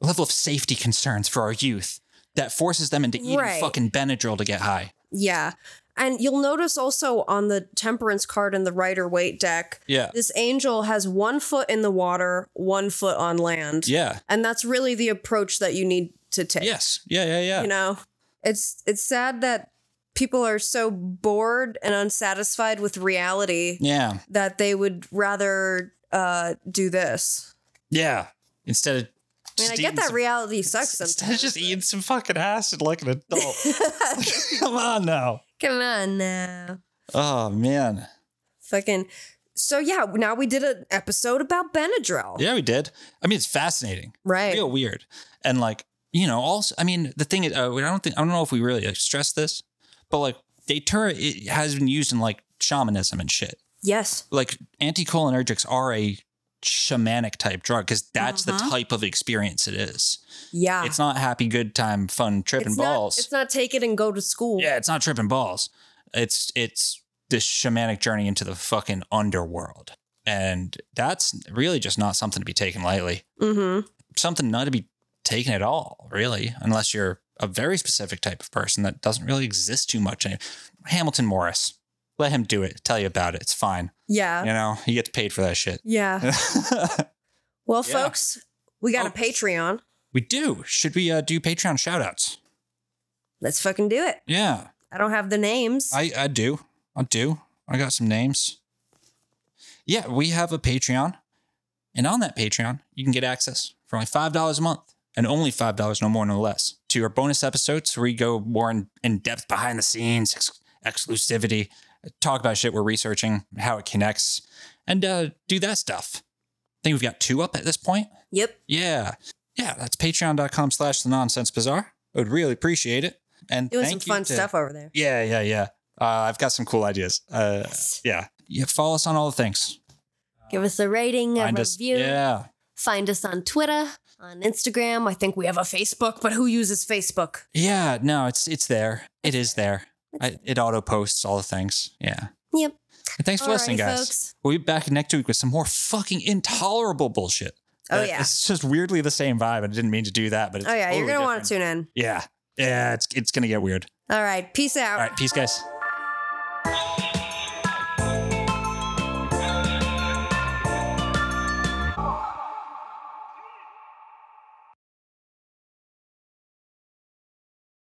Speaker 2: level of safety concerns for our youth that forces them into eating
Speaker 1: Right.
Speaker 2: fucking Benadryl to get high.
Speaker 1: Yeah. And you'll notice also on the temperance card in the rider weight deck,
Speaker 2: Yeah.
Speaker 1: this angel has one foot in the water, one foot on land.
Speaker 2: Yeah.
Speaker 1: And that's really the approach that you need to take.
Speaker 2: Yes. Yeah. Yeah. Yeah.
Speaker 1: You know, it's it's sad that people are so bored and unsatisfied with reality
Speaker 2: Yeah.
Speaker 1: that they would rather uh, do this.
Speaker 2: Yeah. Instead of
Speaker 1: I mean, I
Speaker 2: Just
Speaker 1: get
Speaker 2: eating
Speaker 1: that
Speaker 2: [laughs] some-
Speaker 1: reality sucks
Speaker 2: instead of
Speaker 1: sometimes.
Speaker 2: just e eating some fucking acid like an adult.
Speaker 1: [laughs]
Speaker 2: [laughs] Come on now.
Speaker 1: Come on now.
Speaker 2: Oh man.
Speaker 1: Fucking. So yeah, now we did an episode about Benadryl.
Speaker 2: Yeah, we did. I mean, it's fascinating,
Speaker 1: Right.
Speaker 2: Real weird, and like you know, also, I mean, the thing is, uh, I don't think I don't know if we really like, stressed this, but like datura it has been used in like shamanism and shit.
Speaker 1: Yes.
Speaker 2: Like anticholinergics are a shamanic type drug because that's
Speaker 1: Uh-huh.
Speaker 2: the type of experience it is.
Speaker 1: Yeah.
Speaker 2: It's not happy, good time, fun,
Speaker 1: Ah.
Speaker 2: tripping
Speaker 1: It's not-
Speaker 2: balls.
Speaker 1: it's not take it and go to school.
Speaker 2: yeah, it's not tripping balls. It's it's this shamanic journey into the fucking underworld, and that's really just not something to be taken lightly
Speaker 1: Mm-hmm.
Speaker 2: something not to be taken at all, really, unless you're a very specific type of person that doesn't really exist too much. Anymore. Hamilton Morris, let him do it. Tell you about it. It's fine.
Speaker 1: Yeah.
Speaker 2: You know, he gets paid for that shit.
Speaker 1: Yeah.
Speaker 2: [laughs]
Speaker 1: Well,
Speaker 2: Yeah. Oh.
Speaker 1: folks, we got a Patreon.
Speaker 2: we do. Should we uh, do Patreon shout outs?
Speaker 1: Let's fucking do it.
Speaker 2: Yeah,
Speaker 1: I don't have the names.
Speaker 2: I, I do. I do. I got some names. Yeah, we have a Patreon. And on that Patreon, you can get access for only $5 a month and only $5, no more, no less, to our bonus episodes where we go more in, in depth behind the scenes, ex- exclusivity, talk about shit we're researching, how it connects, and uh, do that stuff. I think we've got two up at this point.
Speaker 1: Yep.
Speaker 2: Yeah. Yeah, that's patreon.com slash the nonsense bazaar. I would really appreciate it. And
Speaker 1: Doing some
Speaker 2: thank you
Speaker 1: fun
Speaker 2: to-
Speaker 1: stuff over there.
Speaker 2: yeah, yeah, yeah. Uh, I've got some cool ideas. Uh, Yeah. yeah. Follow us on all the things.
Speaker 1: Give us a rating, a
Speaker 2: Find us-
Speaker 1: review.
Speaker 2: yeah.
Speaker 1: Find us on Twitter, on Instagram. I think we have a Facebook, but who uses Facebook?
Speaker 2: Yeah. No, it's it's there. It is there. I, it auto posts all the things. Yeah.
Speaker 1: Yep.
Speaker 2: And thanks for
Speaker 1: Alrighty,
Speaker 2: listening, guys.
Speaker 1: folks.
Speaker 2: We'll be back next week with some more fucking intolerable bullshit.
Speaker 1: Oh,
Speaker 2: Uh,
Speaker 1: yeah.
Speaker 2: It's just weirdly the same vibe. I didn't mean to do that, but it's
Speaker 1: Oh yeah,
Speaker 2: totally
Speaker 1: you're gonna want
Speaker 2: different.
Speaker 1: to tune in.
Speaker 2: Yeah. Yeah, it's it's gonna get weird.
Speaker 1: All right, peace out.
Speaker 2: All right, peace guys.